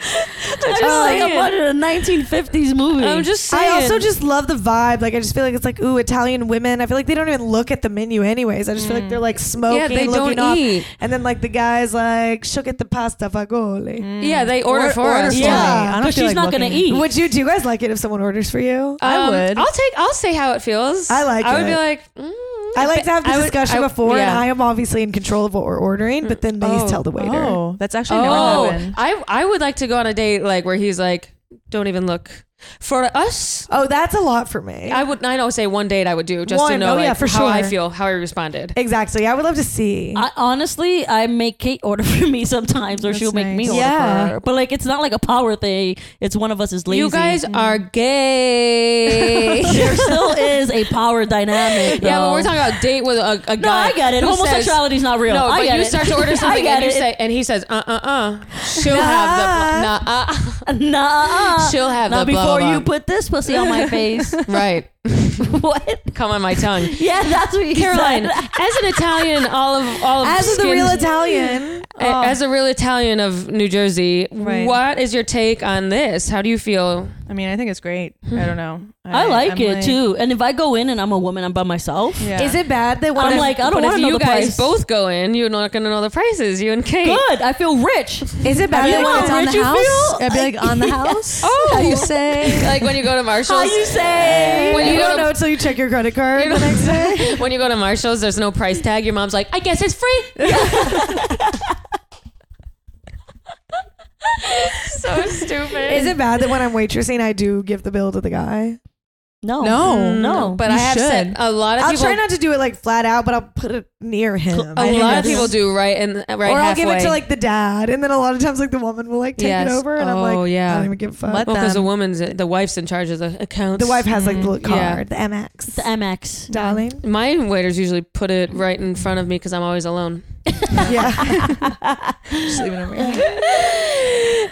[SPEAKER 2] It's just like I'm watching a 1950s movie.
[SPEAKER 1] I'm just saying.
[SPEAKER 3] I also just love the vibe. Like I just feel like it's like ooh Italian women. I feel like they don't even look at the menu anyways. I just feel like they're like smoking,
[SPEAKER 1] Mm. Yeah, they
[SPEAKER 3] looking
[SPEAKER 1] don't
[SPEAKER 3] up,
[SPEAKER 1] eat.
[SPEAKER 3] and then like the guys like she'll get the pasta fagole.
[SPEAKER 1] Mm. yeah, they order
[SPEAKER 4] Or-
[SPEAKER 1] for
[SPEAKER 4] order
[SPEAKER 1] us.
[SPEAKER 4] for
[SPEAKER 3] Yeah.
[SPEAKER 4] me. I don't
[SPEAKER 2] but she's
[SPEAKER 4] feel like
[SPEAKER 2] not gonna
[SPEAKER 4] looking.
[SPEAKER 2] eat.
[SPEAKER 3] Would you do you guys like it if someone orders for you?
[SPEAKER 4] I
[SPEAKER 1] Um,
[SPEAKER 4] would.
[SPEAKER 1] I'll take. I'll say how it feels.
[SPEAKER 3] I like
[SPEAKER 1] I would
[SPEAKER 3] it.
[SPEAKER 1] be like. mm,
[SPEAKER 3] I like to have the
[SPEAKER 1] I would-
[SPEAKER 3] discussion
[SPEAKER 1] I-
[SPEAKER 3] before, and
[SPEAKER 1] yeah.
[SPEAKER 3] I am obviously in control of what we're ordering, but then they
[SPEAKER 1] Oh.
[SPEAKER 3] tell the waiter.
[SPEAKER 4] Oh, that's actually never
[SPEAKER 1] Oh,
[SPEAKER 4] happened.
[SPEAKER 1] I I would like to go on a date like where he's like, don't even look. For us,
[SPEAKER 3] Oh, that's a lot for me.
[SPEAKER 1] I would. I know. Say one date I would do just to
[SPEAKER 3] One.
[SPEAKER 1] know
[SPEAKER 3] Oh,
[SPEAKER 1] like,
[SPEAKER 3] yeah, for
[SPEAKER 1] how I
[SPEAKER 3] sure.
[SPEAKER 1] feel, how I responded.
[SPEAKER 3] exactly. I would love to see.
[SPEAKER 2] I honestly, I make Kate order for me sometimes, or
[SPEAKER 4] That's
[SPEAKER 2] she'll make me
[SPEAKER 4] nice.
[SPEAKER 2] order
[SPEAKER 3] Yeah.
[SPEAKER 2] for her. But like, it's not like a power thing. It's one of us is lazy. Mm-hmm.
[SPEAKER 1] You guys are gay.
[SPEAKER 2] there still is a power dynamic.
[SPEAKER 1] Yeah, but
[SPEAKER 2] though.
[SPEAKER 1] we're talking about date with a, a guy.
[SPEAKER 2] No, I get it.
[SPEAKER 1] who says-
[SPEAKER 2] Homosexuality's not real.
[SPEAKER 1] No,
[SPEAKER 2] I
[SPEAKER 1] but
[SPEAKER 2] get
[SPEAKER 1] you
[SPEAKER 2] it.
[SPEAKER 1] start to order something
[SPEAKER 2] I get
[SPEAKER 1] and you
[SPEAKER 2] it.
[SPEAKER 1] say, and he says, uh, uh, uh. She'll have the nah, uh,
[SPEAKER 2] Nah,
[SPEAKER 1] She'll have
[SPEAKER 2] not
[SPEAKER 1] the blah,
[SPEAKER 2] before
[SPEAKER 1] blah,
[SPEAKER 2] you
[SPEAKER 1] blah.
[SPEAKER 2] put this pussy on my face.
[SPEAKER 1] right.
[SPEAKER 2] what?
[SPEAKER 1] Come on my tongue,
[SPEAKER 2] Yeah, that's what you
[SPEAKER 1] Caroline.
[SPEAKER 2] said.
[SPEAKER 1] As an Italian, all of all of
[SPEAKER 3] As of the
[SPEAKER 1] skin-
[SPEAKER 3] real Italian,
[SPEAKER 1] a- as a real Italian of New Jersey,
[SPEAKER 4] Right.
[SPEAKER 1] what is your take on this? How do you feel?
[SPEAKER 4] I mean, I think it's great. I don't know.
[SPEAKER 2] I like
[SPEAKER 4] I'm
[SPEAKER 2] it too. And if I go in and I'm a woman, I'm by myself.
[SPEAKER 4] Yeah.
[SPEAKER 3] is it bad that when
[SPEAKER 2] I'm
[SPEAKER 3] I'm
[SPEAKER 2] like, I don't
[SPEAKER 1] but
[SPEAKER 2] want
[SPEAKER 1] if
[SPEAKER 2] to know
[SPEAKER 1] you
[SPEAKER 2] the
[SPEAKER 1] guys
[SPEAKER 2] price.
[SPEAKER 1] both go in, you're not going to know the prices. You and Kate.
[SPEAKER 2] good. I feel rich.
[SPEAKER 3] is it bad
[SPEAKER 2] You
[SPEAKER 3] that
[SPEAKER 2] know
[SPEAKER 3] when it's
[SPEAKER 2] how
[SPEAKER 3] on the
[SPEAKER 2] rich you
[SPEAKER 3] house?
[SPEAKER 2] feel?
[SPEAKER 4] I'd be like on the house.
[SPEAKER 1] Oh,
[SPEAKER 3] How you say?
[SPEAKER 1] like when you go to Marshalls.
[SPEAKER 2] How you say?
[SPEAKER 1] when
[SPEAKER 3] You,
[SPEAKER 1] you go
[SPEAKER 3] don't
[SPEAKER 1] to
[SPEAKER 3] know until you check your credit card
[SPEAKER 1] You know-
[SPEAKER 3] the next day.
[SPEAKER 1] when you go to Marshalls, there's no price tag. Your mom's like, I guess it's free. so stupid.
[SPEAKER 3] Is it bad that when I'm waitressing, I do give the bill to the guy?
[SPEAKER 2] No,
[SPEAKER 4] No.
[SPEAKER 2] no.
[SPEAKER 1] But
[SPEAKER 4] You
[SPEAKER 1] I have said
[SPEAKER 4] should.
[SPEAKER 1] a lot of
[SPEAKER 3] I'll
[SPEAKER 1] people.
[SPEAKER 3] try not to do it like flat out, but I'll put it near him.
[SPEAKER 1] a
[SPEAKER 3] I
[SPEAKER 1] lot
[SPEAKER 3] think
[SPEAKER 1] of
[SPEAKER 3] that's-
[SPEAKER 1] people do right and right
[SPEAKER 3] or I'll
[SPEAKER 1] halfway.
[SPEAKER 3] give it to like the dad, and then a lot of times like the woman will like take
[SPEAKER 1] Yes.
[SPEAKER 3] it over, and I'm
[SPEAKER 1] Oh,
[SPEAKER 3] like,
[SPEAKER 1] yeah.
[SPEAKER 3] I don't even give a fuck.
[SPEAKER 4] Let
[SPEAKER 1] because the
[SPEAKER 4] them.
[SPEAKER 1] woman's the wife's in charge of the accounts.
[SPEAKER 3] The wife has like the little
[SPEAKER 1] Yeah.
[SPEAKER 3] card, the MX,
[SPEAKER 2] the MX.
[SPEAKER 3] darling.
[SPEAKER 1] My waiters usually put it right in front of me because I'm always alone.
[SPEAKER 3] yeah, just leave it over here.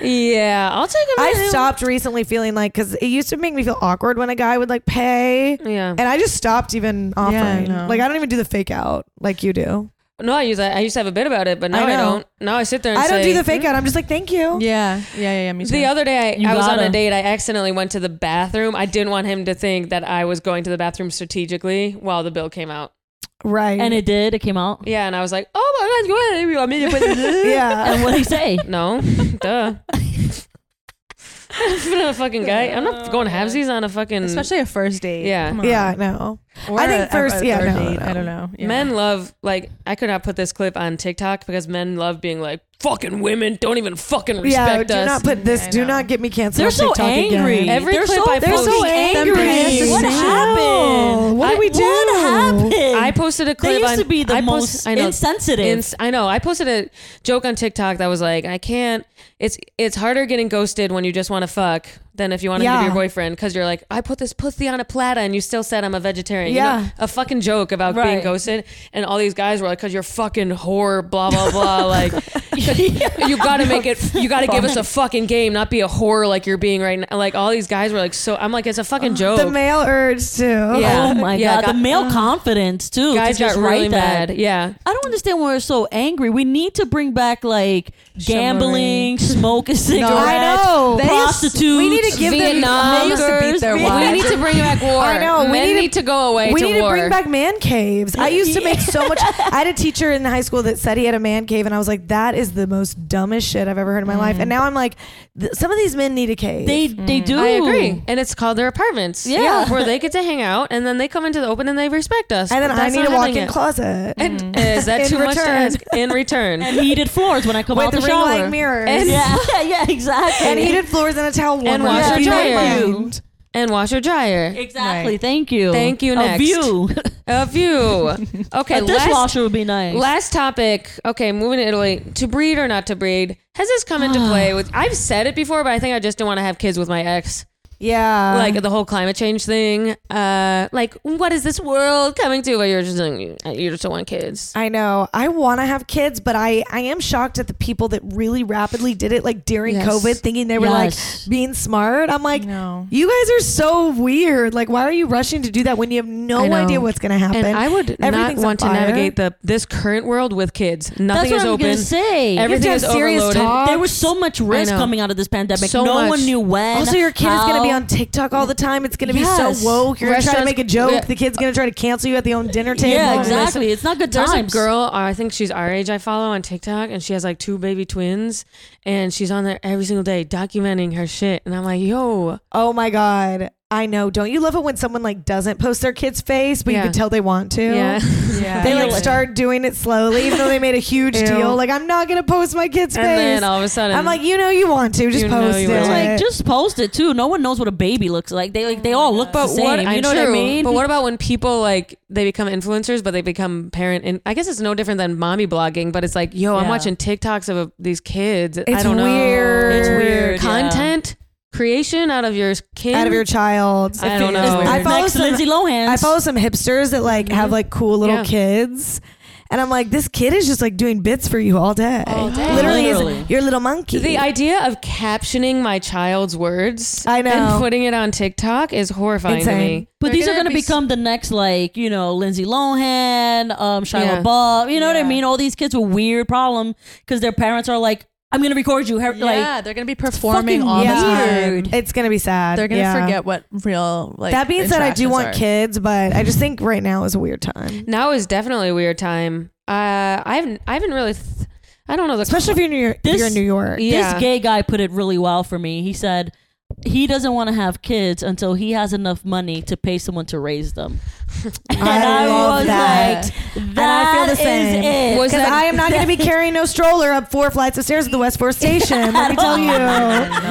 [SPEAKER 1] Yeah, I'll take a
[SPEAKER 3] I
[SPEAKER 1] minute.
[SPEAKER 3] stopped recently feeling like because it used to make me feel awkward when a guy would like pay.
[SPEAKER 1] Yeah.
[SPEAKER 3] And I just stopped even offering.
[SPEAKER 4] Yeah, I know.
[SPEAKER 3] Like I don't even do the fake out like you do.
[SPEAKER 1] No, I used I used to have a bit about it, but now
[SPEAKER 3] I
[SPEAKER 1] I,
[SPEAKER 3] know.
[SPEAKER 1] don't. Now I sit there and
[SPEAKER 3] I don't
[SPEAKER 1] say, "Hmm?"
[SPEAKER 3] do the fake out. I'm just like thank you.
[SPEAKER 4] Yeah, yeah, yeah. yeah me too.
[SPEAKER 1] The other day,
[SPEAKER 2] You
[SPEAKER 1] I, I was on
[SPEAKER 2] gotta.
[SPEAKER 1] a date. I accidentally went to the bathroom. I didn't want him to think that I was going to the bathroom strategically while the bill came out.
[SPEAKER 3] Right.
[SPEAKER 2] And it did. It came out.
[SPEAKER 1] Yeah, and I was like, "Oh my god, you want me to put this?"
[SPEAKER 3] yeah.
[SPEAKER 2] And what did he say?
[SPEAKER 1] No, duh. I'm not a fucking guy. I'm not going halvesies on a fucking.
[SPEAKER 4] especially a first date.
[SPEAKER 1] Yeah.
[SPEAKER 4] Come on.
[SPEAKER 3] yeah. No.
[SPEAKER 4] Or
[SPEAKER 3] I think
[SPEAKER 4] a- a-
[SPEAKER 3] first-
[SPEAKER 4] a
[SPEAKER 3] yeah,
[SPEAKER 4] third
[SPEAKER 3] no,
[SPEAKER 4] date.
[SPEAKER 3] no.
[SPEAKER 4] I don't know. Yeah.
[SPEAKER 1] Men love like I could not put this clip on TikTok because men love being like fucking women don't even fucking
[SPEAKER 3] Yeah.
[SPEAKER 1] respect
[SPEAKER 3] Do
[SPEAKER 1] us.
[SPEAKER 3] not put this.
[SPEAKER 4] I
[SPEAKER 3] Do
[SPEAKER 4] know.
[SPEAKER 3] not get me canceled.
[SPEAKER 2] They're
[SPEAKER 3] on
[SPEAKER 2] so
[SPEAKER 3] TikTok again.
[SPEAKER 2] angry.
[SPEAKER 1] Every
[SPEAKER 2] they're
[SPEAKER 1] clip
[SPEAKER 2] so,
[SPEAKER 1] I
[SPEAKER 2] they're
[SPEAKER 1] post-
[SPEAKER 2] so
[SPEAKER 1] Them
[SPEAKER 2] angry.
[SPEAKER 4] pants
[SPEAKER 2] What
[SPEAKER 4] and shit.
[SPEAKER 3] Oh,
[SPEAKER 2] happened?
[SPEAKER 3] what did we do?
[SPEAKER 2] What happened?
[SPEAKER 1] I posted a clip.
[SPEAKER 2] They used
[SPEAKER 1] on,
[SPEAKER 2] to be the
[SPEAKER 1] I
[SPEAKER 2] most
[SPEAKER 1] I know.
[SPEAKER 2] insensitive.
[SPEAKER 1] Ins- I know. I posted a joke on TikTok that was like, I can't. It's it's harder getting ghosted when you just want to fuck than if you want him to
[SPEAKER 3] Yeah.
[SPEAKER 1] be your boyfriend because you're like, I put this pussy on a platter and you still said I'm a vegetarian. You
[SPEAKER 3] Yeah.
[SPEAKER 1] know, a fucking joke about being
[SPEAKER 2] Right.
[SPEAKER 1] ghosted, and all these guys were like, because you're fucking whore, blah blah blah. like, 'cause you gotta make it. You gotta give us a fucking game, not be a whore like you're being right now. Like all these guys were like, so I'm like, it's a fucking joke.
[SPEAKER 3] The male urge too.
[SPEAKER 1] Oh. Yeah.
[SPEAKER 2] Oh my
[SPEAKER 1] Yeah,
[SPEAKER 2] god,
[SPEAKER 1] got-
[SPEAKER 2] the male confidence too. to
[SPEAKER 1] guys got
[SPEAKER 2] just
[SPEAKER 1] really
[SPEAKER 2] write that.
[SPEAKER 1] mad. Yeah.
[SPEAKER 2] I don't understand why we're so angry. We need to bring back like gambling, smoking cigarettes,
[SPEAKER 3] I know. They-
[SPEAKER 2] prostitutes.
[SPEAKER 3] we need to give
[SPEAKER 1] Vietnam.
[SPEAKER 3] them
[SPEAKER 1] They used
[SPEAKER 4] to beat their
[SPEAKER 3] Vietnam.
[SPEAKER 4] wives.
[SPEAKER 1] We need to bring back war.
[SPEAKER 3] I know. We
[SPEAKER 1] Men
[SPEAKER 3] need to-
[SPEAKER 1] need to go away.
[SPEAKER 3] we
[SPEAKER 1] to
[SPEAKER 3] need
[SPEAKER 1] war.
[SPEAKER 3] to bring back man caves. I used to make so much. I had a teacher in high school that said he had a man cave, and I was like, that is the most dumbest shit I've ever heard in my life. And now I'm like, th- some of these men need a cave.
[SPEAKER 2] They they do.
[SPEAKER 1] I agree. And it's called their apartments.
[SPEAKER 2] Yeah.
[SPEAKER 1] Where they get to hang out and then they come into the open and they respect us.
[SPEAKER 3] and then
[SPEAKER 1] But
[SPEAKER 3] I
[SPEAKER 1] that's
[SPEAKER 3] need
[SPEAKER 1] not
[SPEAKER 3] a
[SPEAKER 1] happening
[SPEAKER 3] walk-in
[SPEAKER 1] yet.
[SPEAKER 3] closet Mm.
[SPEAKER 1] And is that
[SPEAKER 3] In
[SPEAKER 1] too much to
[SPEAKER 3] return.
[SPEAKER 1] ask? In return.
[SPEAKER 2] And heated floors when I come
[SPEAKER 3] with
[SPEAKER 2] out the
[SPEAKER 3] ring
[SPEAKER 2] shower.
[SPEAKER 3] light mirrors
[SPEAKER 1] And-
[SPEAKER 3] and,
[SPEAKER 2] Yeah, yeah, exactly.
[SPEAKER 3] heated floors and a towel warmer.
[SPEAKER 1] And washer
[SPEAKER 3] That'd be
[SPEAKER 1] dryer.
[SPEAKER 3] mind.
[SPEAKER 1] And washer dryer.
[SPEAKER 2] exactly.
[SPEAKER 4] Right.
[SPEAKER 2] Thank you.
[SPEAKER 1] Thank you, next.
[SPEAKER 2] A view.
[SPEAKER 1] A view. Okay.
[SPEAKER 2] a
[SPEAKER 1] last,
[SPEAKER 2] dishwasher would be nice.
[SPEAKER 1] last topic. Okay. Moving to Italy. To breed or not to breed. Has this come into play with? I've said it before, but I think I just don't want to have kids with my ex.
[SPEAKER 3] Yeah.
[SPEAKER 2] Uh-huh.
[SPEAKER 1] like the whole climate change thing. Uh, like, what is this world coming to? Where you're just like, you just don't want
[SPEAKER 2] Uh,
[SPEAKER 1] kids.
[SPEAKER 3] I know. I want to have kids, but I I am shocked at the people that really rapidly did it like during
[SPEAKER 1] Yes.
[SPEAKER 3] COVID thinking they were
[SPEAKER 2] Yes.
[SPEAKER 3] like being smart. I'm like,
[SPEAKER 4] No.
[SPEAKER 3] you guys are so weird. Like why are you rushing to do that when you have
[SPEAKER 1] I
[SPEAKER 3] no
[SPEAKER 1] know.
[SPEAKER 3] idea what's going to happen?
[SPEAKER 1] And I would not
[SPEAKER 3] Everything's on
[SPEAKER 1] want to
[SPEAKER 3] fire.
[SPEAKER 1] navigate the this current world with kids. Nothing
[SPEAKER 2] That's what
[SPEAKER 1] is
[SPEAKER 2] I'm
[SPEAKER 1] open.
[SPEAKER 2] gonna say.
[SPEAKER 1] Everything
[SPEAKER 3] have
[SPEAKER 1] is
[SPEAKER 3] serious
[SPEAKER 1] overloaded.
[SPEAKER 3] talk.
[SPEAKER 2] there was so much risk
[SPEAKER 1] know.
[SPEAKER 2] coming out of this pandemic.
[SPEAKER 1] So
[SPEAKER 2] no
[SPEAKER 1] much.
[SPEAKER 2] one knew when.
[SPEAKER 3] also, your kid is going to be
[SPEAKER 2] how.
[SPEAKER 3] on TikTok all the time. It's going to be
[SPEAKER 2] Yes.
[SPEAKER 3] so woke. You're going to try to
[SPEAKER 1] Restaurants-
[SPEAKER 3] make a joke.
[SPEAKER 1] yeah.
[SPEAKER 3] The kid's going to try to cancel you at the own dinner table.
[SPEAKER 2] Yeah,
[SPEAKER 1] Oh,
[SPEAKER 2] exactly. It's not good
[SPEAKER 1] There's
[SPEAKER 2] times.
[SPEAKER 1] a girl, uh, I think she's our age, I follow on TikTok, and she has like two baby twins, and she's on there every single day documenting her shit. And I'm like, yo,
[SPEAKER 3] Oh my god, I know. Don't you love it when someone like doesn't post their kid's face, but
[SPEAKER 1] Yeah.
[SPEAKER 3] you can tell they want to?
[SPEAKER 1] yeah.
[SPEAKER 4] Yeah.
[SPEAKER 3] They
[SPEAKER 2] Yeah.
[SPEAKER 3] like start doing it slowly, even though they made a huge
[SPEAKER 4] Ew.
[SPEAKER 3] deal. Like, I'm not gonna post my kid's
[SPEAKER 1] and
[SPEAKER 3] face.
[SPEAKER 1] then all of a sudden,
[SPEAKER 3] I'm like, you know, you want to just
[SPEAKER 1] You know
[SPEAKER 3] post
[SPEAKER 1] you
[SPEAKER 3] it.
[SPEAKER 1] want
[SPEAKER 2] It's like just post it too. No one knows what a baby looks like. They like they all look the same.
[SPEAKER 1] what?
[SPEAKER 2] you
[SPEAKER 1] I'm
[SPEAKER 2] know what I
[SPEAKER 1] true.
[SPEAKER 2] mean?
[SPEAKER 1] But what about when people like they become influencers, but they become parent? And I guess it's no different than mommy blogging, but it's like, yo, I'm
[SPEAKER 2] Yeah.
[SPEAKER 1] watching TikToks of uh, these kids. I
[SPEAKER 3] It's
[SPEAKER 1] don't
[SPEAKER 3] weird.
[SPEAKER 1] know.
[SPEAKER 3] It's
[SPEAKER 2] weird, yeah.
[SPEAKER 1] Content creation out of your kid.
[SPEAKER 3] out of your child.
[SPEAKER 1] I don't know.
[SPEAKER 2] It's weird.
[SPEAKER 3] I follow
[SPEAKER 2] Next to
[SPEAKER 3] some-
[SPEAKER 2] Lindsay Lohan.
[SPEAKER 3] I follow some hipsters that like have like cool little
[SPEAKER 1] Mm-hmm. Yeah.
[SPEAKER 3] kids. And I'm like, this kid is just like doing bits for you all day.
[SPEAKER 1] All day.
[SPEAKER 3] Literally, is
[SPEAKER 2] Literally.
[SPEAKER 3] your little monkey.
[SPEAKER 1] The idea of captioning my child's words
[SPEAKER 3] I know.
[SPEAKER 1] and putting it on TikTok is horrifying to
[SPEAKER 3] Insane.
[SPEAKER 1] me.
[SPEAKER 2] But
[SPEAKER 1] They're
[SPEAKER 2] these are going to
[SPEAKER 1] be
[SPEAKER 2] become the next, like you know, Lindsay Lohan, um, Shia
[SPEAKER 1] Yeah.
[SPEAKER 2] LaBeouf. You know what I mean? All these kids with weird problem because their parents are like, "I'm going to record you." Her-
[SPEAKER 4] yeah,
[SPEAKER 2] Like,
[SPEAKER 4] they're gonna be performing all
[SPEAKER 3] yeah.
[SPEAKER 4] the time.
[SPEAKER 2] weird.
[SPEAKER 3] It's gonna be sad.
[SPEAKER 4] They're gonna
[SPEAKER 3] Yeah.
[SPEAKER 4] forget what real like.
[SPEAKER 3] that being said, I do
[SPEAKER 4] interactions
[SPEAKER 3] want
[SPEAKER 4] are.
[SPEAKER 3] kids, but I just think right now is a weird time.
[SPEAKER 1] now is definitely a weird time. Uh, I haven't, I haven't really, th- I don't know the
[SPEAKER 3] Especially if you're, in New York,
[SPEAKER 2] This-
[SPEAKER 3] you're in New York.
[SPEAKER 1] Yeah.
[SPEAKER 2] this gay guy put it really well for me. He said he doesn't want to have kids until he has enough money to pay someone to raise them. and
[SPEAKER 3] I love that.
[SPEAKER 2] like,
[SPEAKER 3] And I
[SPEAKER 2] that
[SPEAKER 3] feel the
[SPEAKER 2] is
[SPEAKER 3] same.
[SPEAKER 2] it.
[SPEAKER 1] Was
[SPEAKER 3] Because
[SPEAKER 1] that-
[SPEAKER 3] I am not going to be carrying no stroller up four flights of stairs at the West 4th Station. Let me tell you.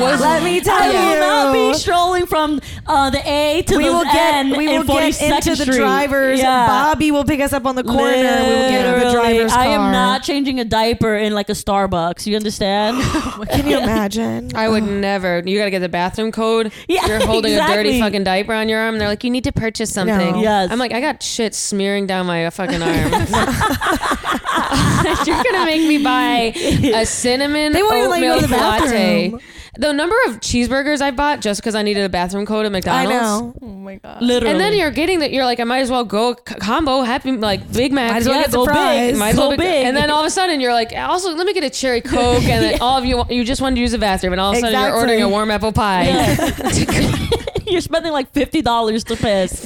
[SPEAKER 1] Was-
[SPEAKER 3] Let me
[SPEAKER 2] I
[SPEAKER 3] tell
[SPEAKER 2] will not
[SPEAKER 3] you.
[SPEAKER 2] be strolling from uh, the A to
[SPEAKER 3] we
[SPEAKER 2] the
[SPEAKER 3] will get
[SPEAKER 2] N
[SPEAKER 3] we
[SPEAKER 2] in
[SPEAKER 3] will get
[SPEAKER 2] 42nd
[SPEAKER 3] into the
[SPEAKER 2] Street.
[SPEAKER 3] drivers.
[SPEAKER 2] Yeah.
[SPEAKER 3] Bobby will pick us up on the corner. We will get into the
[SPEAKER 2] Literally,
[SPEAKER 3] driver's car.
[SPEAKER 2] I am not changing a diaper in like a Starbucks. You understand?
[SPEAKER 3] Can you imagine? Um,
[SPEAKER 1] I would never. You got to get the bathroom code.
[SPEAKER 2] Yeah,
[SPEAKER 1] You're holding a dirty
[SPEAKER 2] exactly.
[SPEAKER 1] fucking diaper on your arm. They're like, you need to purchase something.
[SPEAKER 3] No.
[SPEAKER 2] Yes.
[SPEAKER 1] I'm like, I got shit smearing down my fucking arm. You're going to make me buy a cinnamon
[SPEAKER 3] They won't even
[SPEAKER 1] oat
[SPEAKER 3] let you go
[SPEAKER 1] milk
[SPEAKER 3] to the
[SPEAKER 1] latte.
[SPEAKER 3] bathroom.
[SPEAKER 1] The number of cheeseburgers I bought just because I needed a bathroom code at
[SPEAKER 3] I
[SPEAKER 1] McDonald's.
[SPEAKER 3] know.
[SPEAKER 4] Oh my god.
[SPEAKER 2] Literally.
[SPEAKER 1] And then you're getting that. You're like, I might as well go c- combo happy like Big Mac.
[SPEAKER 3] Might as well
[SPEAKER 1] Yeah,
[SPEAKER 3] get the
[SPEAKER 1] go
[SPEAKER 3] fries.
[SPEAKER 1] Might as
[SPEAKER 2] Go
[SPEAKER 1] well be-
[SPEAKER 2] big.
[SPEAKER 1] And then all of a sudden you're like, also let me get a cherry coke. And then all of you you just wanted to use the bathroom, and all of a sudden you're
[SPEAKER 3] Exactly.
[SPEAKER 1] ordering a warm apple pie.
[SPEAKER 2] Yeah. You're spending like fifty dollars to piss.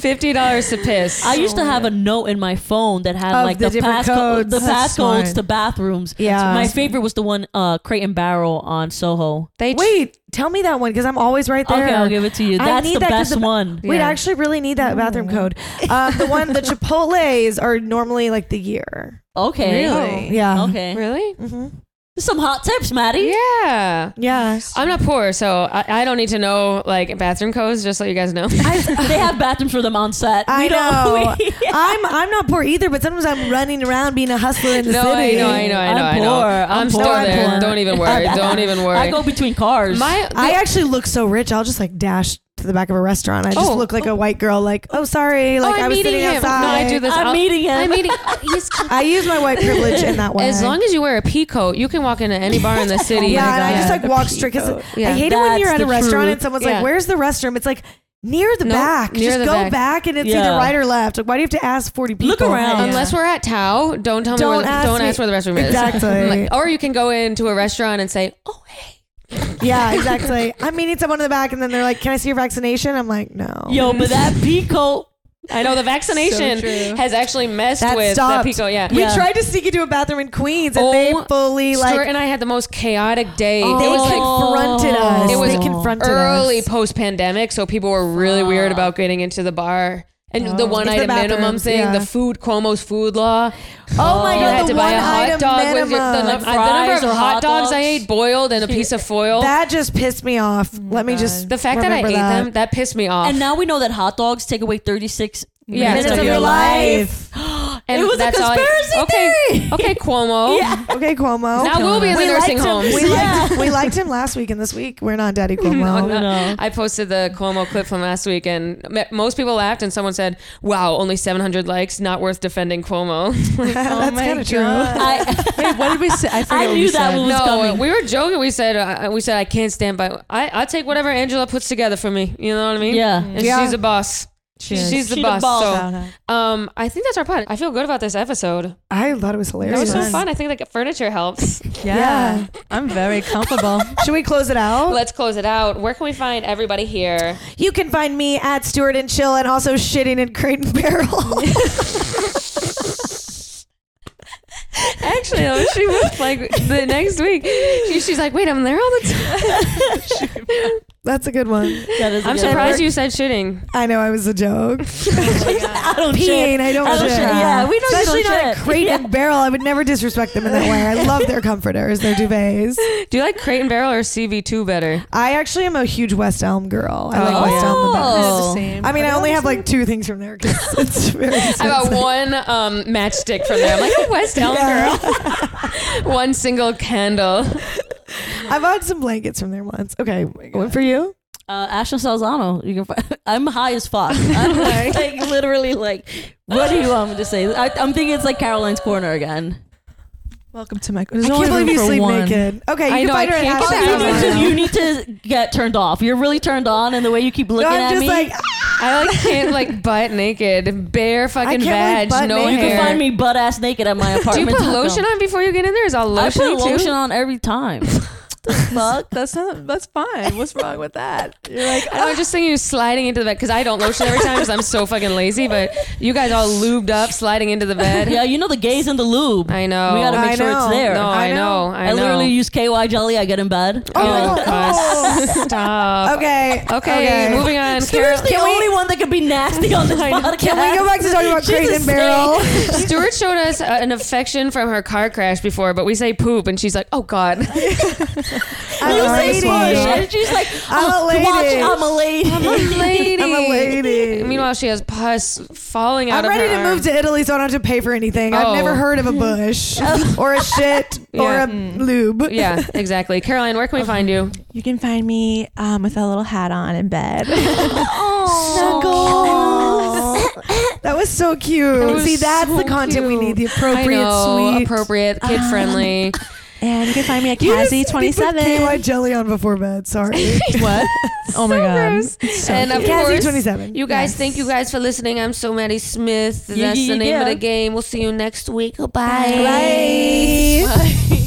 [SPEAKER 1] Fifty dollars to piss.
[SPEAKER 2] I used to have a note in my phone that had
[SPEAKER 3] Of
[SPEAKER 2] like
[SPEAKER 3] the
[SPEAKER 2] the,
[SPEAKER 3] different
[SPEAKER 2] passco-
[SPEAKER 3] codes.
[SPEAKER 2] the
[SPEAKER 3] That's
[SPEAKER 2] passcodes
[SPEAKER 3] smart.
[SPEAKER 2] to bathrooms.
[SPEAKER 3] Yeah.
[SPEAKER 2] my favorite was the one uh, Crate and Barrel on Soho.
[SPEAKER 1] they
[SPEAKER 3] Wait, tell me that one because I'm always right there.
[SPEAKER 2] Okay, I'll give it to you.
[SPEAKER 3] I
[SPEAKER 2] That's
[SPEAKER 3] need
[SPEAKER 2] the
[SPEAKER 3] that 'cause
[SPEAKER 2] best
[SPEAKER 3] the-
[SPEAKER 2] one.
[SPEAKER 3] We'd
[SPEAKER 1] Yeah.
[SPEAKER 3] actually really need that bathroom
[SPEAKER 2] Mm.
[SPEAKER 3] code. Um, the one, the Chipotle's are normally like the year. Oh,
[SPEAKER 2] Okay.
[SPEAKER 4] Really?
[SPEAKER 3] Yeah. Mm-hmm.
[SPEAKER 2] Okay.
[SPEAKER 1] really?
[SPEAKER 2] Some hot tips, Maddie.
[SPEAKER 1] Yeah.
[SPEAKER 3] Yes.
[SPEAKER 1] I'm not poor, so I, I don't need to know like bathroom codes. Just so you guys know.
[SPEAKER 2] they have bathrooms for them on set.
[SPEAKER 3] I
[SPEAKER 2] we
[SPEAKER 3] know.
[SPEAKER 2] don't. we-
[SPEAKER 3] I'm I'm not poor either, but sometimes I'm running around being a hustler in the
[SPEAKER 1] no, I
[SPEAKER 3] city.
[SPEAKER 1] know, I know, I know,
[SPEAKER 2] I'm
[SPEAKER 1] I know.
[SPEAKER 2] poor.
[SPEAKER 1] I'm,
[SPEAKER 2] I'm
[SPEAKER 1] still
[SPEAKER 3] poor. I'm
[SPEAKER 1] there.
[SPEAKER 3] poor.
[SPEAKER 1] Don't even worry. Don't even worry.
[SPEAKER 2] I go between cars.
[SPEAKER 1] My
[SPEAKER 3] I actually look so rich. I'll just like dash to the back of a restaurant. I just
[SPEAKER 1] Oh.
[SPEAKER 3] look like a white girl. Like, oh, sorry. Like
[SPEAKER 1] oh, I'm
[SPEAKER 3] I was
[SPEAKER 1] meeting
[SPEAKER 3] sitting
[SPEAKER 1] him.
[SPEAKER 3] outside.
[SPEAKER 1] No, I do this.
[SPEAKER 2] I'm
[SPEAKER 1] I'll-
[SPEAKER 2] meeting him.
[SPEAKER 1] I'm meeting. He's
[SPEAKER 3] I use my white privilege in that way.
[SPEAKER 1] As long as you wear a pea coat, you can walk into any bar in the city.
[SPEAKER 3] yeah,
[SPEAKER 1] Oh my
[SPEAKER 3] and I
[SPEAKER 1] God.
[SPEAKER 3] just like walk straight. Cause
[SPEAKER 1] Yeah.
[SPEAKER 3] I hate it when you're
[SPEAKER 2] That's
[SPEAKER 3] at a
[SPEAKER 2] the
[SPEAKER 3] restaurant
[SPEAKER 2] truth.
[SPEAKER 3] and someone's
[SPEAKER 1] Yeah.
[SPEAKER 3] like, "Where's the restroom?" It's like near the
[SPEAKER 1] Nope,
[SPEAKER 3] back.
[SPEAKER 1] near
[SPEAKER 3] just
[SPEAKER 1] the
[SPEAKER 3] go
[SPEAKER 1] back.
[SPEAKER 3] back. and it's
[SPEAKER 2] Yeah.
[SPEAKER 3] either right or left. Like, why do you have to ask forty people?
[SPEAKER 2] Look around.
[SPEAKER 1] Unless we're at Tao, don't tell me
[SPEAKER 3] Oh, Don't
[SPEAKER 1] where,
[SPEAKER 3] ask
[SPEAKER 1] don't
[SPEAKER 3] me-
[SPEAKER 1] ask where the restroom is.
[SPEAKER 3] Exactly.
[SPEAKER 1] Like, or you can go into a restaurant and say, "Oh, hey,
[SPEAKER 3] yeah, exactly. I'm meeting someone in the back, and then they're like, "Can I see your vaccination?" I'm like, "No."
[SPEAKER 2] Yo, but that Pico.
[SPEAKER 1] I
[SPEAKER 3] Oh,
[SPEAKER 1] know the vaccination
[SPEAKER 4] true.
[SPEAKER 1] has actually messed
[SPEAKER 3] That
[SPEAKER 1] with
[SPEAKER 3] stopped.
[SPEAKER 1] the pico." Yeah,
[SPEAKER 3] We
[SPEAKER 2] Yeah.
[SPEAKER 3] tried to sneak into a bathroom in Queens, and
[SPEAKER 1] Oh,
[SPEAKER 3] they fully like
[SPEAKER 1] Stuart and I had the most chaotic day.
[SPEAKER 2] Oh.
[SPEAKER 3] they
[SPEAKER 1] It was like
[SPEAKER 3] confronted
[SPEAKER 2] Oh.
[SPEAKER 3] us.
[SPEAKER 1] It was
[SPEAKER 3] they confronted
[SPEAKER 1] early
[SPEAKER 3] us.
[SPEAKER 1] post pandemic, so people were really weird about getting into the bar. And the one
[SPEAKER 3] Into Oh, the
[SPEAKER 1] item minimum
[SPEAKER 3] bathrooms,
[SPEAKER 1] thing,
[SPEAKER 3] yeah.
[SPEAKER 1] the food Cuomo's food law.
[SPEAKER 3] Oh my
[SPEAKER 1] You
[SPEAKER 3] god,
[SPEAKER 1] had
[SPEAKER 3] the
[SPEAKER 1] to
[SPEAKER 3] one
[SPEAKER 1] buy a hot
[SPEAKER 3] item
[SPEAKER 1] dog with your, the,
[SPEAKER 3] minimum.
[SPEAKER 1] num-
[SPEAKER 2] Like
[SPEAKER 1] I- the number
[SPEAKER 2] fries
[SPEAKER 1] of
[SPEAKER 2] or
[SPEAKER 1] hot
[SPEAKER 2] hot
[SPEAKER 1] dogs I
[SPEAKER 2] dogs?
[SPEAKER 1] ate boiled and a piece of foil.
[SPEAKER 3] that just pissed me off. Let me just
[SPEAKER 1] Oh the fact that I
[SPEAKER 3] remember
[SPEAKER 1] ate them, that pissed me off.
[SPEAKER 2] And now we know that hot dogs take away 36
[SPEAKER 1] Yeah.
[SPEAKER 2] minutes,
[SPEAKER 3] minutes of your
[SPEAKER 2] life.
[SPEAKER 3] life.
[SPEAKER 2] and
[SPEAKER 1] And
[SPEAKER 2] It was a
[SPEAKER 1] that's all I-
[SPEAKER 2] conspiracy
[SPEAKER 1] okay,
[SPEAKER 2] theory.
[SPEAKER 1] okay, Cuomo.
[SPEAKER 3] Okay, Cuomo.
[SPEAKER 1] Now we'll be in the
[SPEAKER 3] we
[SPEAKER 1] nursing
[SPEAKER 3] liked
[SPEAKER 1] homes.
[SPEAKER 3] Him. We, liked, we liked him last week, and this week we're not Daddy Cuomo.
[SPEAKER 1] No,
[SPEAKER 2] Oh, no.
[SPEAKER 1] I posted the Cuomo clip from last week, and me- most people laughed, and someone said, "Wow, only 700 likes. Not worth defending Cuomo." Like,
[SPEAKER 3] That's
[SPEAKER 4] my
[SPEAKER 3] kind of true.
[SPEAKER 4] God.
[SPEAKER 2] I,
[SPEAKER 4] Wait, what did we say? I, forget
[SPEAKER 2] I
[SPEAKER 4] what
[SPEAKER 2] knew
[SPEAKER 4] we
[SPEAKER 2] that
[SPEAKER 4] said.
[SPEAKER 2] one was
[SPEAKER 1] no,
[SPEAKER 2] coming.
[SPEAKER 1] we were joking. We said, uh, "We said I can't stand by. I I take whatever Angela puts together for me. You know what I mean?
[SPEAKER 2] Yeah.
[SPEAKER 1] and
[SPEAKER 3] Yeah.
[SPEAKER 1] she's a boss.
[SPEAKER 2] is.
[SPEAKER 1] She's the
[SPEAKER 2] She the
[SPEAKER 1] boss.
[SPEAKER 2] boss.
[SPEAKER 1] so, um, I think that's our pod. I feel good about this episode.
[SPEAKER 3] I thought it was
[SPEAKER 1] That was
[SPEAKER 3] hilarious.
[SPEAKER 1] so
[SPEAKER 4] Fun.
[SPEAKER 1] fun. I think the furniture helps.
[SPEAKER 4] Yeah. I'm very comfortable.
[SPEAKER 3] Should we close it out?
[SPEAKER 1] Let's close it out. Where can we find everybody here?
[SPEAKER 3] You can find me at Stuart and Chill and also shitting in Crate and Barrel.
[SPEAKER 1] Actually, though, she was like the next week. She, she's like, wait, I'm there all the time.
[SPEAKER 3] That's a good one.
[SPEAKER 2] That is a
[SPEAKER 1] I'm
[SPEAKER 2] good
[SPEAKER 1] surprised
[SPEAKER 2] word.
[SPEAKER 1] you said shooting.
[SPEAKER 3] I know I was a joke.
[SPEAKER 2] I don't shit.
[SPEAKER 3] Peeing, I don't
[SPEAKER 2] I don't
[SPEAKER 3] shit.
[SPEAKER 2] shit. Yeah, we know you
[SPEAKER 3] Especially
[SPEAKER 2] don't
[SPEAKER 3] not
[SPEAKER 2] shit.
[SPEAKER 3] at Crate
[SPEAKER 2] Yeah.
[SPEAKER 3] and Barrel. I would never disrespect them in that way. I love their comforters, their duvets.
[SPEAKER 1] Do you like Crate and Barrel or CV2 better?
[SPEAKER 3] I actually am a huge West Elm girl. I
[SPEAKER 1] Oh.
[SPEAKER 3] like West Elm the best.
[SPEAKER 2] Oh.
[SPEAKER 3] I mean, I only have like two things from there because it's very.
[SPEAKER 1] I got one um, matchstick from there. I'm like, "Oh, West Elm
[SPEAKER 3] Yeah.
[SPEAKER 1] girl. One single candle.
[SPEAKER 3] I bought some blankets from there once. Okay, one for you.
[SPEAKER 2] Uh, Ashley Salzano. You can. Find, I'm high as fuck. I'm like, like, literally like. What do you want me to say? I, I'm thinking it's like Caroline's Corner again.
[SPEAKER 4] Welcome to my. There's
[SPEAKER 3] I
[SPEAKER 4] only
[SPEAKER 3] can't believe
[SPEAKER 4] room
[SPEAKER 3] you
[SPEAKER 4] for
[SPEAKER 3] sleep
[SPEAKER 4] one.
[SPEAKER 3] naked. Okay, you
[SPEAKER 1] I
[SPEAKER 3] can
[SPEAKER 1] know, I
[SPEAKER 3] find her
[SPEAKER 1] can't get
[SPEAKER 3] at
[SPEAKER 2] You
[SPEAKER 3] Ashley's
[SPEAKER 1] that
[SPEAKER 2] need,
[SPEAKER 1] one.
[SPEAKER 3] Salon.
[SPEAKER 2] to, you need to get turned off. You're really turned on, and the way you keep
[SPEAKER 3] No,
[SPEAKER 2] looking
[SPEAKER 3] I'm
[SPEAKER 2] at
[SPEAKER 3] just
[SPEAKER 2] me.
[SPEAKER 3] like,
[SPEAKER 1] I like can't like butt naked, bare fucking vag,
[SPEAKER 3] I can't believe butt
[SPEAKER 1] no
[SPEAKER 3] naked.
[SPEAKER 2] Oh, you
[SPEAKER 1] hair.
[SPEAKER 2] can find me butt ass naked at my
[SPEAKER 1] Do you
[SPEAKER 2] apartment.
[SPEAKER 1] put lotion on before you get in there? Is all
[SPEAKER 2] I
[SPEAKER 1] lotion too?
[SPEAKER 2] put lotion on every time. fuck.
[SPEAKER 4] That's not. That's fine. What's wrong with that? You're like,
[SPEAKER 1] I am just thinking you sliding into the bed because I don't lotion every time because I'm so fucking lazy. But you guys all lubed up, sliding into the bed.
[SPEAKER 2] Yeah, you know the gays in the lube.
[SPEAKER 1] I know.
[SPEAKER 2] We gotta make
[SPEAKER 3] I
[SPEAKER 2] sure
[SPEAKER 3] know.
[SPEAKER 2] it's there.
[SPEAKER 1] No, I,
[SPEAKER 3] I
[SPEAKER 1] know.
[SPEAKER 3] know.
[SPEAKER 1] I
[SPEAKER 2] I,
[SPEAKER 1] know.
[SPEAKER 2] literally use KY jelly. I get in bed.
[SPEAKER 1] Oh,
[SPEAKER 3] oh,
[SPEAKER 1] my
[SPEAKER 3] my
[SPEAKER 1] God.
[SPEAKER 3] God.
[SPEAKER 1] Stop.
[SPEAKER 3] okay,
[SPEAKER 1] Okay, moving on. Carol,
[SPEAKER 2] Stuart's the
[SPEAKER 3] Can we-
[SPEAKER 2] only one that could be nasty on this podcast.
[SPEAKER 3] Can we go back to talking about
[SPEAKER 2] She's
[SPEAKER 3] Crate
[SPEAKER 2] a
[SPEAKER 3] and Barrel?
[SPEAKER 1] Stuart showed us uh, an affection from her car crash before, but we say poop, and she's like, "Oh God,
[SPEAKER 3] I'm
[SPEAKER 2] You
[SPEAKER 3] a
[SPEAKER 2] say
[SPEAKER 3] lady.
[SPEAKER 2] push, and she's like,
[SPEAKER 3] I'm a
[SPEAKER 2] "Oh,
[SPEAKER 3] lady.
[SPEAKER 2] Watch, I'm a lady.
[SPEAKER 1] lady,
[SPEAKER 3] I'm a lady.
[SPEAKER 1] Meanwhile, she has pus falling out
[SPEAKER 3] I'm
[SPEAKER 1] of her.
[SPEAKER 3] ready to
[SPEAKER 1] arm.
[SPEAKER 3] move to Italy, so I don't have to pay for anything.
[SPEAKER 1] Oh.
[SPEAKER 3] I've never heard of a bush or a shit or
[SPEAKER 1] Yeah. Mm.
[SPEAKER 3] a lube.
[SPEAKER 1] Yeah, exactly. Caroline, where can we find you?
[SPEAKER 4] you can find me um, with a little hat on in bed.
[SPEAKER 3] That was so cute.
[SPEAKER 1] Oh. was
[SPEAKER 3] See, that's
[SPEAKER 1] so
[SPEAKER 3] the content we
[SPEAKER 1] cute.
[SPEAKER 3] need. The
[SPEAKER 1] I
[SPEAKER 3] appropriate,
[SPEAKER 1] know,
[SPEAKER 3] sweet.
[SPEAKER 1] appropriate, kid friendly.
[SPEAKER 4] and you can find me at
[SPEAKER 3] You just speak with KY
[SPEAKER 4] Cassie27.
[SPEAKER 3] jelly on before bed. Sorry.
[SPEAKER 4] What? Oh my God.
[SPEAKER 1] and of
[SPEAKER 3] Cassie
[SPEAKER 1] course,
[SPEAKER 3] 27.
[SPEAKER 1] you guys, thank you guys for listening. I'm so Maddie Smith. That's
[SPEAKER 2] yeah,
[SPEAKER 1] the name of
[SPEAKER 2] yeah.
[SPEAKER 1] the game. We'll see you next week. Goodbye.
[SPEAKER 3] Bye.
[SPEAKER 1] Bye.